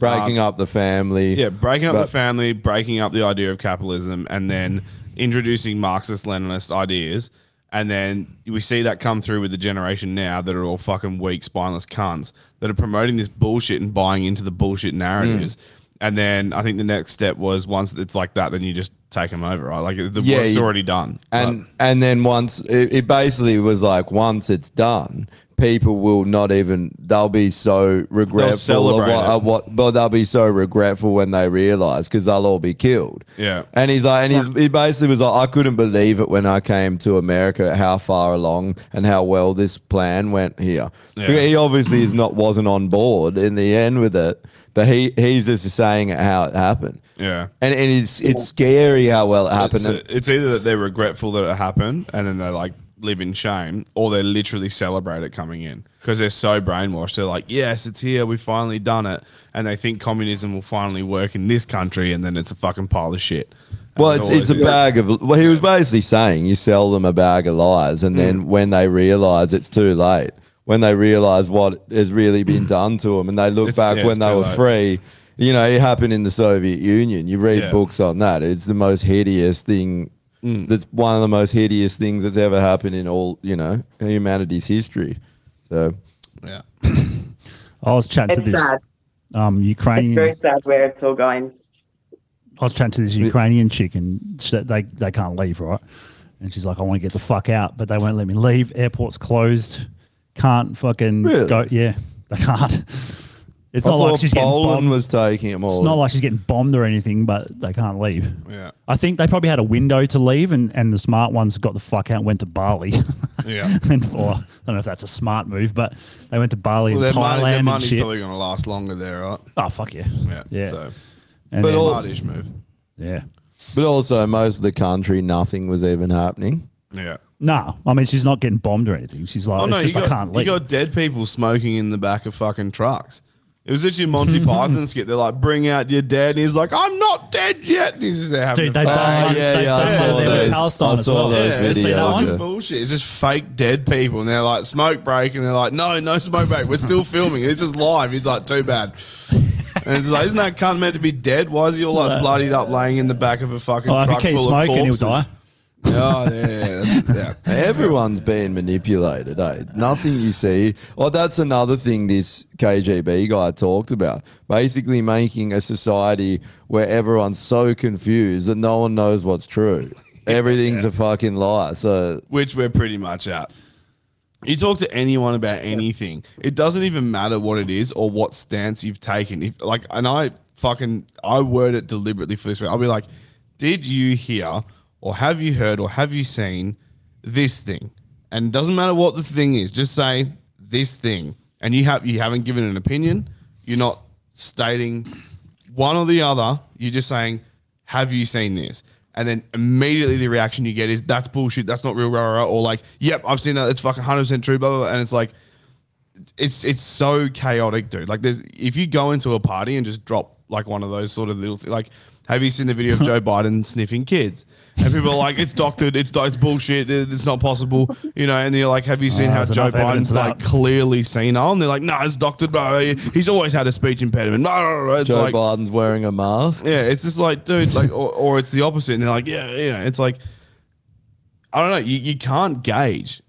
Speaker 3: breaking up the family.
Speaker 4: um, Yeah, breaking up the
Speaker 3: But-
Speaker 4: family, breaking up the idea of capitalism, and then introducing Marxist Leninist ideas. And then we see that come through with the generation now that are all fucking weak, spineless cunts that are promoting this bullshit and buying into the bullshit narratives.
Speaker 3: Hmm.
Speaker 4: And then I think the next step was once it's like that, then you just take them over, right? Like the
Speaker 3: Yeah,
Speaker 4: work's
Speaker 3: you-
Speaker 4: already done.
Speaker 3: And and then once it, it basically was like once it's done, people will not even they'll be so regretful of
Speaker 4: celebrate
Speaker 3: what,
Speaker 4: it.
Speaker 3: of what but they'll be so regretful when they realize because they'll all be killed.
Speaker 4: Yeah.
Speaker 3: And he's like, and he's, he basically was like, I couldn't believe it when I came to America, how far along and how well this plan went here.
Speaker 4: Yeah.
Speaker 3: He obviously is not wasn't on board in the end with it, but he he's just saying how it happened.
Speaker 4: yeah.
Speaker 3: And, and it's it's scary how well it happened.
Speaker 4: It's, it's either that they're regretful that it happened and then they like live in shame, or they literally celebrate it coming in because they're so brainwashed. They're like, "Yes, it's here. We've finally done it," and they think communism will finally work in this country, and then it's a fucking pile of shit.
Speaker 3: Well, it's, it's a bag of. Well, he was basically saying you sell them a bag of lies, and
Speaker 2: Mm.
Speaker 3: then when they realize it's too late, when they realize what has really been
Speaker 2: Mm.
Speaker 3: done to them, and they look
Speaker 4: It's-
Speaker 3: back
Speaker 4: yeah, it's
Speaker 3: when they
Speaker 4: too
Speaker 3: were
Speaker 4: late.
Speaker 3: free, you know, it happened in the Soviet Union. You read
Speaker 4: Yeah.
Speaker 3: books on that. It's the most hideous thing.
Speaker 2: Mm.
Speaker 3: That's one of the most hideous things that's ever happened in all, you know, humanity's history. So,
Speaker 4: (laughs)
Speaker 1: Yeah.
Speaker 2: I was chatting
Speaker 9: It's
Speaker 2: to this
Speaker 9: sad.
Speaker 2: um,
Speaker 9: It's
Speaker 2: Ukrainian.
Speaker 9: very sad where it's all going.
Speaker 2: I was chatting to this Ukrainian chick and she, said they, they can't leave, right? And she's like, I want to get the fuck out, but they won't let me leave. Airport's closed. Can't fucking
Speaker 3: Really?
Speaker 2: go. Yeah, they can't. It's
Speaker 3: I
Speaker 2: not like
Speaker 3: thought
Speaker 2: she's getting bombed.
Speaker 3: Poland was taking them all.
Speaker 2: it's not like she's getting bombed or anything, but they can't leave.
Speaker 4: Yeah.
Speaker 2: I think they probably had a window to leave, and, and the smart ones got the fuck out and went to Bali. (laughs)
Speaker 4: Yeah.
Speaker 2: and for, I don't know if that's a smart move, but they went to Bali
Speaker 4: Well,
Speaker 2: and
Speaker 4: their,
Speaker 2: Thailand
Speaker 4: money, their
Speaker 2: and
Speaker 4: money's
Speaker 2: shit.
Speaker 4: probably going to last longer there, right?
Speaker 2: oh, fuck yeah.
Speaker 4: Yeah.
Speaker 2: Yeah.
Speaker 4: So,
Speaker 2: And
Speaker 3: But
Speaker 2: then-
Speaker 3: all-
Speaker 4: smartish move.
Speaker 2: yeah.
Speaker 3: but also, most of the country, nothing was even happening.
Speaker 4: Yeah.
Speaker 2: No, I mean she's not getting bombed or anything. She's like,
Speaker 4: Oh,
Speaker 2: it's
Speaker 4: no, you
Speaker 2: just I
Speaker 4: got,
Speaker 2: can't
Speaker 4: you
Speaker 2: leave.
Speaker 4: got dead people smoking in the back of fucking trucks. It was literally a
Speaker 2: (laughs)
Speaker 4: Monty Python skit. They're like, bring out your dead. And he's like, I'm not dead yet. And he's just there having
Speaker 2: Dude,
Speaker 4: a
Speaker 2: they
Speaker 4: fuck.
Speaker 2: done one-
Speaker 3: Ah, yeah,
Speaker 2: they
Speaker 3: yeah, I
Speaker 2: done
Speaker 3: saw
Speaker 2: one there
Speaker 3: those.
Speaker 2: with Palestine
Speaker 3: I
Speaker 2: as
Speaker 3: saw
Speaker 2: well.
Speaker 3: those
Speaker 2: Yeah, you see that
Speaker 3: videos,
Speaker 2: one?
Speaker 3: yeah.
Speaker 4: Bullshit. It's just fake dead people. And they're like, smoke break. And they're like, no, no smoke break. We're
Speaker 2: (laughs)
Speaker 4: still filming. This is live. He's like, too bad. And it's like, isn't that cunt meant to be dead? Why is he all like bloodied up laying in the back of a fucking
Speaker 2: Well, Oh, if he
Speaker 4: truck
Speaker 2: keeps
Speaker 4: full of
Speaker 2: smoking, he'll
Speaker 4: corpses?
Speaker 2: die.
Speaker 4: Oh, yeah, yeah, yeah, that's-
Speaker 2: (laughs)
Speaker 4: yeah.
Speaker 3: Everyone's being manipulated, eh? Nothing you see. Well, that's another thing this KGB guy talked about. Basically, making a society where everyone's so confused that no one knows what's true. Everything's a fucking lie. So,
Speaker 4: which we're pretty much at. You talk to anyone about anything, it doesn't even matter what it is or what stance you've taken. If like, and I fucking I word it deliberately for this way. I'll be like, "Did you hear, or have you heard, or have you seen this thing?" And it doesn't matter what the thing is. Just say this thing, and you have you haven't given an opinion. You're not stating one or the other. You're just saying, have you seen this? And then immediately the reaction you get is, that's bullshit. That's not real. Rah, rah, rah," or like, yep, I've seen that. It's fucking 100% true. Blah, blah, blah. And it's like, it's it's so chaotic, dude. Like, there's if you go into a party and just drop like one of those sort of little thi- like, have you seen the video of
Speaker 2: (laughs)
Speaker 4: Joe Biden sniffing kids? And people are like, it's doctored, it's do- it's bullshit, it- it's not possible, you know. And they're like, have you seen
Speaker 2: Ah,
Speaker 4: how
Speaker 2: there's
Speaker 4: Joe
Speaker 2: enough evidence
Speaker 4: Biden's
Speaker 2: of
Speaker 4: like
Speaker 2: that.
Speaker 4: clearly senile? And they're like, no, it's doctored, bro. He's always had a speech impediment. Blah, blah, blah, blah. It's
Speaker 3: Joe
Speaker 4: like,
Speaker 3: Biden's wearing a mask.
Speaker 4: yeah, it's just like, dude, like, or, or it's the opposite, and they're like, yeah, yeah. It's like, I don't know, you, you can't gauge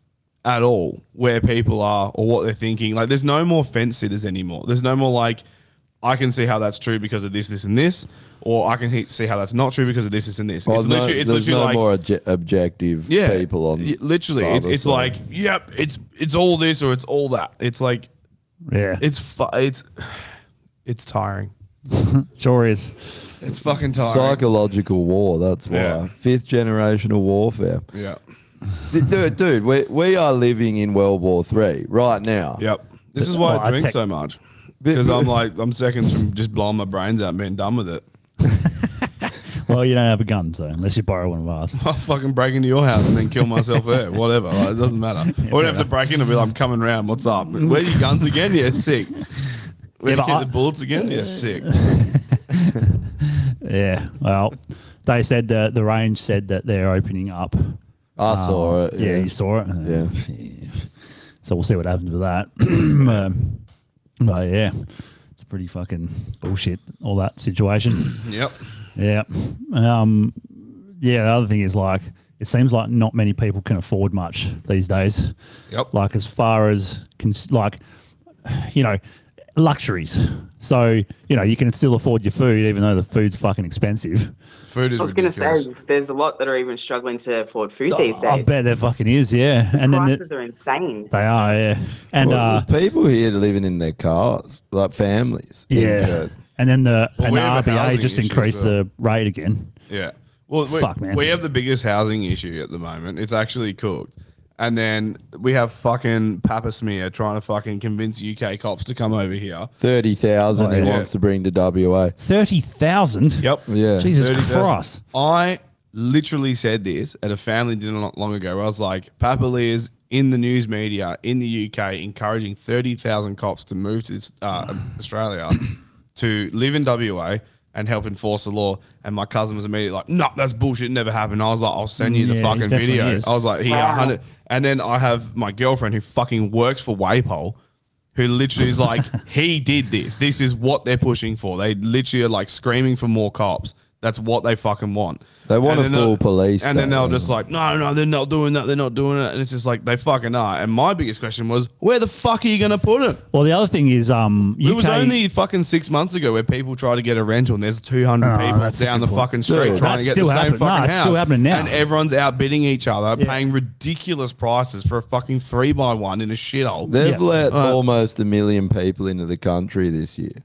Speaker 4: at all where people are or what they're thinking. Like, there's no more fence sitters anymore. There's no more like, I can see how that's true because of this, this, and this, or I can he- see how that's not true because of this, this, and this.
Speaker 3: Well,
Speaker 4: it's
Speaker 3: no-
Speaker 4: literally, it's
Speaker 3: there's
Speaker 4: literally
Speaker 3: no
Speaker 4: like,
Speaker 3: more obje- objective
Speaker 4: yeah,
Speaker 3: people on.
Speaker 4: y- literally, it's,
Speaker 3: either
Speaker 4: it's
Speaker 3: side.
Speaker 4: like, yep, it's it's all this or it's all that. It's like,
Speaker 2: yeah,
Speaker 4: it's fu- it's (sighs) it's tiring.
Speaker 2: sure is.
Speaker 4: It's fucking tiring.
Speaker 3: psychological war. That's why
Speaker 4: Yeah.
Speaker 3: fifth generational warfare.
Speaker 4: yeah.
Speaker 3: D- dude, dude, we we are living in World War Three right now.
Speaker 4: Yep. This is why
Speaker 2: Well,
Speaker 4: I
Speaker 2: oh, I
Speaker 4: drink
Speaker 2: take-
Speaker 4: so
Speaker 2: (laughs)
Speaker 4: much. Because I'm like, I'm seconds from just blowing my brains out and being done with it. (laughs)
Speaker 2: Well, you don't have a gun, so unless you borrow one of ours.
Speaker 4: I'll fucking break into your house and then kill myself
Speaker 2: (laughs)
Speaker 4: there. Whatever. Like, it doesn't matter. I would have to break in and be like, I'm coming round. What's up? Where are your guns again?
Speaker 2: (laughs)
Speaker 4: Yeah, sick. Where
Speaker 2: Yeah,
Speaker 4: you
Speaker 2: but
Speaker 4: keep
Speaker 2: I-
Speaker 4: the bullets again?
Speaker 2: (laughs)
Speaker 4: Yeah, sick.
Speaker 2: Yeah. Well, they said that the range said that they're opening up. Um,
Speaker 3: I saw it.
Speaker 2: Ah, Yeah, you saw it.
Speaker 3: Yeah.
Speaker 2: So we'll see what happens with that. (clears throat) um, but yeah, it's pretty fucking bullshit. All that situation.
Speaker 4: Yep.
Speaker 2: Yeah. Um, yeah. The other thing is like, it seems like not many people can afford much these days.
Speaker 4: Yep.
Speaker 2: Like as far as cons- like, you know, luxuries. So you know you can still afford your food, even though the food's fucking expensive.
Speaker 4: Food is
Speaker 9: I was going to
Speaker 4: ridiculous.
Speaker 9: say, there's a lot that are even struggling to afford food these days.
Speaker 2: Oh, I bet there fucking is, yeah. And then
Speaker 9: Prices
Speaker 2: the,
Speaker 9: are insane.
Speaker 2: they are, yeah. And
Speaker 3: Well,
Speaker 2: uh,
Speaker 3: there's people here living in their cars, like families. in
Speaker 2: yeah.
Speaker 3: Perth.
Speaker 2: And then the
Speaker 4: Well,
Speaker 2: and
Speaker 4: we
Speaker 2: the
Speaker 4: have a
Speaker 2: RBA
Speaker 4: housing
Speaker 2: just
Speaker 4: issue as
Speaker 2: increased
Speaker 4: well.
Speaker 2: the rate again.
Speaker 4: Yeah. Well, we,
Speaker 2: Fuck, man.
Speaker 4: we have the biggest housing issue at the moment. It's actually cooked. And then we have fucking Papasmear trying to fucking convince UK cops to come over here.
Speaker 3: Thirty thousand
Speaker 2: Oh,
Speaker 3: he
Speaker 2: yeah.
Speaker 3: wants to bring to WA.
Speaker 2: Thirty thousand.
Speaker 4: Yep.
Speaker 3: Yeah.
Speaker 2: Jesus
Speaker 4: 30,000.
Speaker 2: Christ.
Speaker 4: I literally said this at a family dinner not long ago. Where I was like, Papalia's in the news media in the UK encouraging (coughs) 30,000 cops to move to uh, Australia to live in WA and help enforce the law. And my cousin was immediately like, "No, that's bullshit. It never happened." I was like, "I'll send you the
Speaker 2: Yeah, he
Speaker 4: fucking
Speaker 2: definitely
Speaker 4: video."
Speaker 2: is.
Speaker 4: I was like, "He
Speaker 9: Wow.
Speaker 4: 100." And then I have my girlfriend who fucking works for Waypole, who literally is like, "He did this. This is what they're pushing for. They literally are like screaming for more cops." That's what they fucking want.
Speaker 3: They want
Speaker 4: And
Speaker 3: a
Speaker 4: then
Speaker 3: full
Speaker 4: they'll-
Speaker 3: police
Speaker 4: And then
Speaker 3: state.
Speaker 4: they'll just like, no, no, they're not doing that. They're not doing it. And it's just like, they fucking are. And my biggest question was, where the fuck are you going to put it?
Speaker 2: Well, the other thing is, um, UK,
Speaker 4: It was only fucking six months ago where people try to get a rental and there's 200
Speaker 2: Oh,
Speaker 4: people
Speaker 2: that's a
Speaker 4: down
Speaker 2: good
Speaker 4: the
Speaker 2: point.
Speaker 4: fucking street
Speaker 3: Dude,
Speaker 4: trying
Speaker 2: that's
Speaker 4: to get the
Speaker 2: still
Speaker 4: same
Speaker 2: happening.
Speaker 4: fucking
Speaker 2: Nah, it's
Speaker 4: house.
Speaker 2: still happening now.
Speaker 4: And everyone's outbidding each other, paying ridiculous prices for a fucking three by one in a shithole.
Speaker 3: They've
Speaker 2: Yeah.
Speaker 3: let almost a million people into the country this year.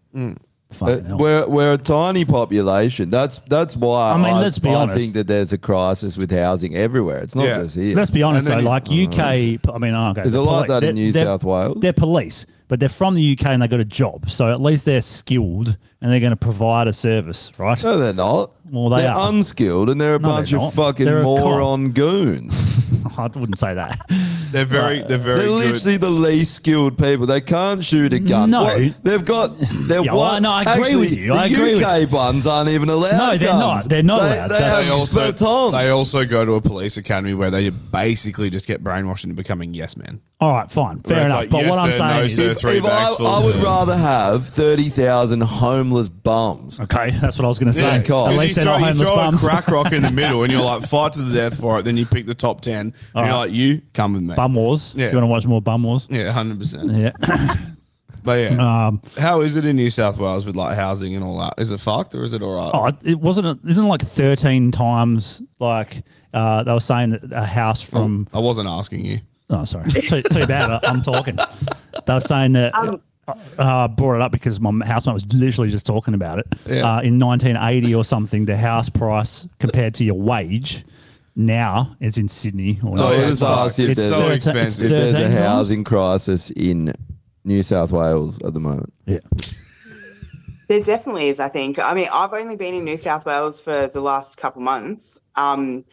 Speaker 2: Fucking
Speaker 3: Uh,
Speaker 2: hell.
Speaker 3: we're we're a tiny population. That's that's why
Speaker 2: I mean, let's be honest.
Speaker 3: think that there's a crisis with housing everywhere. It's not
Speaker 4: Yeah.
Speaker 3: just here.
Speaker 2: Let's be honest
Speaker 4: And then
Speaker 2: though, like UK, I mean, oh, okay,
Speaker 3: There's a
Speaker 2: they're
Speaker 3: lot of
Speaker 2: poli-
Speaker 3: that in
Speaker 2: they're-
Speaker 3: New
Speaker 2: they're-
Speaker 3: South Wales.
Speaker 2: They're police, but they're from the UK and they got a job, so at least they're skilled and they're going to provide a service,
Speaker 3: (laughs)
Speaker 2: right?
Speaker 3: no, they're not.
Speaker 2: Well, they
Speaker 3: they're
Speaker 2: are.
Speaker 3: unskilled and they're a
Speaker 2: No, they're
Speaker 3: bunch
Speaker 2: not.
Speaker 3: of fucking
Speaker 2: They're a con.
Speaker 3: moron goons.
Speaker 2: I wouldn't say that. (laughs)
Speaker 4: They're very, they're very
Speaker 3: They're
Speaker 4: good.
Speaker 3: literally the least skilled people. They can't shoot a gun.
Speaker 2: No.
Speaker 3: What? they've got. They're
Speaker 2: Yeah, well,
Speaker 3: one.
Speaker 2: no, I agree
Speaker 3: actually,
Speaker 2: with you.
Speaker 3: The
Speaker 2: I agree with
Speaker 3: UK ones aren't even allowed.
Speaker 2: No, they're
Speaker 3: guns.
Speaker 2: not. They're not allowed.
Speaker 3: They,
Speaker 2: That's-
Speaker 3: have
Speaker 4: they also,
Speaker 3: batons.
Speaker 4: they also go to a police academy where they basically just get brainwashed into becoming yes men.
Speaker 2: All right, fine, fair
Speaker 4: It's
Speaker 2: enough.
Speaker 4: like,
Speaker 2: but
Speaker 4: yes,
Speaker 2: what I'm
Speaker 4: sir,
Speaker 2: saying
Speaker 4: no,
Speaker 2: is,
Speaker 4: sir.
Speaker 3: If-
Speaker 4: three
Speaker 3: if I,
Speaker 4: bags full
Speaker 3: I
Speaker 4: of-
Speaker 3: would rather have 30,000 homeless bums.
Speaker 2: okay, that's what I was going to say.
Speaker 3: cool.
Speaker 2: At
Speaker 4: Because
Speaker 2: least
Speaker 4: you
Speaker 2: they're
Speaker 4: throw,
Speaker 2: not
Speaker 4: you
Speaker 2: homeless
Speaker 4: throw
Speaker 2: bums.
Speaker 4: a crack rock in
Speaker 2: (laughs)
Speaker 4: the middle and you're like, fight to the death for it. Then you pick the top 10. And you're
Speaker 2: right.
Speaker 4: like, you come with me.
Speaker 2: Bum wars.
Speaker 4: Yeah.
Speaker 2: Do you want to watch more bum wars?
Speaker 4: Yeah, 100%.
Speaker 2: Yeah.
Speaker 4: But yeah.
Speaker 2: Um,
Speaker 4: How is it in New South Wales with like housing and all that? Is it fucked or is it all right?
Speaker 2: (laughs) Oh, it- it wasn't. It isn't it like thirteen times. Like uh, they were saying that a house from.
Speaker 4: I wasn't asking you.
Speaker 2: Oh, sorry. (laughs) Too, too bad. I- I'm talking. They were saying that.
Speaker 9: Um,
Speaker 2: uh, uh, brought it up because my housemate was literally just talking about it.
Speaker 4: Yeah.
Speaker 2: Uh, in 1980 or something, the house price compared to your wage now it's in Sydney. Or
Speaker 3: I
Speaker 4: Oh,
Speaker 3: was
Speaker 4: yeah,
Speaker 3: just
Speaker 4: fuck.
Speaker 3: asked if
Speaker 2: It's
Speaker 3: there's,
Speaker 4: so
Speaker 3: a-
Speaker 2: thirteen-
Speaker 4: expensive.
Speaker 3: if there's a
Speaker 2: 13 times?
Speaker 3: housing crisis in New South Wales at the moment.
Speaker 2: Yeah.
Speaker 9: There definitely is, I think. I mean, I've only been in New South Wales for the last couple months. Um,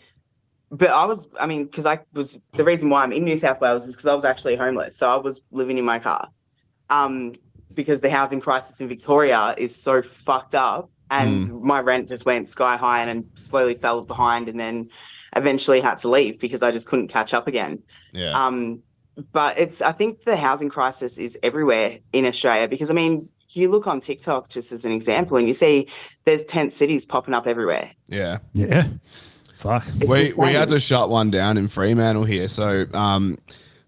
Speaker 9: but I was, I mean, because I was, the reason why I'm in New South Wales is because I was actually homeless. So I was living in my car. Um, because the housing crisis in Victoria is so fucked up. And my rent just went sky high and, and slowly fell behind. And then eventually had to leave because I just couldn't catch up again.
Speaker 4: Yeah.
Speaker 9: Um, but it's I think the housing crisis is everywhere in Australia because I mean you look on TikTok just as an example and you see there's tent cities popping up everywhere.
Speaker 4: yeah.
Speaker 2: Yeah. Fuck.
Speaker 4: we, we
Speaker 9: insane.
Speaker 4: had to shut one down in Fremantle here. So um,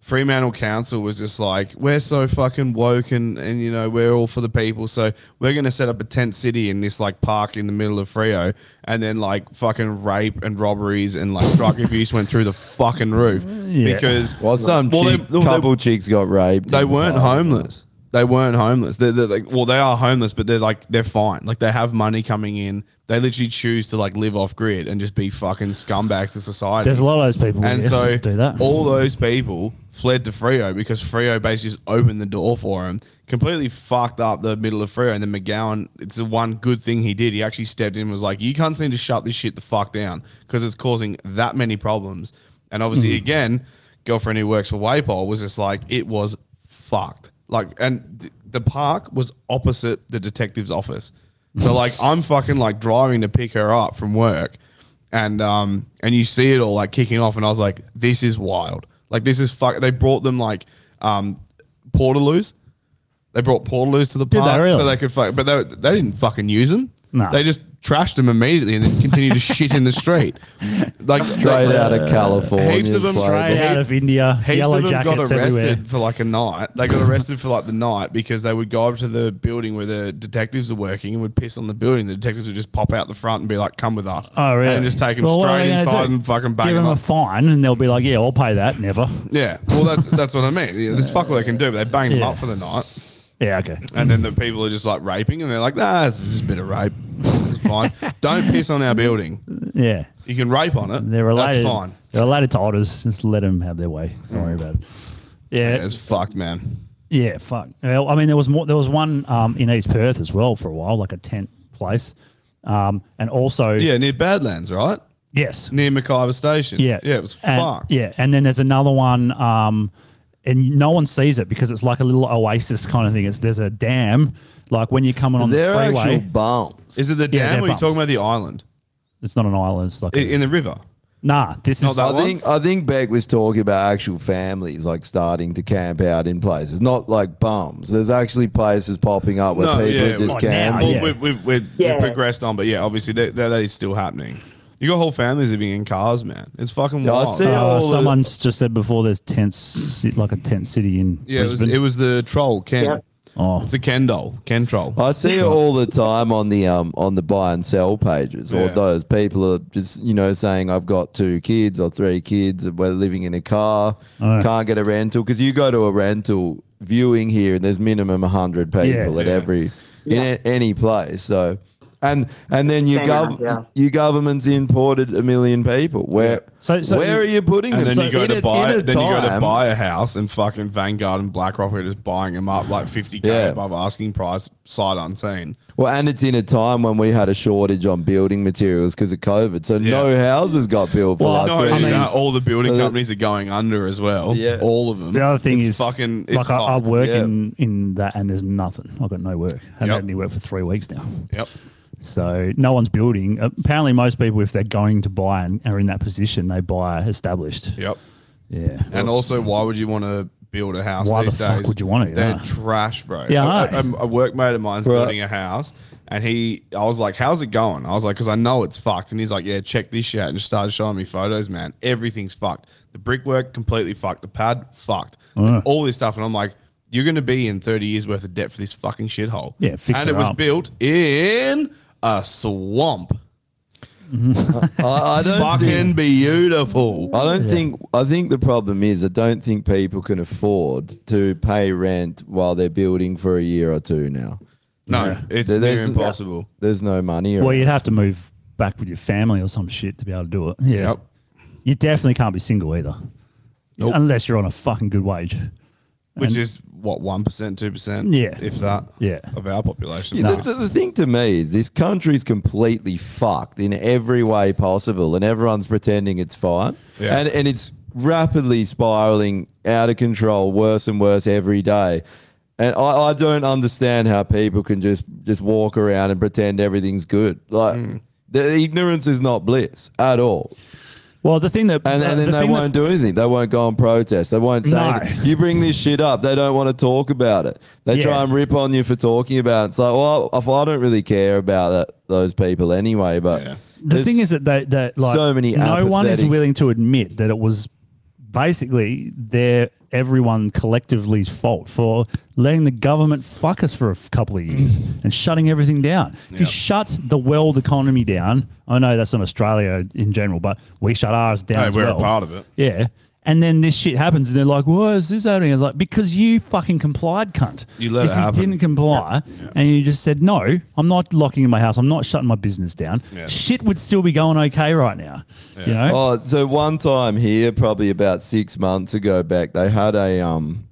Speaker 4: Fremantle Council was just like, we're so fucking woke and, and you know, we're all for the people. So we're going to set up a tent city in this like park in the middle of Frio. And then like fucking rape and robberies and like drug abuse went through the fucking roof because
Speaker 3: Well, some
Speaker 4: they-
Speaker 3: chick-
Speaker 4: well, they-
Speaker 3: couple chicks got raped.
Speaker 4: they
Speaker 3: in
Speaker 4: weren't
Speaker 3: the past.
Speaker 4: homeless. They weren't homeless. They're, they're like, well, they are homeless, but they're like, they're fine. Like they have money coming in. They literally choose to like live off grid and just be fucking scumbags to society.
Speaker 2: There's a lot of those people.
Speaker 4: and
Speaker 2: yeah,
Speaker 4: so
Speaker 2: do that.
Speaker 4: all those people fled to Frio because Frio basically just opened the door for them. Completely fucked up the middle of Frio. And then McGowan, it's the one good thing he did. He actually stepped in and was like, you cunts need to shut this shit the fuck down because it's causing that many problems. And obviously,
Speaker 2: Hmm.
Speaker 4: again, girlfriend who works for Waypole was just like, it was fucked. Like, and th- the park was opposite the detective's office. So
Speaker 2: (laughs)
Speaker 4: like, I'm fucking like driving to pick her up from work and um and you see it all like kicking off and I was like this is wild like this is fuck they brought them like um portaloos they brought portaloos to the
Speaker 2: they
Speaker 4: park
Speaker 2: really?
Speaker 4: so they could fuck but they, they didn't fucking use them
Speaker 2: No.
Speaker 4: they just trashed them immediately and then continued to shit in the
Speaker 2: (laughs)
Speaker 4: street like
Speaker 3: Straight
Speaker 4: they-
Speaker 3: out of California.
Speaker 4: heaps of them
Speaker 2: Straight out of India,
Speaker 4: Heaps
Speaker 2: yellow
Speaker 4: of them got
Speaker 2: jackets
Speaker 4: arrested
Speaker 2: everywhere.
Speaker 4: for like a night. They got arrested for like the night because they would go up to the building where the detectives are working and would piss on the building. The detectives would just pop out the front and be like, "Come with us."
Speaker 2: Oh, really?
Speaker 4: And just take them
Speaker 2: Well, what are
Speaker 4: straight
Speaker 2: they gonna
Speaker 4: inside
Speaker 2: do?
Speaker 4: and fucking bang
Speaker 2: Give
Speaker 4: them
Speaker 2: them a
Speaker 4: up.
Speaker 2: fine, and they'll be like, "Yeah, I'll pay that." Never.
Speaker 4: yeah. Well, that's that's what I mean. Yeah, there's fuck all they can do, but they bang
Speaker 2: Yeah.
Speaker 4: them up for the night.
Speaker 2: Yeah. Okay.
Speaker 4: And then the people are just like raping, and they're like, "Nah, it's just a bit of rape. It's
Speaker 2: (laughs)
Speaker 4: fine. Don't piss on our building.
Speaker 2: Yeah.
Speaker 4: You can rape on it.
Speaker 2: They're related.
Speaker 4: That's fine. Mm.
Speaker 2: They're related to otters. Just let them have their way. Don't worry about it. Yeah.
Speaker 4: It's fucked, man.
Speaker 2: Yeah, fuck. Well, I mean, there was more. There was one um, in East Perth as well for a while, like a tent place, um, and also
Speaker 4: Yeah, near Badlands, right?
Speaker 2: yes,
Speaker 4: Near MacIver Station.
Speaker 2: yeah,
Speaker 4: Yeah, it was
Speaker 2: and,
Speaker 4: fucked.
Speaker 2: Yeah, and then there's another one um, and no one sees it because it's like a little oasis kind of thing. It's there's a dam, like when you're coming on
Speaker 3: They're
Speaker 2: the freeway.
Speaker 3: actual bumps.
Speaker 4: Is it the
Speaker 2: Yeah,
Speaker 4: dam
Speaker 2: they're
Speaker 4: or are you
Speaker 2: bumps.
Speaker 4: talking about the island?
Speaker 2: it's not an island. It's like
Speaker 4: I-
Speaker 2: a,
Speaker 4: In the river?
Speaker 2: nah. This is
Speaker 4: that
Speaker 3: I think I think Beck was talking about actual families like starting to camp out in places, not like bums. There's actually places popping up where people
Speaker 4: yeah.
Speaker 3: just
Speaker 2: Well,
Speaker 3: camp.
Speaker 2: now,
Speaker 4: Well,
Speaker 2: yeah.
Speaker 4: we've, we've, we've,
Speaker 9: Yeah.
Speaker 4: we've progressed on, but yeah, obviously that, that, that is still happening. You got whole families living in cars, man. It's fucking
Speaker 3: Yeah, I
Speaker 4: wild.
Speaker 3: see
Speaker 2: uh,
Speaker 3: all the-
Speaker 2: someone's just said before there's tents, ci- like a tent city in
Speaker 4: Yeah, it was,
Speaker 2: Brisbane.
Speaker 4: it was the troll, Ken.
Speaker 9: Yep.
Speaker 2: oh,
Speaker 4: It's a Ken doll, Ken troll.
Speaker 3: I see it all the time on the um on the buy and sell pages, or
Speaker 4: Yeah.
Speaker 3: those people are just you know saying I've got two kids or three kids, and we're living in a car,
Speaker 2: Oh.
Speaker 3: can't get a rental because you go to a rental viewing here and there's minimum hundred people
Speaker 2: Yeah.
Speaker 3: at every in a- any place. So, and and then your
Speaker 9: Same
Speaker 3: gov-
Speaker 9: amount, yeah.
Speaker 3: your government's imported a million people. Where
Speaker 2: So- so-
Speaker 3: where are you putting
Speaker 4: and
Speaker 3: them?
Speaker 4: then you go
Speaker 3: In
Speaker 4: to
Speaker 3: a-
Speaker 4: buy,
Speaker 3: in a
Speaker 4: then you go to
Speaker 3: time-
Speaker 4: buy a house, and fucking Vanguard and BlackRock are just buying them up like fifty k
Speaker 3: Yeah.
Speaker 4: above asking price, sight unseen.
Speaker 3: Well, and it's in a time when we had a shortage on building materials because of COVID, so
Speaker 4: Yeah.
Speaker 3: no houses got built for
Speaker 2: Well,
Speaker 3: like
Speaker 4: No,
Speaker 3: three
Speaker 4: I mean,
Speaker 3: years.
Speaker 2: mean-
Speaker 4: all the building
Speaker 3: Uh,
Speaker 4: companies are going under as well.
Speaker 3: Yeah.
Speaker 4: all of them.
Speaker 2: The other thing
Speaker 4: It's
Speaker 2: is
Speaker 4: fucking. It's
Speaker 2: like I, I
Speaker 4: fucked.
Speaker 2: work
Speaker 3: Yeah.
Speaker 2: in in that and there's nothing. I've got no work. Haven't
Speaker 4: Yep.
Speaker 2: had any work for three weeks now.
Speaker 4: Yep.
Speaker 2: So no one's building. Apparently, most people, if they're going to buy and are in that position, they buy established.
Speaker 4: Yep.
Speaker 2: Yeah.
Speaker 4: And also, why would you want to build a house
Speaker 2: Why the
Speaker 4: these
Speaker 2: fuck
Speaker 4: days?
Speaker 2: would you want to,
Speaker 4: They're
Speaker 2: yeah.
Speaker 4: trash, bro.
Speaker 2: Yeah, I
Speaker 4: A-
Speaker 2: know.
Speaker 4: a, a workmate of mine's
Speaker 3: Right.
Speaker 4: building a house, and he, I was like, "How's it going?" I was like, "Cause I know it's fucked." And he's like, "Yeah, check this shit out," and just started showing me photos. Man, everything's fucked. The brickwork completely fucked. The pad fucked.
Speaker 2: Uh.
Speaker 4: All this stuff, and I'm like. You're going to be in 30 years worth of debt for this fucking shithole.
Speaker 2: Yeah, fix
Speaker 4: And
Speaker 2: it
Speaker 4: it was
Speaker 2: up.
Speaker 4: built in a swamp.
Speaker 3: I, I don't
Speaker 4: Fucking
Speaker 3: think,
Speaker 4: beautiful.
Speaker 3: I don't think I think the problem is I don't think people can afford to pay rent while they're building for a year or two now.
Speaker 4: No, it's
Speaker 3: There-
Speaker 4: near
Speaker 3: there's-
Speaker 4: impossible.
Speaker 3: There's no money.
Speaker 2: Well,
Speaker 3: around.
Speaker 2: you'd have to move back with your family or some shit to be able to do it. Yeah.
Speaker 4: Yep.
Speaker 2: You definitely can't be single either, unless you're on a fucking good wage.
Speaker 4: which
Speaker 2: And-
Speaker 4: is what one percent, two percent,
Speaker 2: Yeah.
Speaker 4: if that,
Speaker 2: Yeah.
Speaker 4: of our population.
Speaker 3: Yeah, the, the, the thing to me is this country's completely fucked in every way possible, and everyone's pretending it's fine,
Speaker 4: Yeah.
Speaker 3: and and it's rapidly spiraling out of control, worse and worse every day. And I, I don't understand how people can just just walk around and pretend everything's good. Like the ignorance is not bliss at all.
Speaker 2: Well, the thing that
Speaker 3: And,
Speaker 2: the,
Speaker 3: and then
Speaker 2: the
Speaker 3: they
Speaker 2: thing that-
Speaker 3: won't do anything. They won't go and protest. They won't say
Speaker 2: No.
Speaker 3: anything. You bring this shit up. They don't want to talk about it. They
Speaker 2: Yeah.
Speaker 3: try and rip on you for talking about it. It's like, well, if I don't really care about that, those people anyway. But
Speaker 4: Yeah.
Speaker 2: the
Speaker 3: there's-
Speaker 2: thing is that they, that like
Speaker 3: so many
Speaker 2: no one is
Speaker 3: apathetic-
Speaker 2: willing to admit that it was basically their everyone collectively's fault for letting the government fuck us for a f- couple of
Speaker 4: (clears throat)
Speaker 2: years and shutting everything down. If you
Speaker 4: Yeah.
Speaker 2: shut the world economy down, I know that's not Australia in general, but we shut ours down.
Speaker 4: Hey,
Speaker 2: as
Speaker 4: we're a
Speaker 2: well.
Speaker 4: part of it.
Speaker 2: Yeah. And then this shit happens, and they're like, "Why is this happening?" It's like because you fucking complied, cunt.
Speaker 4: You let
Speaker 2: if
Speaker 4: it
Speaker 2: you
Speaker 4: happen.
Speaker 2: didn't comply, and you just said, "No, I'm not locking in my house. I'm not shutting my business down."
Speaker 4: Yeah.
Speaker 2: Shit would still be going okay right now. You know,
Speaker 3: Oh, so one time here, probably about six months ago back, they had a um,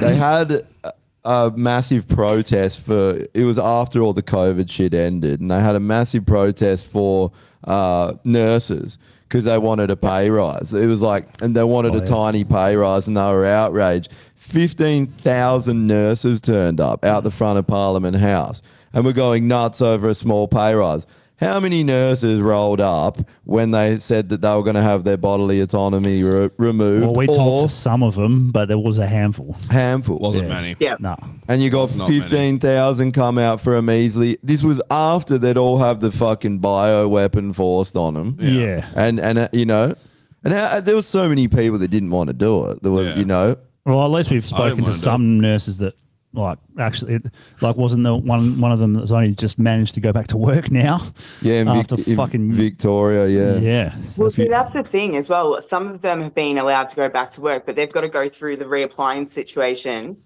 Speaker 3: they had a, a massive protest for. It was after all the COVID shit ended, and they had a massive protest for uh, nurses because they wanted a pay rise. It was like, and they wanted
Speaker 2: Oh,
Speaker 3: a
Speaker 2: yeah.
Speaker 3: tiny pay rise, and they were outraged. Fifteen thousand nurses turned up out the front of Parliament House, and were going nuts over a small pay rise. How many nurses rolled up when they said that they were going to have their bodily autonomy re- removed?
Speaker 2: well, we
Speaker 3: or
Speaker 2: talked to some of them, but there was a handful.
Speaker 3: handful.
Speaker 4: Wasn't
Speaker 2: Yeah.
Speaker 4: many.
Speaker 9: Yeah.
Speaker 2: No,
Speaker 3: And you got
Speaker 4: Not many.
Speaker 3: 15,000 come out for a measly. This was after they'd all have the fucking bioweapon forced on them.
Speaker 2: Yeah. Yeah.
Speaker 3: And, and uh, you know, and uh, there was so many people that didn't want to do it. There were,
Speaker 4: Yeah.
Speaker 3: you know,
Speaker 2: well, at least we've
Speaker 4: didn't
Speaker 2: spoken to
Speaker 4: wanna do
Speaker 2: some nurses that like actually, it, like wasn't the one one of them that's only just managed to go back to work now?
Speaker 3: yeah, in,
Speaker 2: after
Speaker 3: Vic- in
Speaker 2: fucking
Speaker 3: Victoria, yeah.
Speaker 2: yeah.
Speaker 9: Well,
Speaker 2: That's-
Speaker 9: see, that's the thing as well. Some of them have been allowed to go back to work, but they've got to go through the reapplying situation,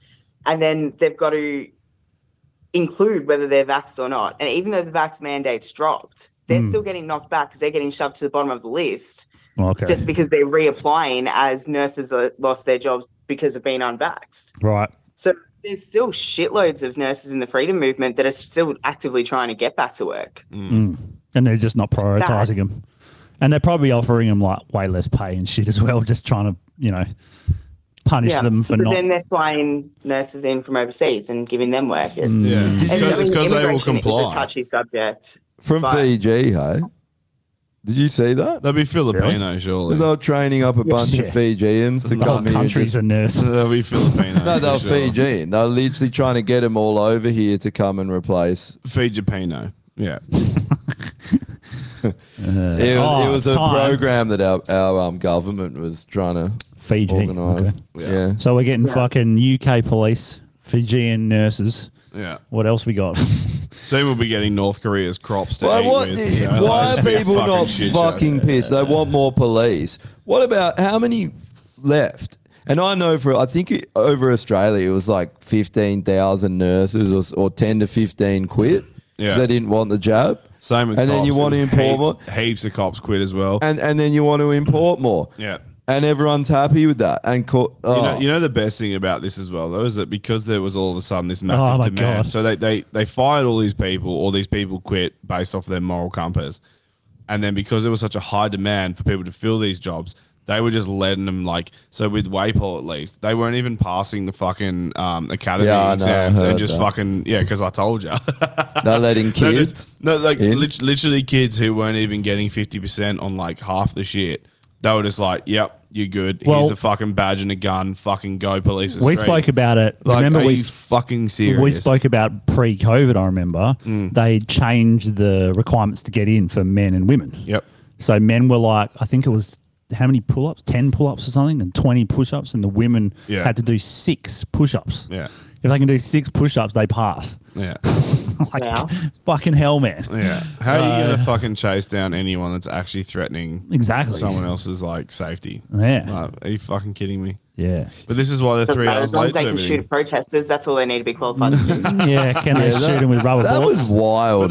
Speaker 9: and then they've got to include whether they're vaxxed or not. And even though the vax mandate's dropped, they're still getting knocked back because they're getting shoved to the bottom of the list
Speaker 2: okay.
Speaker 9: just because they're reapplying as nurses uh, lost their jobs because of being unvaxxed.
Speaker 2: right.
Speaker 9: So there's still shitloads of nurses in the freedom movement that are still actively trying to get back to work.
Speaker 2: Mm. and they're just not prioritizing them. And they're probably offering them like way less pay and shit as well, just trying to, you know, punish them for
Speaker 9: but
Speaker 2: not.
Speaker 9: then they're flying nurses in from overseas and giving them work. It's,
Speaker 4: Yeah.
Speaker 9: And, I mean,
Speaker 4: It's because they will
Speaker 9: immigration
Speaker 4: comply.
Speaker 9: Is a touchy subject.
Speaker 3: From
Speaker 9: But-
Speaker 3: Fiji, hey? Did you see that?
Speaker 4: They'll be Filipino, surely.
Speaker 3: They were training up a bunch of
Speaker 2: Yeah.
Speaker 3: Fijians to
Speaker 2: Whole
Speaker 3: come here. and
Speaker 2: countries
Speaker 3: just-
Speaker 2: are
Speaker 3: (laughs)
Speaker 2: nurses.
Speaker 4: They'll be Filipino.
Speaker 3: No, they were
Speaker 4: for sure.
Speaker 3: Fijian. They're literally trying to get them all over here to come and replace.
Speaker 4: Fijipino. Yeah.
Speaker 3: It, was-
Speaker 2: oh,
Speaker 3: it was
Speaker 2: it's
Speaker 3: a
Speaker 2: time.
Speaker 3: program that our, our um, government was trying to
Speaker 2: Fiji.
Speaker 3: organise.
Speaker 2: Okay.
Speaker 3: Yeah.
Speaker 2: So we're getting fucking UK police, Fijian nurses.
Speaker 4: Yeah.
Speaker 2: What else we got?
Speaker 4: Soon we'll be getting North Korea's crops to
Speaker 3: Why,
Speaker 4: eat
Speaker 3: what,
Speaker 4: with. you know, like,
Speaker 3: why
Speaker 4: it's gonna
Speaker 3: are
Speaker 4: be a
Speaker 3: people
Speaker 4: fucking
Speaker 3: not
Speaker 4: shit show.
Speaker 3: fucking pissed? They want more police. What about how many left? And I know for I think it, over Australia it was like fifteen thousand nurses or, s- or ten to fifteen quit because
Speaker 4: Yeah.
Speaker 3: they didn't want the jab.
Speaker 4: Same with
Speaker 3: and then
Speaker 4: cops.
Speaker 3: you want to
Speaker 4: There's
Speaker 3: import
Speaker 4: heap-
Speaker 3: more,
Speaker 4: Heaps of cops quit as well.
Speaker 3: and and then you want to import more.
Speaker 4: yeah.
Speaker 3: and everyone's happy with that. And co- oh,
Speaker 4: You know, you know the best thing about this as well, though, is that because there was all of a sudden this
Speaker 2: Oh,
Speaker 4: massive
Speaker 2: my
Speaker 4: demand,
Speaker 2: God.
Speaker 4: so they, they they fired all these people, all these people quit based off their moral compass, and then because there was such a high demand for people to fill these jobs, they were just letting them like so with Waypole at least they weren't even passing the fucking um, academy
Speaker 3: Yeah, I know, I
Speaker 4: exams and
Speaker 3: heard
Speaker 4: just
Speaker 3: that.
Speaker 4: fucking yeah, because I told (laughs) you. (laughs)
Speaker 3: they're letting
Speaker 4: No,
Speaker 3: kids.
Speaker 4: just- No, like
Speaker 3: in?
Speaker 4: lit- literally kids who weren't even getting 50% on like half the shit. They were just like, yep, you're good.
Speaker 2: Well-
Speaker 4: Here's a fucking badge and a gun. Fucking go, police. the
Speaker 2: we
Speaker 4: streets."
Speaker 2: spoke about it.
Speaker 4: Like,
Speaker 2: remember
Speaker 4: are
Speaker 2: we
Speaker 4: you fucking serious? Mm.
Speaker 2: we spoke about pre-COVID. I remember they changed the requirements to get in for men and women.
Speaker 4: Yep.
Speaker 2: So men were like, I think it was how many pull-ups? Ten pull-ups or something, and twenty push-ups, and the women
Speaker 4: Yeah.
Speaker 2: had to do six push-ups.
Speaker 4: Yeah.
Speaker 2: If they can do six push-ups, they pass. (laughs)
Speaker 4: Yeah.
Speaker 2: like,
Speaker 9: Wow.
Speaker 2: fucking hell, man.
Speaker 4: Yeah. How are you going to fucking chase down anyone that's actually threatening
Speaker 2: Uh, Exactly.
Speaker 4: someone else's like safety?
Speaker 2: Yeah.
Speaker 4: Like, are you fucking kidding me?
Speaker 2: Yeah.
Speaker 4: But this is why they're
Speaker 9: Doesn't
Speaker 4: three
Speaker 9: matter.
Speaker 4: hours
Speaker 9: As long
Speaker 4: late
Speaker 9: as
Speaker 4: to
Speaker 9: they can shoot
Speaker 4: everything.
Speaker 9: at protesters, that's all they need to be qualified to
Speaker 2: (laughs)
Speaker 9: do.
Speaker 2: Yeah. Can they shoot him with rubber
Speaker 3: That
Speaker 2: bullets?
Speaker 3: was wild.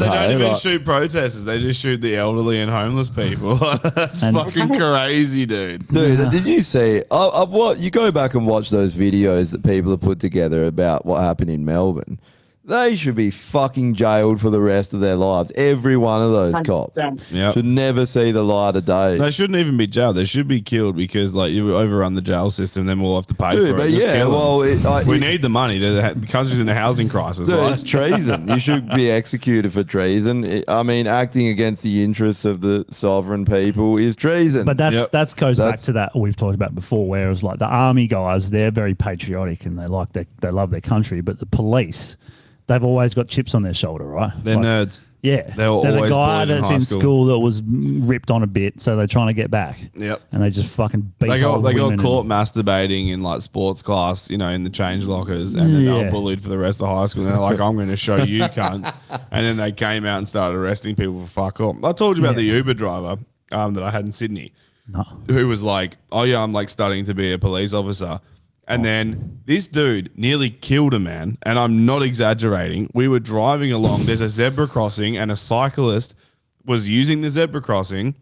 Speaker 4: (laughs) But they
Speaker 3: hey?
Speaker 4: don't even
Speaker 3: Like,
Speaker 4: shoot protesters. They just shoot the elderly and homeless people. (laughs) That's
Speaker 2: And-
Speaker 4: fucking crazy, dude.
Speaker 3: Dude, did you see? I, I've what you go back and watch those videos that people have put together about what happened in Melbourne. They should be fucking jailed for the rest of their lives. Every one of those cops
Speaker 9: 100%.
Speaker 4: Yep.
Speaker 3: should never see the light of day.
Speaker 4: They shouldn't even be jailed. They should be killed because like you overrun the jail system, then we'll have to pay
Speaker 3: Dude,
Speaker 4: for
Speaker 3: but
Speaker 4: it. Just
Speaker 3: yeah,
Speaker 4: kill them.
Speaker 3: well, it, I,
Speaker 4: we
Speaker 3: it-
Speaker 4: need the money. They're The, ha- the country's in a housing crisis.
Speaker 3: dude,
Speaker 4: like.
Speaker 3: it's treason. You should be executed for treason. It- I mean, acting against the interests of the sovereign people is treason.
Speaker 2: But that's
Speaker 4: Yep.
Speaker 2: that's goes
Speaker 3: That's-
Speaker 2: back to that we've talked about before, where it was like the army guys, they're very patriotic and they like their, they love their country, but the police, they've always got chips on their shoulder, right?
Speaker 4: They're
Speaker 2: Like,
Speaker 4: nerds.
Speaker 2: Yeah,
Speaker 4: They were
Speaker 2: they're the
Speaker 4: always
Speaker 2: guy
Speaker 4: bullied in
Speaker 2: that's
Speaker 4: high
Speaker 2: in
Speaker 4: school.
Speaker 2: school. that was ripped on a bit, so they're trying to get back.
Speaker 4: Yep.
Speaker 2: and they just fucking beat.
Speaker 4: They got
Speaker 2: old
Speaker 4: they got
Speaker 2: women
Speaker 4: caught
Speaker 2: and-
Speaker 4: masturbating in like sports class, you know, in the change lockers, and then they
Speaker 2: Yeah.
Speaker 4: were bullied for the rest of high school. And they're like, "I'm going to show
Speaker 2: (laughs)
Speaker 4: you cunts," and then they came out and started arresting people for fuck up. I told you about the Uber driver um, that I had in Sydney. who was like, "Oh yeah, I'm like studying to be a police officer,"
Speaker 2: Oh.
Speaker 4: and then this dude nearly killed a man, and I'm not exaggerating. We were driving along. There's a zebra crossing, and a cyclist was using the zebra crossing,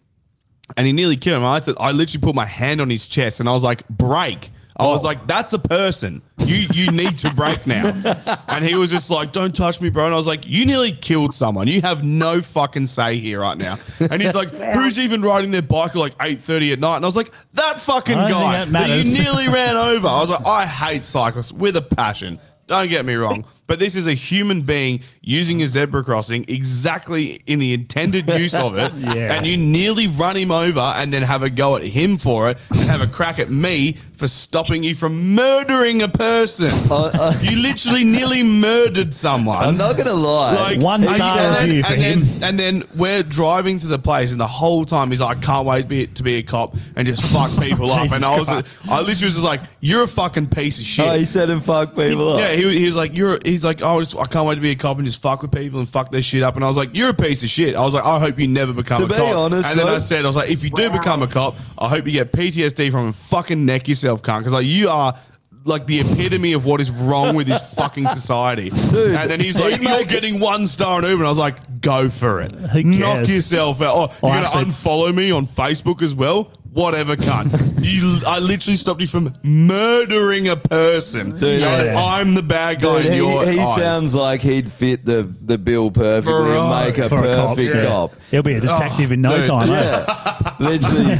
Speaker 4: and he nearly killed him. I, had to- I literally put my hand on his chest, and I was like, "Break." I
Speaker 2: Oh.
Speaker 4: was like, "That's a person. You you need to break now."
Speaker 2: (laughs)
Speaker 4: And he was just like, "Don't touch me, bro." And I was like, "You nearly killed someone. You have no fucking say here right now." And he's
Speaker 2: (laughs)
Speaker 4: like, "Who's even riding their bike at like eight thirty at night?" And I was like, "That fucking
Speaker 2: I don't
Speaker 4: guy
Speaker 2: think
Speaker 4: that
Speaker 2: that
Speaker 4: you
Speaker 2: (laughs) matters."
Speaker 4: nearly ran over." I was like, "I hate cyclists with a passion." Don't get me wrong, but this is a human being using a zebra crossing exactly in the intended use of it,
Speaker 2: (laughs) Yeah.
Speaker 4: and you nearly run him over and then have a go at him for it and have a crack at me for stopping you from murdering a person.
Speaker 2: Uh,
Speaker 4: you literally nearly murdered
Speaker 3: I'm
Speaker 4: someone.
Speaker 3: not gonna lie.
Speaker 4: Like
Speaker 2: One
Speaker 4: and
Speaker 2: star
Speaker 4: then-
Speaker 2: review for
Speaker 4: and
Speaker 2: him.
Speaker 4: Then, and then we're driving to the place, and the whole time he's like, "I can't wait to be, to be a cop and just fuck people up."
Speaker 2: (laughs) Jesus
Speaker 4: And I was,
Speaker 2: Christ.
Speaker 4: I literally was just like, "You're a fucking piece of shit."
Speaker 3: oh, he said and fuck people up.
Speaker 4: Yeah, he, he was like, "You're." He's like, "Oh, I just, I can't wait to be a cop and just fuck with people and fuck their shit up." And I was like, "You're a piece of shit." I was like, "I hope you never become
Speaker 3: To
Speaker 4: a
Speaker 3: be
Speaker 4: cop."
Speaker 3: honest,
Speaker 4: and then
Speaker 3: though-
Speaker 4: I said, "I was like, if you do become a cop, I hope you get PTSD from and fucking neck yourself, cunt, because like you are." Like the epitome of what is wrong
Speaker 3: (laughs)
Speaker 4: with this fucking society.
Speaker 3: Dude,
Speaker 4: and then he's like,
Speaker 3: he'd
Speaker 4: You're
Speaker 3: make-
Speaker 4: getting one star on Uber. And I was like, Go for it. Knock
Speaker 2: cares?
Speaker 4: yourself out. Oh,
Speaker 2: Well,
Speaker 4: you're
Speaker 2: actually-
Speaker 4: going to unfollow me on Facebook as well? Whatever, cunt. you, I literally stopped you from murdering a person.
Speaker 3: Dude,
Speaker 4: You're like,
Speaker 3: yeah.
Speaker 4: I'm the bad guy
Speaker 3: Dude,
Speaker 4: in your
Speaker 3: he, he
Speaker 4: eyes.
Speaker 3: sounds like he'd fit the, the bill perfectly
Speaker 4: Bro,
Speaker 3: and make a
Speaker 2: for a
Speaker 3: perfect
Speaker 2: yeah.
Speaker 3: cop.
Speaker 4: Oh,
Speaker 2: He'll be a detective in no
Speaker 4: dude.
Speaker 2: time. eh?
Speaker 3: Yeah. Literally,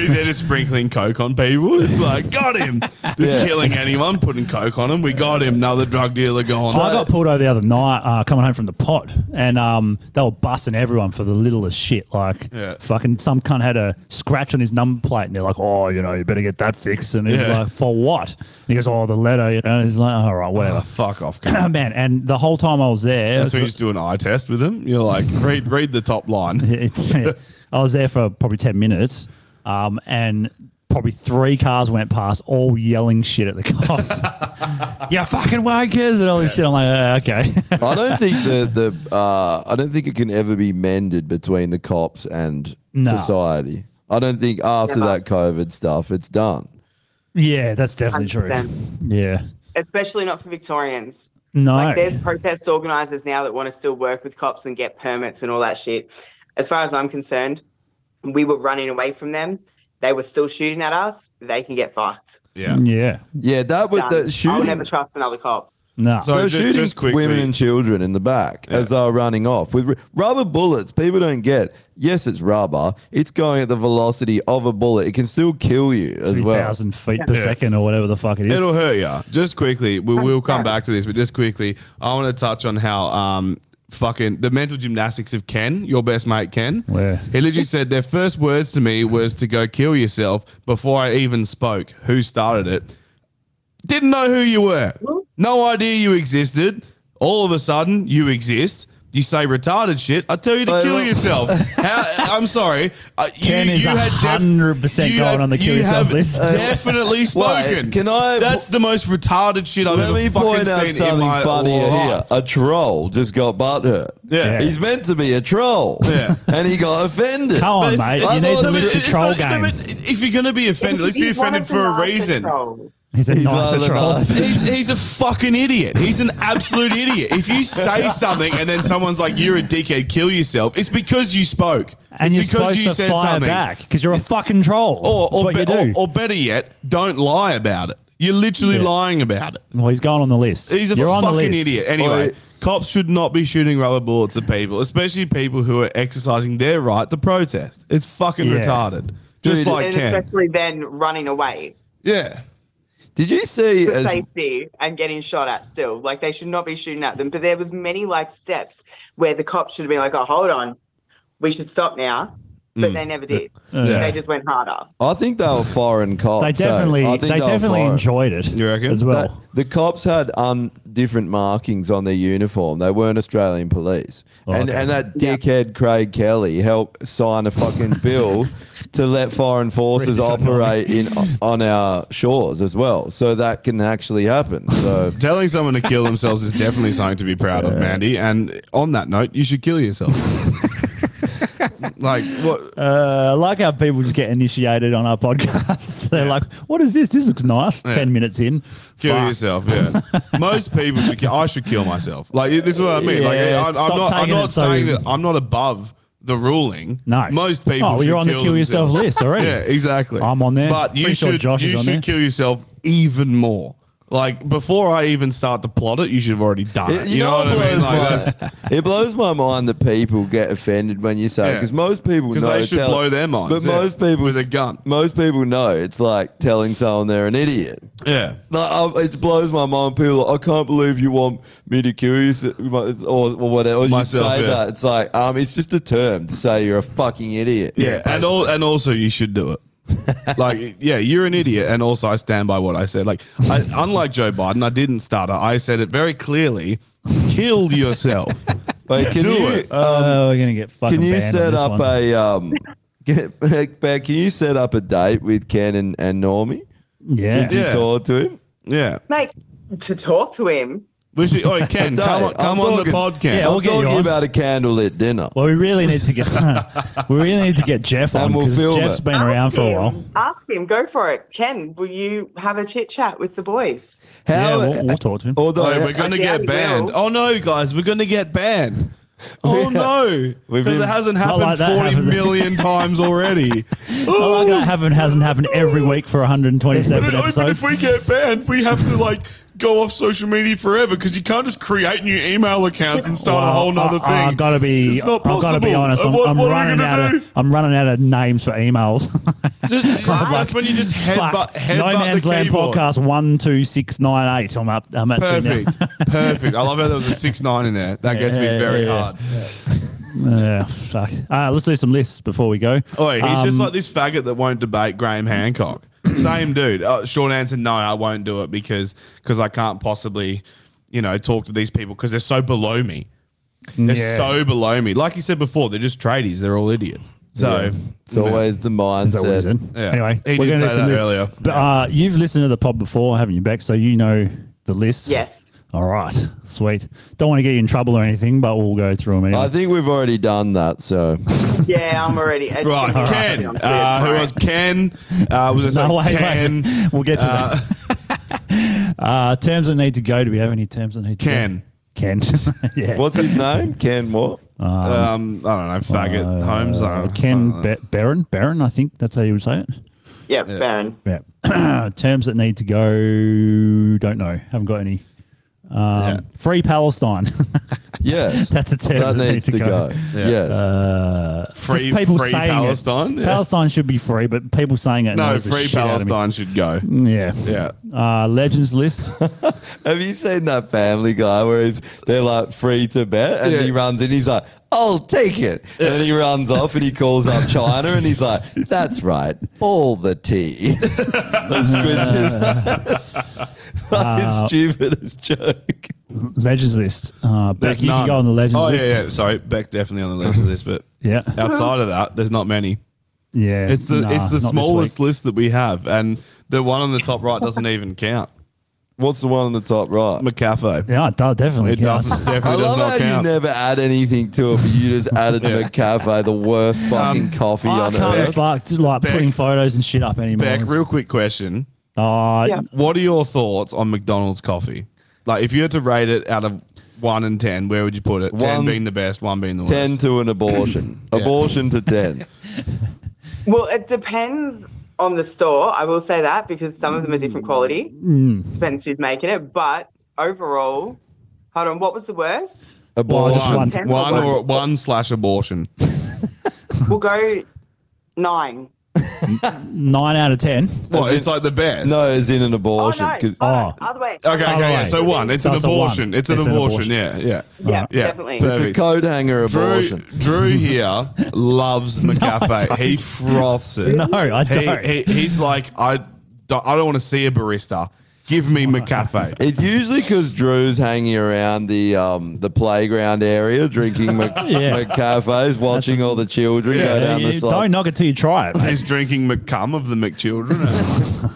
Speaker 4: He's there just sprinkling coke on people. (laughs) It's like, got him. Just killing anyone, putting coke on him. We got him. Another drug dealer going.
Speaker 2: I got pulled over the other night uh, coming home from the pot, and um, they were busting everyone for the littlest shit. Like,
Speaker 4: Yeah.
Speaker 2: fucking some cunt had a scratch on his number plate, and they're like, "Oh, you know, you better get that fixed." And he's
Speaker 4: Yeah.
Speaker 2: like, "For what?" And he goes, "Oh, the letter." You know, he's like, "All right,
Speaker 4: Oh,
Speaker 2: whatever."
Speaker 4: fuck off. cunt.
Speaker 2: (clears throat) Man, and the whole time I was there,
Speaker 4: Uh-huh. That's when you just do an eye test with him. You're like, read read the top line.
Speaker 2: (laughs) It's, I was there for probably 10 minutes um, and probably three cars went past all yelling shit at the
Speaker 4: (laughs)
Speaker 2: cops. yeah, fucking wankers and all this shit. I'm like, uh, okay. (laughs)
Speaker 3: I don't think the the uh, I don't think it can ever be mended between the cops and
Speaker 2: No.
Speaker 3: society. I don't think after
Speaker 9: Never.
Speaker 3: that COVID stuff, it's done.
Speaker 2: yeah, that's definitely true.
Speaker 9: 100%.
Speaker 2: Yeah.
Speaker 9: Especially not for Victorians.
Speaker 2: No.
Speaker 9: Like there's protest organisers now that want to still work with cops and get permits and all that shit. As far as I'm concerned, we were running away from them. They were still shooting at us. They can get fucked.
Speaker 4: Yeah.
Speaker 2: yeah.
Speaker 3: Yeah, that was
Speaker 9: Done.
Speaker 3: the
Speaker 9: I'll
Speaker 3: shooting.
Speaker 9: never trust another cop.
Speaker 2: No.
Speaker 4: So
Speaker 3: they were
Speaker 4: ju-
Speaker 3: shooting
Speaker 4: just quickly,
Speaker 3: women and children in the back as they were running off with r- rubber bullets. People don't get. Yes, it's rubber. It's going at the velocity of a bullet. It can still kill you as well.
Speaker 2: 3,000 feet per second or whatever the fuck it is.
Speaker 4: It'll hurt ya. Just quickly, we will come
Speaker 9: sorry.
Speaker 4: back to this, but just quickly, I want to touch on how um fucking the mental gymnastics of Ken, your best mate Ken.
Speaker 2: Yeah.
Speaker 4: He literally said their first words to me was to go kill yourself before I even spoke. Who started it? Didn't know who you were. No idea you existed. All of a sudden, you exist. You say retarded shit. I tell you to
Speaker 3: Wait,
Speaker 4: kill
Speaker 2: (laughs)
Speaker 3: what?
Speaker 4: yourself. How, I'm sorry. Uh, you-
Speaker 2: Ken is
Speaker 4: you had def-
Speaker 2: 100%
Speaker 4: you
Speaker 2: going
Speaker 4: had-
Speaker 2: on the kill
Speaker 4: you
Speaker 2: yourself
Speaker 4: have
Speaker 3: (laughs)
Speaker 2: list.
Speaker 4: Definitely spoken.
Speaker 3: can I-
Speaker 4: That's the most retarded shit I've
Speaker 3: Let
Speaker 4: ever
Speaker 3: me
Speaker 4: fucking
Speaker 3: point out
Speaker 4: seen
Speaker 3: something
Speaker 4: in my
Speaker 3: funny here.
Speaker 4: life.
Speaker 3: A troll just got butthurt.
Speaker 4: Yeah.
Speaker 3: He's meant to be a troll.
Speaker 4: Yeah.
Speaker 3: (laughs) and he got offended.
Speaker 2: Come on, mate.
Speaker 3: I
Speaker 2: You need
Speaker 3: thought
Speaker 2: to
Speaker 3: it
Speaker 2: lift the
Speaker 3: was-
Speaker 2: troll
Speaker 4: not- no,
Speaker 2: game.
Speaker 4: but if you're gonna be offended, at least be
Speaker 9: He's one
Speaker 4: offended
Speaker 9: of the
Speaker 4: for a
Speaker 9: nicer
Speaker 4: reason.
Speaker 9: trolls.
Speaker 2: (laughs) He's a
Speaker 3: He's
Speaker 2: nicer
Speaker 3: rather
Speaker 2: troll.
Speaker 3: nice.
Speaker 4: He's, he's a fucking idiot. He's an absolute idiot. If you
Speaker 3: (laughs)
Speaker 4: say something and then someone's like, "You're a dickhead, kill yourself," it's because you spoke.
Speaker 2: And you're
Speaker 4: it's because
Speaker 2: supposed to fire back because you're a fucking troll.
Speaker 4: Or,
Speaker 2: That's
Speaker 4: or,
Speaker 2: what
Speaker 4: be-
Speaker 2: you
Speaker 4: or,
Speaker 2: do.
Speaker 4: or better yet, don't lie about it. You're literally lying about it.
Speaker 2: well, he's going on the list.
Speaker 4: He's a
Speaker 2: you're on
Speaker 4: fucking
Speaker 2: the list.
Speaker 4: idiot. Anyway,
Speaker 3: Oi.
Speaker 4: cops should not be shooting rubber bullets at people, especially people who are exercising their right to protest. It's fucking
Speaker 2: Yeah.
Speaker 4: retarded. Just
Speaker 3: Dude,
Speaker 4: like
Speaker 9: and
Speaker 4: Ken.
Speaker 9: especially then running away
Speaker 4: Yeah.
Speaker 3: Did you see
Speaker 9: for
Speaker 3: as
Speaker 9: safety and getting shot at still. Like they should not be shooting at them. But there was many like steps where the cops should have been like, oh, hold on, we should stop now.
Speaker 3: Mm.
Speaker 9: But they never did.
Speaker 4: Yeah.
Speaker 9: They just went harder.
Speaker 3: I think they were foreign cops.
Speaker 2: They
Speaker 3: eh?
Speaker 2: definitely,
Speaker 3: I think
Speaker 2: they
Speaker 3: were
Speaker 2: definitely
Speaker 3: foreign.
Speaker 2: enjoyed it.
Speaker 4: You reckon?
Speaker 2: as
Speaker 3: That-
Speaker 2: well?
Speaker 3: the cops had un, different markings on their uniform. They weren't Australian police.
Speaker 4: Oh,
Speaker 3: and,
Speaker 2: okay.
Speaker 3: and that dickhead Craig Kelly helped sign a fucking
Speaker 4: (laughs)
Speaker 3: bill to let foreign forces
Speaker 2: British
Speaker 3: operate in on our shores as well. So that can actually happen.
Speaker 4: (laughs)
Speaker 3: So
Speaker 4: Telling someone to kill themselves is definitely something to be proud of, Mandy. And on that note, you should kill yourself. (laughs) like what?
Speaker 2: Uh, I like how people just get initiated on our podcast. (laughs) They're like, "What is this? This looks nice." Ten minutes in,
Speaker 4: Kill
Speaker 2: Fuck.
Speaker 4: yourself, yeah. Most people should. Kill, I should kill myself. Like this is what I mean. like
Speaker 2: Yeah,
Speaker 4: I, I'm
Speaker 2: stop
Speaker 4: not. I'm
Speaker 2: taking
Speaker 4: not
Speaker 2: it so-
Speaker 4: saying that I'm not above the ruling.
Speaker 2: No,
Speaker 4: Most people.
Speaker 2: Oh, well, you're
Speaker 4: should
Speaker 2: on the kill yourself
Speaker 4: themselves.
Speaker 2: list already.
Speaker 4: Yeah, exactly.
Speaker 2: I'm on there.
Speaker 4: But you
Speaker 2: Pretty sure
Speaker 4: should.
Speaker 2: Josh
Speaker 4: you
Speaker 2: is on
Speaker 4: should
Speaker 2: there.
Speaker 4: kill yourself even more. Like before I even start to plot it, you should have already done it.
Speaker 3: It- you, know,
Speaker 4: what I mean? Like that's.
Speaker 3: my, (laughs) it blows my mind that people get offended when you say
Speaker 4: Yeah.
Speaker 3: because most people
Speaker 4: Because
Speaker 3: know
Speaker 4: they should blow their minds,
Speaker 3: But
Speaker 4: yeah,
Speaker 3: most people
Speaker 4: with a gun.
Speaker 3: Most people know it's like telling someone they're an idiot.
Speaker 4: Yeah.
Speaker 3: Like, I, um, it blows my mind. People, are like, I can't believe you want me to kill you, so- or, or whatever. Or
Speaker 4: Myself,
Speaker 3: you say
Speaker 4: yeah.
Speaker 3: that it's like, um, it's just a term to say you're a fucking idiot.
Speaker 4: Yeah, and all, and also you should do it.
Speaker 3: (laughs)
Speaker 4: like, yeah, you're an idiot, and also I stand by what I said. Like, I, unlike Joe Biden, I didn't stutter. I said it very clearly. Kill
Speaker 3: (laughs)
Speaker 4: yourself.
Speaker 3: Like, can
Speaker 4: Do
Speaker 3: you,
Speaker 4: it.
Speaker 2: Oh, we're gonna get fucking.
Speaker 3: Um, Can you
Speaker 2: banned on
Speaker 3: set
Speaker 2: this
Speaker 3: up
Speaker 2: one.
Speaker 3: a um? (laughs) Get, Ben, can you set up a date with Ken and, and Normie?
Speaker 2: Yeah.
Speaker 3: Did you
Speaker 4: Yeah.
Speaker 3: talk to him?
Speaker 4: Yeah,
Speaker 9: Like to talk to him.
Speaker 4: we should. Oh, Ken,
Speaker 3: (laughs) Don't.
Speaker 4: come on, come
Speaker 3: I'm
Speaker 4: on the
Speaker 3: talking-
Speaker 4: podcast.
Speaker 2: Yeah, we'll
Speaker 3: I'm
Speaker 2: get you
Speaker 3: talking
Speaker 2: on.
Speaker 3: about a candlelit dinner.
Speaker 2: Well, we really need to
Speaker 3: (laughs)
Speaker 2: get (laughs) we really need to get Jeff on
Speaker 3: And we'll
Speaker 2: because
Speaker 3: film
Speaker 2: Jeff's
Speaker 3: it.
Speaker 2: been around
Speaker 9: Ask
Speaker 2: for a
Speaker 9: him.
Speaker 2: while.
Speaker 9: Ask him, go for it. Ken, will you have a chit chat with
Speaker 4: (laughs)
Speaker 9: the boys?
Speaker 2: Yeah,
Speaker 3: How?
Speaker 2: we'll, we'll talk to him.
Speaker 3: (laughs) although
Speaker 4: Oh, we're gonna
Speaker 9: I see how
Speaker 4: get
Speaker 9: you
Speaker 4: banned.
Speaker 9: will.
Speaker 4: Oh no, guys, we're gonna get
Speaker 2: (laughs)
Speaker 4: banned. Oh no,
Speaker 3: We've
Speaker 4: because
Speaker 3: been-
Speaker 4: it hasn't
Speaker 2: It's not
Speaker 4: happened
Speaker 2: like that
Speaker 4: forty
Speaker 2: happens. (laughs)
Speaker 4: million times already. Oh, (laughs)
Speaker 2: I like that haven't hasn't happened every week for 127
Speaker 4: But if
Speaker 2: episodes.
Speaker 4: we get banned, we have to like go off social media forever because you can't just create new email accounts and start a
Speaker 2: Well,
Speaker 4: whole nother
Speaker 2: I, I
Speaker 4: thing.
Speaker 2: gotta be.
Speaker 4: It's not
Speaker 2: I gotta be
Speaker 4: possible.
Speaker 2: honest. I'm,
Speaker 4: What-
Speaker 2: I'm
Speaker 4: what are we
Speaker 2: running
Speaker 4: gonna
Speaker 2: out (laughs)
Speaker 4: do?
Speaker 2: of. I'm running out of names for emails. (laughs)
Speaker 4: Just, that's when you just
Speaker 2: Fuck.
Speaker 4: headbutt, headbutt
Speaker 2: no man's
Speaker 4: the
Speaker 2: land
Speaker 4: keyboard.
Speaker 2: podcast one two six nine eight. I'm up. I'm at you now. (laughs)
Speaker 4: Perfect, perfect. I love how there was a six nine in there. That gets me
Speaker 2: Yeah,
Speaker 4: very
Speaker 2: yeah, yeah.
Speaker 4: hard.
Speaker 2: Yeah, fuck. Uh, let's do some lists before we go.
Speaker 4: Oi, he's just
Speaker 2: Um,
Speaker 4: like this faggot that won't debate Graham
Speaker 2: (clears throat)
Speaker 4: Hancock. Same dude. Uh, short answer: No, I won't do it because because I can't possibly, you know, talk to these people because they're so below me. They're
Speaker 2: Yeah.
Speaker 4: so below me. Like you said before, they're just tradies. They're all idiots. So
Speaker 3: It's always the mindset.
Speaker 2: Is that what he's in?
Speaker 4: Yeah.
Speaker 2: Anyway,
Speaker 4: He did
Speaker 2: we're going to
Speaker 4: say
Speaker 2: listen to
Speaker 4: that
Speaker 2: this.
Speaker 4: earlier.
Speaker 2: But uh, you've listened to the pod before, haven't you, Beck? So you know the list.
Speaker 9: Yes.
Speaker 2: All right. Sweet. Don't want to get you in trouble or anything, but we'll go through them anyway.
Speaker 3: I think we've already done
Speaker 4: (laughs)
Speaker 3: that. So
Speaker 9: Yeah, I'm already. It's
Speaker 4: right,
Speaker 9: gonna be
Speaker 4: Ken.
Speaker 9: on Thursday.
Speaker 4: Uh, who was Ken? Uh, was it
Speaker 2: no, wait, wait.
Speaker 4: Ken?
Speaker 2: (laughs) We'll get to
Speaker 4: uh,
Speaker 2: that. (laughs) uh, terms that need to go. Do we have any terms that need to
Speaker 4: Ken.
Speaker 2: go? Ken. (laughs) yeah.
Speaker 3: what's his name? Ken what?
Speaker 4: Um, I don't know. Faggot Holmes. I don't
Speaker 2: Uh,
Speaker 4: know.
Speaker 2: Ken Be- Barron. Barron, I think that's how you would say it.
Speaker 9: Yeah, Baron.
Speaker 2: Yeah. (clears throat) terms that need to go. Don't know. Haven't got any. Um, Free Palestine. (laughs)
Speaker 3: Yes.
Speaker 2: That's a term
Speaker 3: that needs to go.
Speaker 4: Yeah.
Speaker 3: Yes.
Speaker 2: Uh,
Speaker 4: Free-
Speaker 2: just people
Speaker 4: free
Speaker 2: saying it.
Speaker 4: Palestine, yeah.
Speaker 2: Palestine should be free, but people saying it.
Speaker 4: no,
Speaker 2: annoys the
Speaker 4: free
Speaker 2: shit out of me.
Speaker 4: Palestine should go.
Speaker 2: Yeah.
Speaker 4: Yeah.
Speaker 2: Uh, legends
Speaker 4: (laughs)
Speaker 2: list.
Speaker 3: Have you seen that Family Guy where he's they're like free to bet and
Speaker 4: Yeah.
Speaker 3: he runs in, he's like, I'll take it. And then he runs off and he calls up China and he's like, That's right, all the tea. (laughs) the squints his (laughs) Fucking
Speaker 2: Uh,
Speaker 3: stupid as joke.
Speaker 2: legends list. Uh, Beck,
Speaker 4: There's
Speaker 2: you
Speaker 4: none.
Speaker 2: can go on the legends
Speaker 4: oh,
Speaker 2: list.
Speaker 4: yeah, yeah. Sorry, Beck definitely on the legends list, but
Speaker 2: (laughs) Yeah.
Speaker 4: outside of that, there's not
Speaker 2: (laughs)
Speaker 4: many.
Speaker 2: Yeah.
Speaker 4: It's the
Speaker 2: Nah,
Speaker 4: it's the
Speaker 2: not this
Speaker 4: smallest
Speaker 2: week.
Speaker 4: list that we have, and the one on the top right doesn't (laughs) even count.
Speaker 3: What's the one on the top right?
Speaker 4: McCafe.
Speaker 2: Yeah, it does, definitely.
Speaker 4: It
Speaker 2: counts.
Speaker 4: does, (laughs)
Speaker 2: (laughs)
Speaker 4: definitely
Speaker 3: I love
Speaker 4: does not
Speaker 3: how
Speaker 4: count.
Speaker 3: you never add anything to it, but you just added McCafe, the worst fucking coffee
Speaker 2: I
Speaker 3: on
Speaker 2: can't be
Speaker 3: earth.
Speaker 2: fucked like
Speaker 4: Beck.
Speaker 2: putting photos and shit up anymore.
Speaker 4: Beck, real quick question:
Speaker 2: Uh,
Speaker 9: Yeah.
Speaker 4: What are your thoughts on McDonald's coffee? Like, if you had to rate it out of one and ten, where would you put it? ten
Speaker 3: One-
Speaker 4: being the best, one being the worst.
Speaker 3: 10 to an abortion. Abortion to (laughs) 10.
Speaker 9: Well, it depends on the store. I will say that because some of them are different quality.
Speaker 4: Mm.
Speaker 9: Depends who's making it. But overall, hold on. What was the worst?
Speaker 2: Well,
Speaker 3: Abortion.
Speaker 2: just
Speaker 4: one,
Speaker 2: one.
Speaker 9: Ten
Speaker 4: one
Speaker 9: or
Speaker 4: or
Speaker 9: one?
Speaker 4: one slash abortion.
Speaker 9: We'll go nine.
Speaker 2: Nine out of ten.
Speaker 4: Well,
Speaker 3: in-
Speaker 4: it's like the best.
Speaker 3: No, it's in an abortion.
Speaker 9: oh no!
Speaker 3: 'cause-
Speaker 9: Oh,
Speaker 2: oh.
Speaker 9: other way.
Speaker 4: Okay, okay,
Speaker 2: Oh,
Speaker 4: yeah.
Speaker 2: right.
Speaker 4: So one. It's an
Speaker 2: That's a one.
Speaker 4: abortion. It's an
Speaker 2: It's an
Speaker 4: abortion.
Speaker 2: abortion.
Speaker 4: Yeah, yeah.
Speaker 9: Yeah,
Speaker 4: Yeah.
Speaker 9: definitely.
Speaker 4: But-
Speaker 3: It's a
Speaker 4: Perfect.
Speaker 3: coat hanger
Speaker 4: Drew,
Speaker 3: abortion.
Speaker 2: (laughs)
Speaker 4: Drew here loves McCafe. he froths it.
Speaker 2: No, I don't.
Speaker 4: He, he, he's like, I don't, I don't want to see a barista. Give me McCafe.
Speaker 3: It's usually because Drew's hanging around the um, the playground area, drinking Mc-
Speaker 2: Yeah.
Speaker 3: McCafes, watching all the children
Speaker 4: Yeah,
Speaker 3: go down
Speaker 2: You
Speaker 3: the slide.
Speaker 2: don't knock it till you try it. mate.
Speaker 4: He's drinking McCum of the
Speaker 2: (laughs)
Speaker 4: McChildren.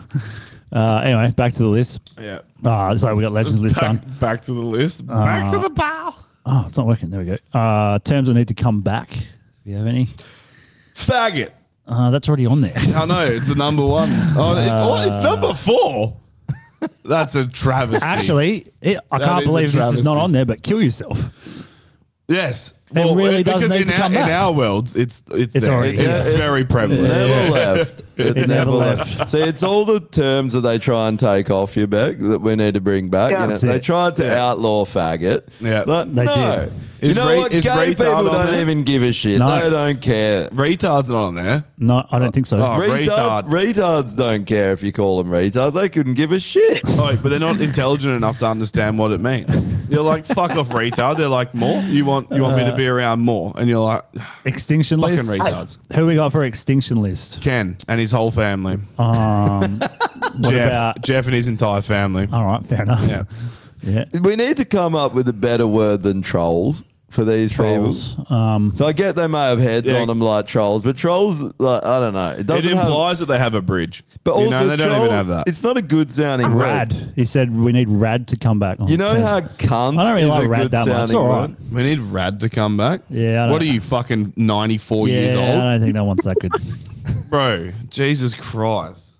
Speaker 2: Uh, anyway, back to the list.
Speaker 4: yeah.
Speaker 2: Uh, so we got legends list done. Uh.
Speaker 4: Back, back to the list. back to the bow.
Speaker 2: Oh, it's not working. There we go. Uh, terms that need to come back. Do you have any?
Speaker 4: Faggot.
Speaker 2: Uh, that's already on there.
Speaker 4: I know. It's the number one. Oh, it- oh, it's number four. That's a travesty.
Speaker 2: Actually, it, I
Speaker 4: That is
Speaker 2: can't
Speaker 4: a
Speaker 2: believe this is not
Speaker 4: travesty.
Speaker 2: on there. But kill yourself.
Speaker 4: Yes. uh,
Speaker 2: It really does
Speaker 4: because
Speaker 2: need
Speaker 4: in
Speaker 2: to
Speaker 4: our,
Speaker 2: come
Speaker 4: in
Speaker 2: back.
Speaker 4: our worlds, it's it's,
Speaker 2: It's
Speaker 4: there.
Speaker 2: already
Speaker 4: it's
Speaker 3: there.
Speaker 4: very
Speaker 3: It
Speaker 4: prevalent. (laughs)
Speaker 3: never left. It,
Speaker 2: never
Speaker 3: never left. See, it's all the terms that they try and take off you back that we need to bring back.
Speaker 9: Yeah.
Speaker 3: You know,
Speaker 9: That's
Speaker 3: they
Speaker 2: it.
Speaker 3: tried to
Speaker 4: Yeah.
Speaker 3: outlaw faggot.
Speaker 4: Yeah.
Speaker 3: But
Speaker 2: They
Speaker 3: no.
Speaker 2: did.
Speaker 3: You
Speaker 4: Is
Speaker 3: know
Speaker 4: re-
Speaker 3: what?
Speaker 4: is
Speaker 3: Gay
Speaker 4: retard
Speaker 3: people
Speaker 4: on
Speaker 3: don't
Speaker 4: there?
Speaker 3: even give a shit.
Speaker 2: No.
Speaker 3: They don't care.
Speaker 4: Retard's not on there.
Speaker 2: No, I don't think so.
Speaker 4: Oh,
Speaker 3: Retards,
Speaker 4: retard.
Speaker 3: retards don't care if you call them retards. They couldn't give a shit.
Speaker 4: Oh, but they're not intelligent enough to understand what it means. You're like, fuck off, retard. They're like, more? You want you want me to
Speaker 2: Uh.
Speaker 4: be around more? And you're like,
Speaker 2: extinction
Speaker 4: fucking
Speaker 2: list.
Speaker 4: retards.
Speaker 2: Who we got for extinction list?
Speaker 4: Ken and his whole family. (laughs)
Speaker 2: Um, what
Speaker 4: Jeff,
Speaker 2: about? Uh,
Speaker 4: Jeff and his entire family.
Speaker 2: All right, fair enough.
Speaker 4: Yeah.
Speaker 2: yeah.
Speaker 3: We need to come up with a better word than trolls for these trolls.
Speaker 2: Trolls. Um,
Speaker 3: So I get they may have heads on
Speaker 4: Yeah.
Speaker 3: 'em on them like trolls, but trolls, like, I don't know. It
Speaker 4: It
Speaker 3: doesn't have,
Speaker 4: implies that they have a bridge.
Speaker 3: but
Speaker 4: you
Speaker 3: also
Speaker 4: know, they don't
Speaker 3: troll-
Speaker 4: even have that.
Speaker 3: It's not a good sounding
Speaker 2: rad.
Speaker 3: word.
Speaker 2: He said we need rad to come back. on
Speaker 3: You know
Speaker 2: terms.
Speaker 3: how cunt
Speaker 2: I don't really
Speaker 3: is
Speaker 2: like
Speaker 3: a
Speaker 2: rad
Speaker 3: good
Speaker 2: that much. It's
Speaker 3: sounding
Speaker 2: all
Speaker 3: word.
Speaker 2: right.
Speaker 4: we need Rad to come back.
Speaker 2: Yeah, I don't-
Speaker 4: What are you fucking 94
Speaker 2: yeah,
Speaker 4: years
Speaker 2: I
Speaker 4: old?
Speaker 2: don't think that one's that
Speaker 4: (laughs)
Speaker 2: good.
Speaker 4: Bro, Jesus Christ.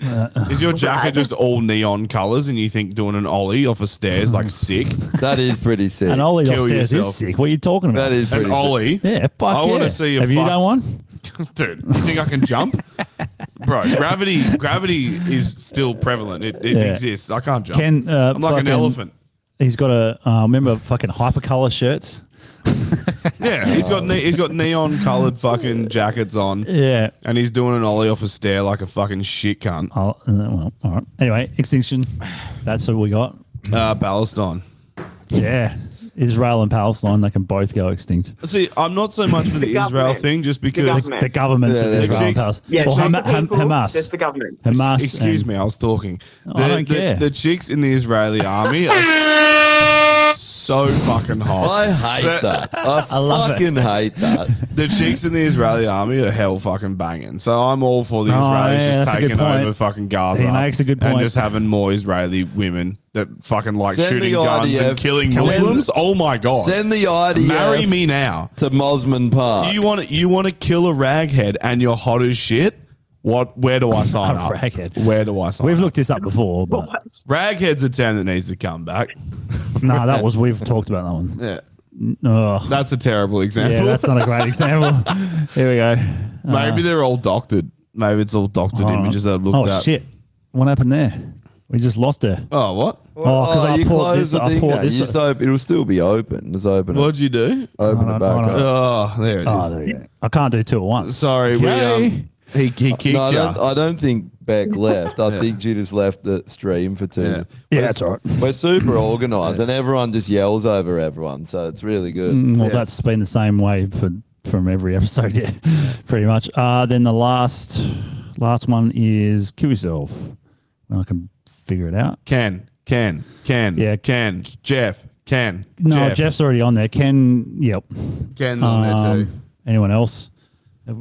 Speaker 2: Uh,
Speaker 4: Is your jacket just all neon colors and you think doing an ollie off a stairs like sick?
Speaker 3: That is pretty sick.
Speaker 2: And Ollie
Speaker 4: Kill
Speaker 2: upstairs
Speaker 4: yourself.
Speaker 2: is sick. What are you talking about?
Speaker 3: that is pretty
Speaker 4: An ollie?
Speaker 2: Yeah, fuck
Speaker 4: I
Speaker 2: yeah.
Speaker 4: wanna see you
Speaker 2: Have you
Speaker 4: fuck-
Speaker 2: done one?
Speaker 4: Dude, you think I can jump? bro. Gravity, gravity is still prevalent. It, it
Speaker 2: Yeah.
Speaker 4: exists. I can't jump.
Speaker 2: Ken, uh,
Speaker 4: I'm like an
Speaker 2: fucking-
Speaker 4: elephant.
Speaker 2: He's got a uh, remember fucking hypercolor shirts.
Speaker 4: Yeah, he's got ne- he's got neon coloured fucking jackets on,
Speaker 2: Yeah.
Speaker 4: and he's doing an ollie off a stair like a fucking shit cunt.
Speaker 2: I'll, uh, well, all right. Anyway, extinction. That's what we got.
Speaker 4: Uh, Palestine.
Speaker 2: Yeah. Israel and Palestine, they can both go extinct.
Speaker 4: See, I'm not so much for the, Israel
Speaker 9: government.
Speaker 4: thing, just because.
Speaker 9: government.
Speaker 2: The governments of
Speaker 3: Yeah,
Speaker 2: Israel and
Speaker 4: that's-
Speaker 2: Palestine.
Speaker 9: Yeah,
Speaker 2: Or
Speaker 9: it's not
Speaker 2: Hama-
Speaker 9: the
Speaker 2: Ham-
Speaker 9: people,
Speaker 2: Hamas.
Speaker 9: It's the government.
Speaker 2: Hamas.
Speaker 4: Excuse
Speaker 2: and- Oh,
Speaker 4: me, I was talking. The,
Speaker 2: I don't
Speaker 4: the,
Speaker 2: care.
Speaker 4: The chicks in the Israeli army are so fucking hot.
Speaker 3: I hate that. I,
Speaker 2: love it.
Speaker 3: fucking hate that.
Speaker 4: The chicks in the Israeli army are hell fucking banging. So I'm all for the
Speaker 2: Oh,
Speaker 4: Israelis
Speaker 2: yeah, that's
Speaker 4: just
Speaker 2: a good
Speaker 4: taking
Speaker 2: point.
Speaker 4: over fucking Gaza.
Speaker 2: He makes a good
Speaker 4: And
Speaker 2: point.
Speaker 4: just having more Israeli women that fucking like
Speaker 3: Send
Speaker 4: shooting
Speaker 3: the
Speaker 4: guns
Speaker 3: IDF.
Speaker 4: and killing
Speaker 3: Send-
Speaker 4: Muslims. Oh my god!
Speaker 3: Send the IDF
Speaker 4: Marry me now.
Speaker 3: to Mosman Park.
Speaker 4: You want to you want to kill a raghead and you're hot as shit. What? Where do I sign
Speaker 2: (laughs) A
Speaker 4: up?
Speaker 2: raghead.
Speaker 4: Where do I sign
Speaker 2: We've
Speaker 4: up?
Speaker 2: looked this up before, but
Speaker 4: Raghead's a term that needs to come back.
Speaker 2: no, that was, we've talked about that one.
Speaker 4: Yeah.
Speaker 2: Ugh.
Speaker 4: That's a terrible
Speaker 2: oh. yeah,
Speaker 4: example.
Speaker 2: that's not a great example. Here we go.
Speaker 4: (laughs) Maybe they're all doctored. Maybe it's all doctored
Speaker 2: All right.
Speaker 4: images that I've looked
Speaker 2: oh
Speaker 4: at.
Speaker 2: shit! What happened there? We just lost her.
Speaker 4: Oh, what?
Speaker 2: Oh, because I
Speaker 3: you
Speaker 2: poured this.
Speaker 3: the
Speaker 2: I
Speaker 3: thing
Speaker 2: poured
Speaker 3: now.
Speaker 2: this.
Speaker 3: You just open, it'll still be open. Just open it.
Speaker 4: What'd you do?
Speaker 3: Open it
Speaker 2: on,
Speaker 3: back
Speaker 2: hold on.
Speaker 3: up.
Speaker 4: Oh, there it is.
Speaker 2: oh, there you go. I can't do two at once.
Speaker 4: Sorry,
Speaker 2: Okay.
Speaker 4: we um, he, he kicked
Speaker 3: No, I
Speaker 4: you.
Speaker 3: don't, I don't think
Speaker 2: (laughs)
Speaker 3: Beck left. I think she just left the stream for two.
Speaker 4: Yeah.
Speaker 2: Yeah,
Speaker 3: We're-
Speaker 2: that's all right.
Speaker 3: We're super organized, and everyone just yells over everyone, so it's really good.
Speaker 2: Well, that's been the same way for from every (laughs) episode, yeah, pretty much. Uh, then the last last one is kill yourself. I can figure it out.
Speaker 4: Can, can, can,
Speaker 2: Yeah.
Speaker 4: can, Jeff, can.
Speaker 2: No,
Speaker 4: Jeff,
Speaker 2: Jeff's already on there. Ken, yep.
Speaker 4: can on there too. Uh, Um,
Speaker 2: Um, anyone else?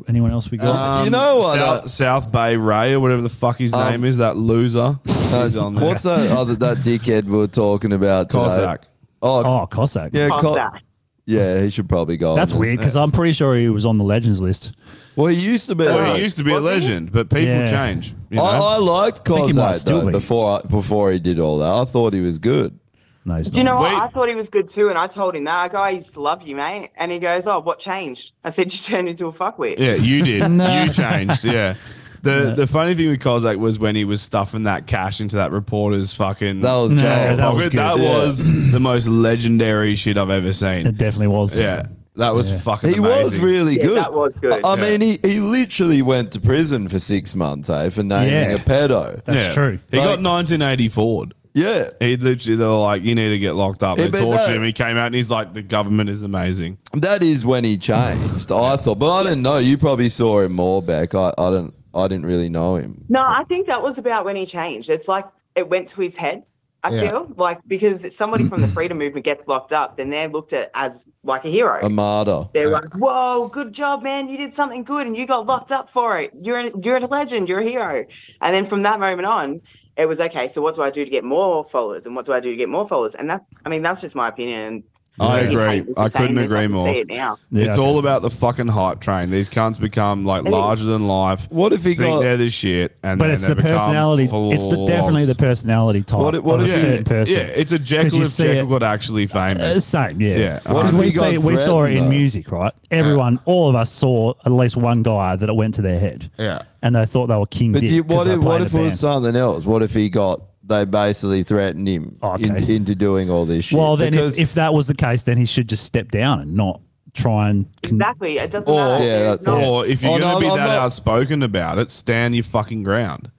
Speaker 2: Anyone else we got?
Speaker 3: you know what?
Speaker 4: South,
Speaker 3: I-
Speaker 4: South Bay Ray or whatever the fuck his
Speaker 3: Um,
Speaker 4: name is, that loser. He's on there.
Speaker 3: (laughs) What's that other that dickhead we were talking about? Today?
Speaker 4: Cossack?
Speaker 3: Oh,
Speaker 2: oh, Cossack.
Speaker 3: yeah,
Speaker 9: Fuck
Speaker 3: Co-
Speaker 9: that.
Speaker 3: yeah. He should probably go. on
Speaker 2: That's
Speaker 3: then.
Speaker 2: weird because I'm pretty sure he was on the legends list.
Speaker 3: Well, he used to be.
Speaker 4: Well, he used to be a legend, but people
Speaker 2: Yeah.
Speaker 4: change. You know?
Speaker 3: I, I liked
Speaker 2: think he might
Speaker 3: Kozak
Speaker 2: still
Speaker 3: though,
Speaker 2: be.
Speaker 3: before I, before he did all that. I thought he was good.
Speaker 2: No, he's
Speaker 9: Do you
Speaker 2: not.
Speaker 9: know what?
Speaker 4: Wait.
Speaker 9: I thought he was good too, and I told him that. I go, I used to love you, mate. And he goes, Oh, what changed? I said, You turned into a fuckwit.
Speaker 4: Yeah, you
Speaker 2: (laughs)
Speaker 4: did.
Speaker 2: No.
Speaker 4: You changed. Yeah. The the funny thing with Kozak was when he was stuffing that cash into that reporter's fucking.
Speaker 3: That was
Speaker 2: No,
Speaker 3: Joel.
Speaker 2: that was
Speaker 4: pocket. Oh, That
Speaker 2: good.
Speaker 3: Yeah.
Speaker 4: was the most legendary shit I've ever seen.
Speaker 2: It definitely was.
Speaker 4: Yeah, that was fucking.
Speaker 3: He was
Speaker 4: amazing.
Speaker 3: really
Speaker 9: Yeah,
Speaker 3: good.
Speaker 9: that was good.
Speaker 3: I I
Speaker 4: Yeah.
Speaker 3: mean, he, he literally went to prison for six months, eh, for naming
Speaker 2: Yeah.
Speaker 3: a pedo.
Speaker 2: That's true.
Speaker 4: He
Speaker 3: Like-
Speaker 4: got 1984.
Speaker 3: yeah.
Speaker 4: He literally, they were like, "You need to get locked up."
Speaker 3: Yeah,
Speaker 4: They
Speaker 3: but
Speaker 4: tortured
Speaker 3: that-
Speaker 4: him. He came out and he's like, "The government is amazing."
Speaker 3: That is when he changed, I thought. But I didn't know. You probably saw him more back. I, I didn't I didn't really know him.
Speaker 9: No, I think that was about when he changed. It's like it went to his head. I
Speaker 3: Yeah.
Speaker 9: feel like because if somebody
Speaker 3: (clears throat)
Speaker 9: from the freedom movement gets locked up, then they're looked at as like a hero.
Speaker 3: A martyr.
Speaker 9: they're like, "Whoa, good job, man! You did something good, and you got locked up for it. You're an, you're a legend. You're a hero." And then from that moment on, it was okay. So what do I do to get more followers? And what do I do to get more followers? And that, I mean, that's just my opinion.
Speaker 4: I
Speaker 9: You hate
Speaker 4: agree.
Speaker 9: me for
Speaker 4: I
Speaker 9: saying
Speaker 4: couldn't
Speaker 9: this,
Speaker 4: agree
Speaker 9: can
Speaker 4: more.
Speaker 9: See it now.
Speaker 2: Yeah,
Speaker 4: it's
Speaker 2: okay.
Speaker 4: all about the fucking hype train. These cunts become like larger than life.
Speaker 3: What if he
Speaker 4: think
Speaker 3: got?
Speaker 4: they're the shit, and
Speaker 2: But
Speaker 4: then
Speaker 2: it's
Speaker 4: they
Speaker 2: the
Speaker 4: become
Speaker 2: personality. It's the, definitely the
Speaker 4: flogs.
Speaker 2: personality type
Speaker 3: What- what
Speaker 2: of a
Speaker 3: if-
Speaker 2: certain person.
Speaker 4: Yeah, it's a
Speaker 2: 'Cause
Speaker 4: Jekyll
Speaker 2: you
Speaker 4: if
Speaker 2: see
Speaker 4: Jekyll
Speaker 2: it-
Speaker 4: got actually
Speaker 2: Uh,
Speaker 4: famous.
Speaker 2: same, yeah.
Speaker 4: Yeah. What
Speaker 2: 'Cause
Speaker 3: if
Speaker 2: we
Speaker 3: he got
Speaker 2: see, we saw it in
Speaker 3: threatened, though?
Speaker 2: music, right? Everyone, all of us saw at least one guy that it went to their head.
Speaker 4: Yeah.
Speaker 2: and they thought they were king.
Speaker 3: But
Speaker 2: dick
Speaker 3: do you, what
Speaker 2: 'cause they
Speaker 3: if, what
Speaker 2: played
Speaker 3: if
Speaker 2: in
Speaker 3: it
Speaker 2: a
Speaker 3: was
Speaker 2: band.
Speaker 3: something else? What if he got? They basically threatened him
Speaker 2: Oh, Okay.
Speaker 3: in, into doing all this shit.
Speaker 2: Well, then
Speaker 3: Because-
Speaker 2: if, if that was the case, then he should just step down and not try and. Con-
Speaker 9: Exactly. It doesn't
Speaker 4: Or,
Speaker 9: matter.
Speaker 3: Yeah,
Speaker 9: There's
Speaker 3: that-
Speaker 9: no-
Speaker 4: or if you're
Speaker 3: Oh, no,
Speaker 4: going to be
Speaker 3: I'm
Speaker 4: that
Speaker 3: not-
Speaker 4: outspoken about it, stand your fucking ground.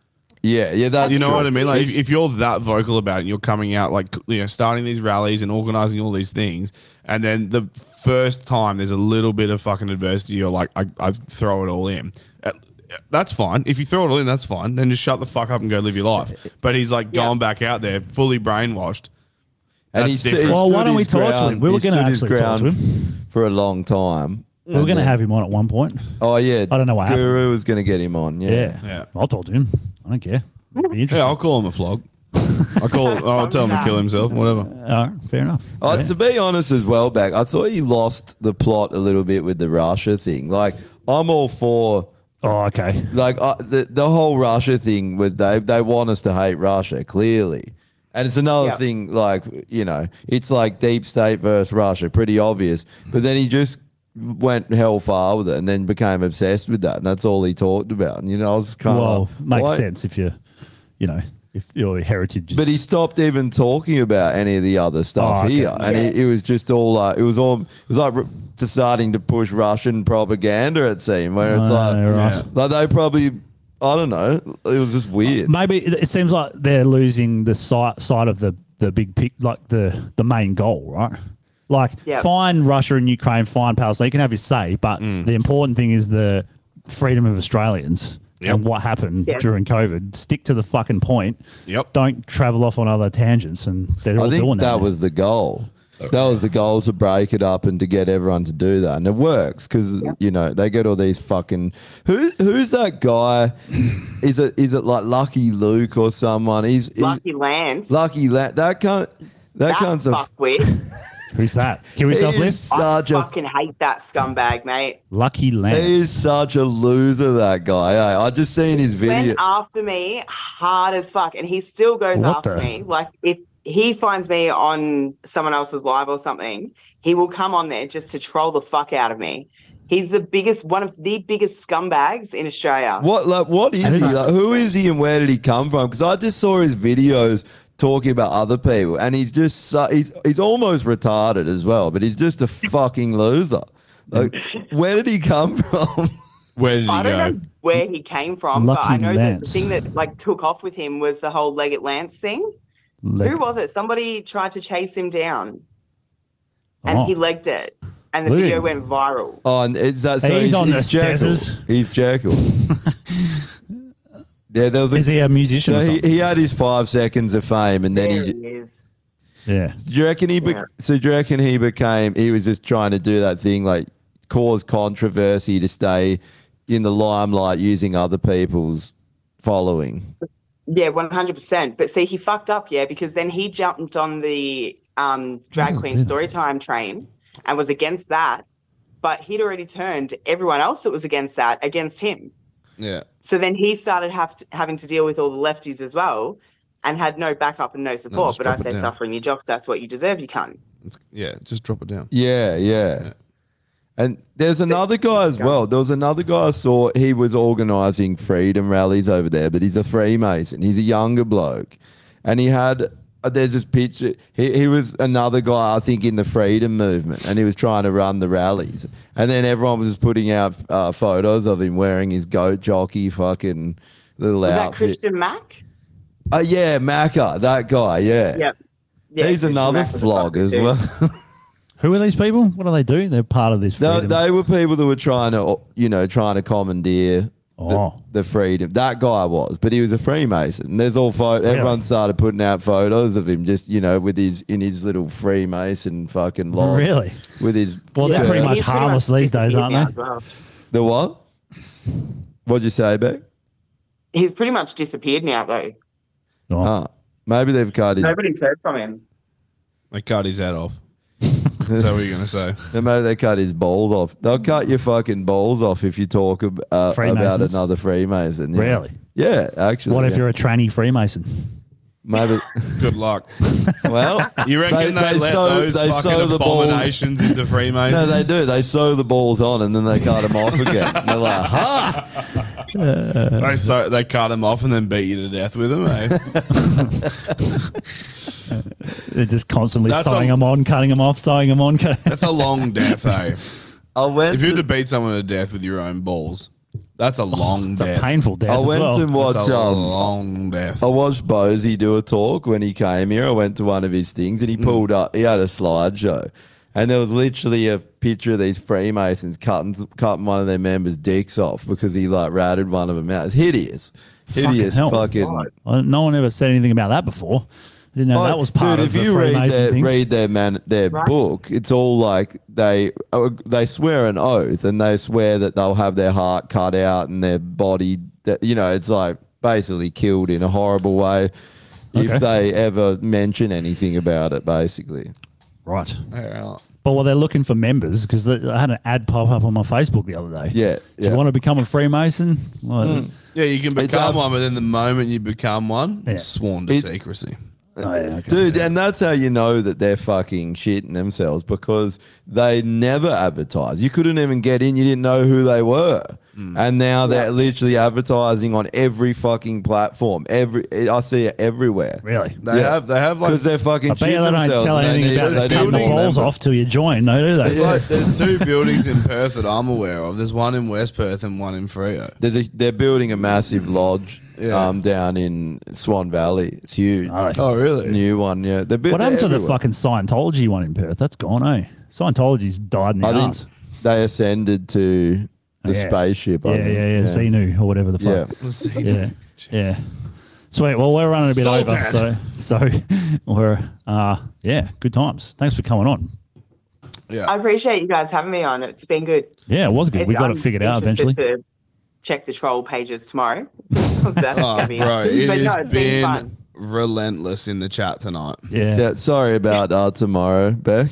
Speaker 3: yeah, yeah, that's
Speaker 4: you know
Speaker 3: true.
Speaker 4: what I mean? Like, if,
Speaker 3: He's-
Speaker 4: if you're that vocal about it, and you're coming out like you know, starting these rallies and organizing all these things, and then the first time there's a little bit of fucking adversity, you're like, I, I throw it all in. Uh, That's fine. If you throw it all in, that's fine. Then just shut the fuck up and go live your life. But he's like going back out there, fully brainwashed.
Speaker 3: and
Speaker 4: that's
Speaker 3: he st- he
Speaker 4: different.
Speaker 2: Well, why
Speaker 3: stood
Speaker 2: don't we
Speaker 3: his
Speaker 2: talk to
Speaker 3: ground-
Speaker 2: him? We were
Speaker 3: he
Speaker 2: gonna
Speaker 3: stood his
Speaker 2: actually talk to
Speaker 3: ground for a long time.
Speaker 2: we were going to have him on at one point.
Speaker 3: Oh yeah,
Speaker 2: I don't know what happened.
Speaker 3: Guru was going to get him on. Yeah,
Speaker 2: Yeah,
Speaker 4: Yeah.
Speaker 2: I'll talk to him. I don't care. It'd Be
Speaker 4: Yeah, I'll
Speaker 2: interesting.
Speaker 4: call him a flog. I'll call.
Speaker 3: (laughs)
Speaker 4: I'll tell him to kill himself. Whatever.
Speaker 2: All right, fair enough.
Speaker 3: Uh,
Speaker 2: Yeah.
Speaker 3: To be honest, as well, back I thought he lost the plot a little bit with the Russia thing. Like I'm all for
Speaker 2: Oh, okay.
Speaker 3: like uh, the the whole Russia thing was they they want us to hate Russia clearly, and it's another
Speaker 9: Yeah.
Speaker 3: thing like you know it's like deep state versus Russia, pretty obvious. But then he just went hell far with it and then became obsessed with that. And that's all he talked about. And, you know, I was kind
Speaker 2: well,
Speaker 3: of.
Speaker 2: makes sense if you, you know, if your heritage. Is,
Speaker 3: But he stopped even talking about any of the other stuff
Speaker 2: Oh, okay.
Speaker 3: here, and it, it was just all uh, it was all it was like r- just starting to push Russian propaganda. It seemed where it's
Speaker 2: Oh,
Speaker 3: like,
Speaker 2: right.
Speaker 3: like they probably I don't know. It was just weird.
Speaker 2: maybe it it seems like they're losing the sight sight of the the big pic, like the the main goal, right? Like
Speaker 9: Yep.
Speaker 2: fine Russia and Ukraine, fine Palestine. You can have your say, but the important thing is the freedom of Australians and what happened
Speaker 9: Yes.
Speaker 2: during COVID. Stick to the fucking point.
Speaker 4: Yep.
Speaker 2: Don't travel off on other tangents, and they're all
Speaker 3: I
Speaker 2: doing
Speaker 3: think
Speaker 2: that.
Speaker 3: that was the goal. That was the goal to break it up and to get everyone to do that, and it works because you know they get all these fucking who who's that guy? is it is it like Lucky Luke or someone? He's he-
Speaker 9: Lucky Lance.
Speaker 3: Lucky La- that cunt. That
Speaker 9: That
Speaker 3: cunt's a f-
Speaker 9: fuckwit.
Speaker 2: Who's that? Can we
Speaker 3: He
Speaker 2: self
Speaker 3: is
Speaker 2: list?
Speaker 9: I
Speaker 3: such a
Speaker 9: fucking hate that scumbag, mate.
Speaker 2: Lucky Lance.
Speaker 3: He is such a loser, that guy. eh? I just seen his video.
Speaker 9: Went after me hard as fuck, and he still goes
Speaker 2: What
Speaker 9: after
Speaker 2: the-
Speaker 9: me. Like if he finds me on someone else's live or something, he will come on there just to troll the fuck out of me. He's the biggest, one of the biggest scumbags in Australia.
Speaker 3: What like what is he? Like, who is he, and where did he come from? Because I just saw his videos talking about other people, and he's just so, he's he's almost retarded as well. But he's just a fucking loser. Like, where did he come (laughs) from?
Speaker 4: Where did he
Speaker 9: I don't
Speaker 4: go?
Speaker 9: know where he came from, but
Speaker 2: Lucky
Speaker 9: I know that the
Speaker 2: Lance.
Speaker 9: thing that like took off with him was the whole Leggett Lance thing.
Speaker 2: Leg-
Speaker 9: Who was it? Somebody tried to chase him down, and
Speaker 2: Oh.
Speaker 9: he legged it, and the
Speaker 2: Look at
Speaker 9: video
Speaker 2: him.
Speaker 9: went viral.
Speaker 3: Oh, and is that so?
Speaker 2: He's
Speaker 3: He's,
Speaker 2: on
Speaker 3: he's
Speaker 2: the
Speaker 3: Jekyll.
Speaker 2: stairs. (laughs)
Speaker 3: He's Jekyll. yeah, there was a.
Speaker 2: Is he a musician?
Speaker 3: so
Speaker 2: or
Speaker 3: he,
Speaker 2: something?
Speaker 3: he had his five seconds of fame, and then
Speaker 9: There
Speaker 3: he
Speaker 9: he is.
Speaker 2: yeah.
Speaker 3: Do you reckon he? Bec-
Speaker 9: Yeah.
Speaker 3: So do you reckon he became? He was just trying to do that thing, like cause controversy to stay in the limelight, using other people's following.
Speaker 9: Yeah, one hundred percent. But see, he fucked up, yeah, because then he jumped on the um, drag
Speaker 2: does
Speaker 9: queen
Speaker 2: do that?
Speaker 9: story time train and was against that, but he'd already turned everyone else that was against that against him.
Speaker 1: Yeah.
Speaker 9: So then he started have to, having to deal with all the lefties as well, and had no backup and no support.
Speaker 1: just
Speaker 9: but I
Speaker 1: drop it
Speaker 9: say,
Speaker 1: down.
Speaker 9: suffering your jocks, that's what you deserve. You cunt.
Speaker 1: It's- yeah, just drop it down.
Speaker 3: Yeah, yeah. And there's another guy as well. There was another guy I saw. He was organising freedom rallies over there, but he's a Freemason. He's a younger bloke, and he had. uh, There's this picture. He, he was another guy, I think, in the freedom movement, and he was trying to run the rallies. And then everyone was just putting out uh, photos of him wearing his goat jockey fucking little
Speaker 9: Was that
Speaker 3: outfit.
Speaker 9: Christian Mack?
Speaker 3: Oh yeah, Macca, that guy. Yeah,
Speaker 9: Yep. Yeah,
Speaker 3: he's
Speaker 9: Christian
Speaker 3: another
Speaker 9: Mack was a
Speaker 3: flog
Speaker 9: fucking
Speaker 3: as
Speaker 9: dude.
Speaker 3: well.
Speaker 2: Who are these people? What do they do? They're part of this.
Speaker 3: No,
Speaker 2: Freedom.
Speaker 3: they were people that were trying to, you know, trying to commandeer
Speaker 2: Oh.
Speaker 3: the, the freedom. That guy was, but he was a Freemason. There's all photo. Everyone started putting out photos of him, just you know, with his in his little Freemason fucking log.
Speaker 2: Really?
Speaker 3: With his
Speaker 2: Well, they're
Speaker 3: skirt.
Speaker 2: pretty much
Speaker 9: He's
Speaker 2: harmless these days,
Speaker 9: disappeared
Speaker 2: aren't
Speaker 9: now
Speaker 2: they?
Speaker 9: as well.
Speaker 3: the what? What'd you say, Beck?
Speaker 9: He's pretty much disappeared now, though.
Speaker 2: Oh.
Speaker 3: Ah, maybe they've cut his.
Speaker 9: Nobody's heard from him.
Speaker 4: They cut his head off. Is that what you're gonna say?
Speaker 3: Maybe they cut his balls off. They'll cut your fucking balls off if you talk ab- uh, about
Speaker 2: Freemasons?
Speaker 3: another Freemason. yeah.
Speaker 2: Really?
Speaker 3: Yeah, actually.
Speaker 2: What if
Speaker 3: yeah.
Speaker 2: you're a tranny Freemason?
Speaker 3: maybe? (laughs)
Speaker 4: Good luck.
Speaker 2: (laughs)
Speaker 3: Well,
Speaker 4: You reckon they, let
Speaker 3: sew-
Speaker 4: those
Speaker 3: they
Speaker 4: fucking
Speaker 3: sew the ball-
Speaker 4: abominations into
Speaker 3: No,
Speaker 4: Freemasons?
Speaker 3: they do. They sew the balls on and then they cut them off again.
Speaker 4: (laughs)
Speaker 3: And they're like, ha!
Speaker 4: they, sew, they cut them off and then beat you to death with them. Eh?
Speaker 2: They're just constantly
Speaker 4: That's
Speaker 2: sewing
Speaker 4: a-
Speaker 2: them on, cutting them off, sewing them on. (laughs) Cutting...
Speaker 4: That's a long death. Eh?
Speaker 3: I went.
Speaker 4: If you
Speaker 3: to-
Speaker 4: had to beat someone to death with your own balls, that's a long
Speaker 2: Oh, It's a
Speaker 4: death.
Speaker 2: painful death.
Speaker 3: I
Speaker 2: as
Speaker 3: went
Speaker 2: well.
Speaker 3: and
Speaker 4: That's
Speaker 3: watched.
Speaker 4: a
Speaker 3: Um,
Speaker 4: long death.
Speaker 3: I watched Bosie do a talk when he came here. I went to one of his things
Speaker 4: Mm.
Speaker 3: and he pulled up. He had a slideshow, and there was literally a picture of these Freemasons cutting cutting one of their members' dicks off because he like ratted one of them out. It's hideous,
Speaker 2: Fucking
Speaker 3: hideous,
Speaker 2: hell.
Speaker 3: fucking.
Speaker 2: I- no one ever said anything about that before. I didn't know
Speaker 3: Oh,
Speaker 2: that was part
Speaker 3: dude,
Speaker 2: of
Speaker 3: if
Speaker 2: the
Speaker 3: you read
Speaker 2: Freemason
Speaker 3: their,
Speaker 2: thing.
Speaker 3: read their man their book, it's all like they uh, they swear an oath and they swear that they'll have their heart cut out and their body, that, you know, it's like basically killed in a horrible way.
Speaker 2: Okay.
Speaker 3: If they ever mention anything about it, basically,
Speaker 2: Right. But well, they're looking for members because I had an ad pop up on my Facebook the other day.
Speaker 3: Yeah,
Speaker 2: Do
Speaker 3: yeah. Mm.
Speaker 2: you want to become a Freemason? Well,
Speaker 4: yeah, you can
Speaker 3: It's,
Speaker 4: become
Speaker 3: um,
Speaker 4: one, but then the moment you become one,
Speaker 2: Yeah.
Speaker 4: it's sworn to
Speaker 3: It-
Speaker 4: secrecy.
Speaker 2: Oh, yeah, okay.
Speaker 3: Dude, and that's how you know that they're fucking shitting themselves because they never advertise. You couldn't even get in, you didn't know who they were.
Speaker 2: Hmm.
Speaker 3: And now they're literally advertising on every fucking platform. Every I see it everywhere.
Speaker 2: Really?
Speaker 4: They
Speaker 3: Yeah.
Speaker 4: have they have like
Speaker 3: Because they're fucking
Speaker 2: I bet
Speaker 3: shitting
Speaker 2: you they don't
Speaker 3: themselves
Speaker 2: tell
Speaker 3: and they
Speaker 2: anything
Speaker 3: need-
Speaker 2: about
Speaker 3: they need
Speaker 2: cutting the
Speaker 3: to
Speaker 2: balls
Speaker 3: remember.
Speaker 2: off till you join, no, do they?
Speaker 4: It's like there's two buildings in Perth that I'm aware of. There's one in West Perth and one in Freo.
Speaker 3: There's a, they're building a massive lodge
Speaker 4: Yeah.
Speaker 3: um, down in Swan Valley. It's huge.
Speaker 2: Oh.
Speaker 4: Oh, really?
Speaker 3: New one, yeah. They're bu- (laughs)
Speaker 2: What happened
Speaker 3: they're
Speaker 2: to the
Speaker 3: everywhere.
Speaker 2: fucking Scientology one in Perth? That's gone, eh? Scientology's died in the
Speaker 3: I think
Speaker 2: arse.
Speaker 3: they ascended to the
Speaker 2: Yeah.
Speaker 3: spaceship. I
Speaker 2: Yeah, yeah,
Speaker 3: think.
Speaker 2: yeah, Xenu or whatever the fuck. Yeah, yeah. Sweet. Well, we're running a bit over, so so (laughs) we're uh yeah, good times. Thanks for coming on.
Speaker 4: Yeah.
Speaker 9: I appreciate you guys having me on. It's been good.
Speaker 2: Yeah, it was good. we
Speaker 9: It's-
Speaker 2: got it
Speaker 9: I'm
Speaker 2: figured out
Speaker 9: interested
Speaker 2: eventually.
Speaker 9: To check the troll pages tomorrow. (laughs) That's
Speaker 4: Oh,
Speaker 9: gonna be-
Speaker 4: bro, it
Speaker 9: but
Speaker 4: has
Speaker 9: no, it's
Speaker 4: been
Speaker 9: been, fun.
Speaker 4: relentless in the chat tonight.
Speaker 2: Yeah.
Speaker 3: Yeah, sorry about uh, tomorrow, Beck.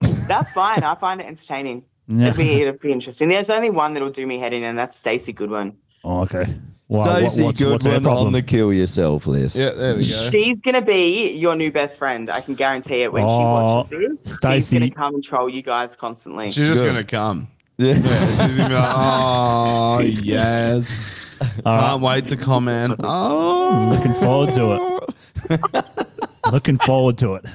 Speaker 9: That's fine. I find it entertaining.
Speaker 2: Yeah.
Speaker 9: It'll be it'll be interesting. There's only one that'll do me head in, and that's Stacey Goodwin.
Speaker 2: Oh, okay. Why, what-
Speaker 3: Stacey
Speaker 2: what's- what's her
Speaker 3: Goodwin on
Speaker 2: problem?
Speaker 3: the kill yourself list.
Speaker 4: Yeah, there we go.
Speaker 9: She's gonna be your new best friend. I can guarantee it when she
Speaker 2: Oh,
Speaker 9: watches this. She's
Speaker 2: Stacey.
Speaker 9: gonna come and troll you guys constantly.
Speaker 4: She's just
Speaker 3: Good.
Speaker 4: gonna come.
Speaker 3: Yeah.
Speaker 4: Yeah, she's gonna be like, (laughs) oh yes.
Speaker 2: All right.
Speaker 4: Can't wait to comment. Oh,
Speaker 2: Looking forward to it.
Speaker 3: (laughs)
Speaker 2: Looking forward to it.
Speaker 3: (laughs)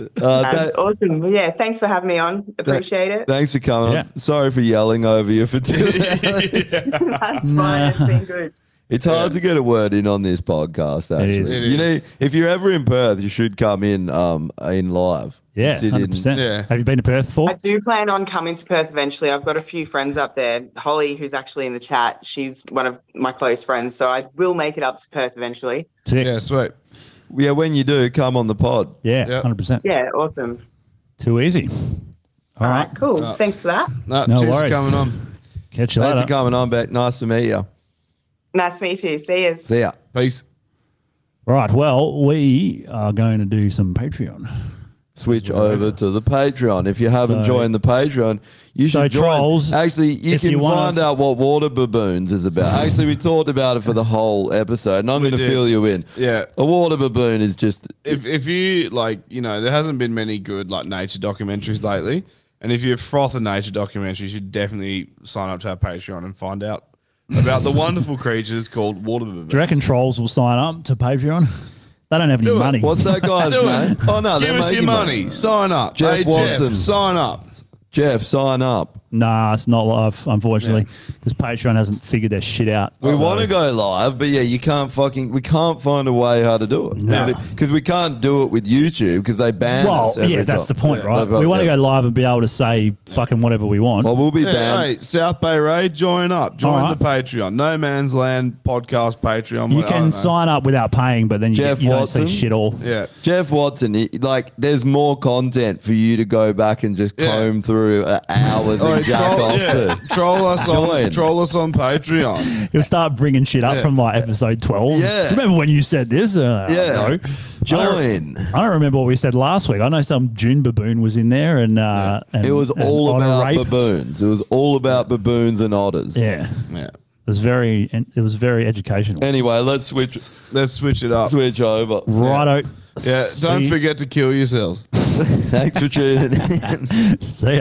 Speaker 3: Uh,
Speaker 9: Um,
Speaker 3: that-
Speaker 9: awesome. Well, Yeah, thanks for having me on. Appreciate it. (laughs)
Speaker 3: thanks for coming.
Speaker 2: Yeah.
Speaker 3: Sorry for yelling over you
Speaker 4: (laughs)
Speaker 3: for two.
Speaker 9: That's fine. It's been good.
Speaker 3: It's hard to get a word in on this podcast. Actually,
Speaker 2: is. It
Speaker 4: is.
Speaker 3: you know, if you're ever in Perth, you should come in um in live.
Speaker 2: Yeah,
Speaker 3: Sit in.
Speaker 2: hundred percent.
Speaker 4: Yeah.
Speaker 2: Have you been to Perth
Speaker 9: I
Speaker 2: before?
Speaker 9: do plan on coming to Perth eventually. I've got a few friends up there. Holly, who's actually in the chat, she's one of my close friends. So I will make it up to Perth eventually.
Speaker 2: Sick.
Speaker 4: Yeah, sweet.
Speaker 3: Yeah, when you do, come on the pod.
Speaker 2: Yeah,
Speaker 4: Yeah.
Speaker 2: hundred percent.
Speaker 9: Yeah, awesome.
Speaker 2: Too easy. All
Speaker 9: All
Speaker 2: right. Uh,
Speaker 9: right, cool. Thanks for that.
Speaker 4: No,
Speaker 2: No
Speaker 4: cheers
Speaker 2: worries.
Speaker 4: for coming on.
Speaker 2: Catch you
Speaker 3: Thanks for
Speaker 2: later.
Speaker 3: coming on, Beck. Nice to meet you.
Speaker 9: Nice to meet you. See you.
Speaker 3: See ya.
Speaker 4: Peace.
Speaker 2: Right. Well, we are going to do some Patreon.
Speaker 3: Switch over to the Patreon. If you haven't
Speaker 2: So-
Speaker 3: joined the Patreon, you should
Speaker 2: So,
Speaker 3: join.
Speaker 2: trolls,
Speaker 3: Actually, you
Speaker 2: if
Speaker 3: can
Speaker 2: you wanna-
Speaker 3: find out what water baboons
Speaker 2: (laughs)
Speaker 3: is about. Actually, we talked about it for the whole episode, and I'm going to
Speaker 4: did.
Speaker 3: fill you in.
Speaker 4: Yeah.
Speaker 3: A water baboon is just
Speaker 4: if if you like, you know, there hasn't been many good like nature documentaries lately. And if you froth a nature documentary, you should definitely sign up to our Patreon and find out about the wonderful creatures called water baboons.
Speaker 2: Do you reckon trolls will sign up to Patreon? They don't have any
Speaker 4: Do it.
Speaker 2: money.
Speaker 4: (laughs)
Speaker 3: what's that guy's
Speaker 4: Do it.
Speaker 3: name? Oh no,
Speaker 4: Give
Speaker 3: they're
Speaker 4: us your
Speaker 3: making
Speaker 4: money. Sign up.
Speaker 3: Jeff
Speaker 4: hey,
Speaker 3: Watson.
Speaker 4: Jeff, sign up.
Speaker 3: Jeff, sign up.
Speaker 2: Nah, it's not live, unfortunately, because Patreon hasn't figured their shit out.
Speaker 3: We want to go live, but yeah, you can't fucking. We can't find a way how to do it
Speaker 2: No.
Speaker 3: because we can't do it with YouTube because they ban
Speaker 2: Well,
Speaker 3: us. every
Speaker 2: yeah, that's
Speaker 3: time.
Speaker 2: the point,
Speaker 3: Yeah.
Speaker 2: right?
Speaker 3: They've got-
Speaker 2: We want to
Speaker 3: yeah.
Speaker 2: go live and be able to say fucking whatever we want.
Speaker 3: Well, we'll be
Speaker 4: Yeah,
Speaker 3: banned.
Speaker 4: hey, South Bay Ray, join up. Join
Speaker 2: All right.
Speaker 4: the Patreon. No Man's Land podcast Patreon.
Speaker 2: you
Speaker 4: what- I
Speaker 2: can
Speaker 4: don't know.
Speaker 2: sign up without paying, but then you,
Speaker 3: Jeff
Speaker 2: get, you don't see
Speaker 3: Watson?
Speaker 2: shit all.
Speaker 4: Yeah.
Speaker 3: Jeff Watson, he- like, there's more content for you to go back and just
Speaker 4: Yeah.
Speaker 3: comb through uh, hours and
Speaker 4: Alright,
Speaker 3: jack
Speaker 4: troll,
Speaker 3: off
Speaker 4: yeah.
Speaker 3: to.
Speaker 4: troll us
Speaker 3: Join.
Speaker 4: on troll us on
Speaker 3: (laughs)
Speaker 4: Patreon.
Speaker 2: You'll start bringing shit up
Speaker 4: Yeah.
Speaker 2: from like episode 12.
Speaker 3: Yeah.
Speaker 2: Remember when you said this? Uh, I don't
Speaker 3: Yeah,
Speaker 2: know.
Speaker 3: join.
Speaker 2: I don't remember what we said last week. I know some June baboon was in there, and, uh, and
Speaker 3: It was
Speaker 2: and
Speaker 3: all
Speaker 2: otter
Speaker 3: about
Speaker 2: rape.
Speaker 3: baboons. It was all about baboons and otters.
Speaker 2: Yeah,
Speaker 4: Yeah.
Speaker 2: it was very and it was very educational.
Speaker 3: Anyway, let's switch
Speaker 4: Let's switch it up.
Speaker 3: switch over. (laughs)
Speaker 2: Righto.
Speaker 4: Yeah,
Speaker 2: See-
Speaker 4: don't forget to kill yourselves.
Speaker 3: Thanks for tuning in.
Speaker 2: See ya.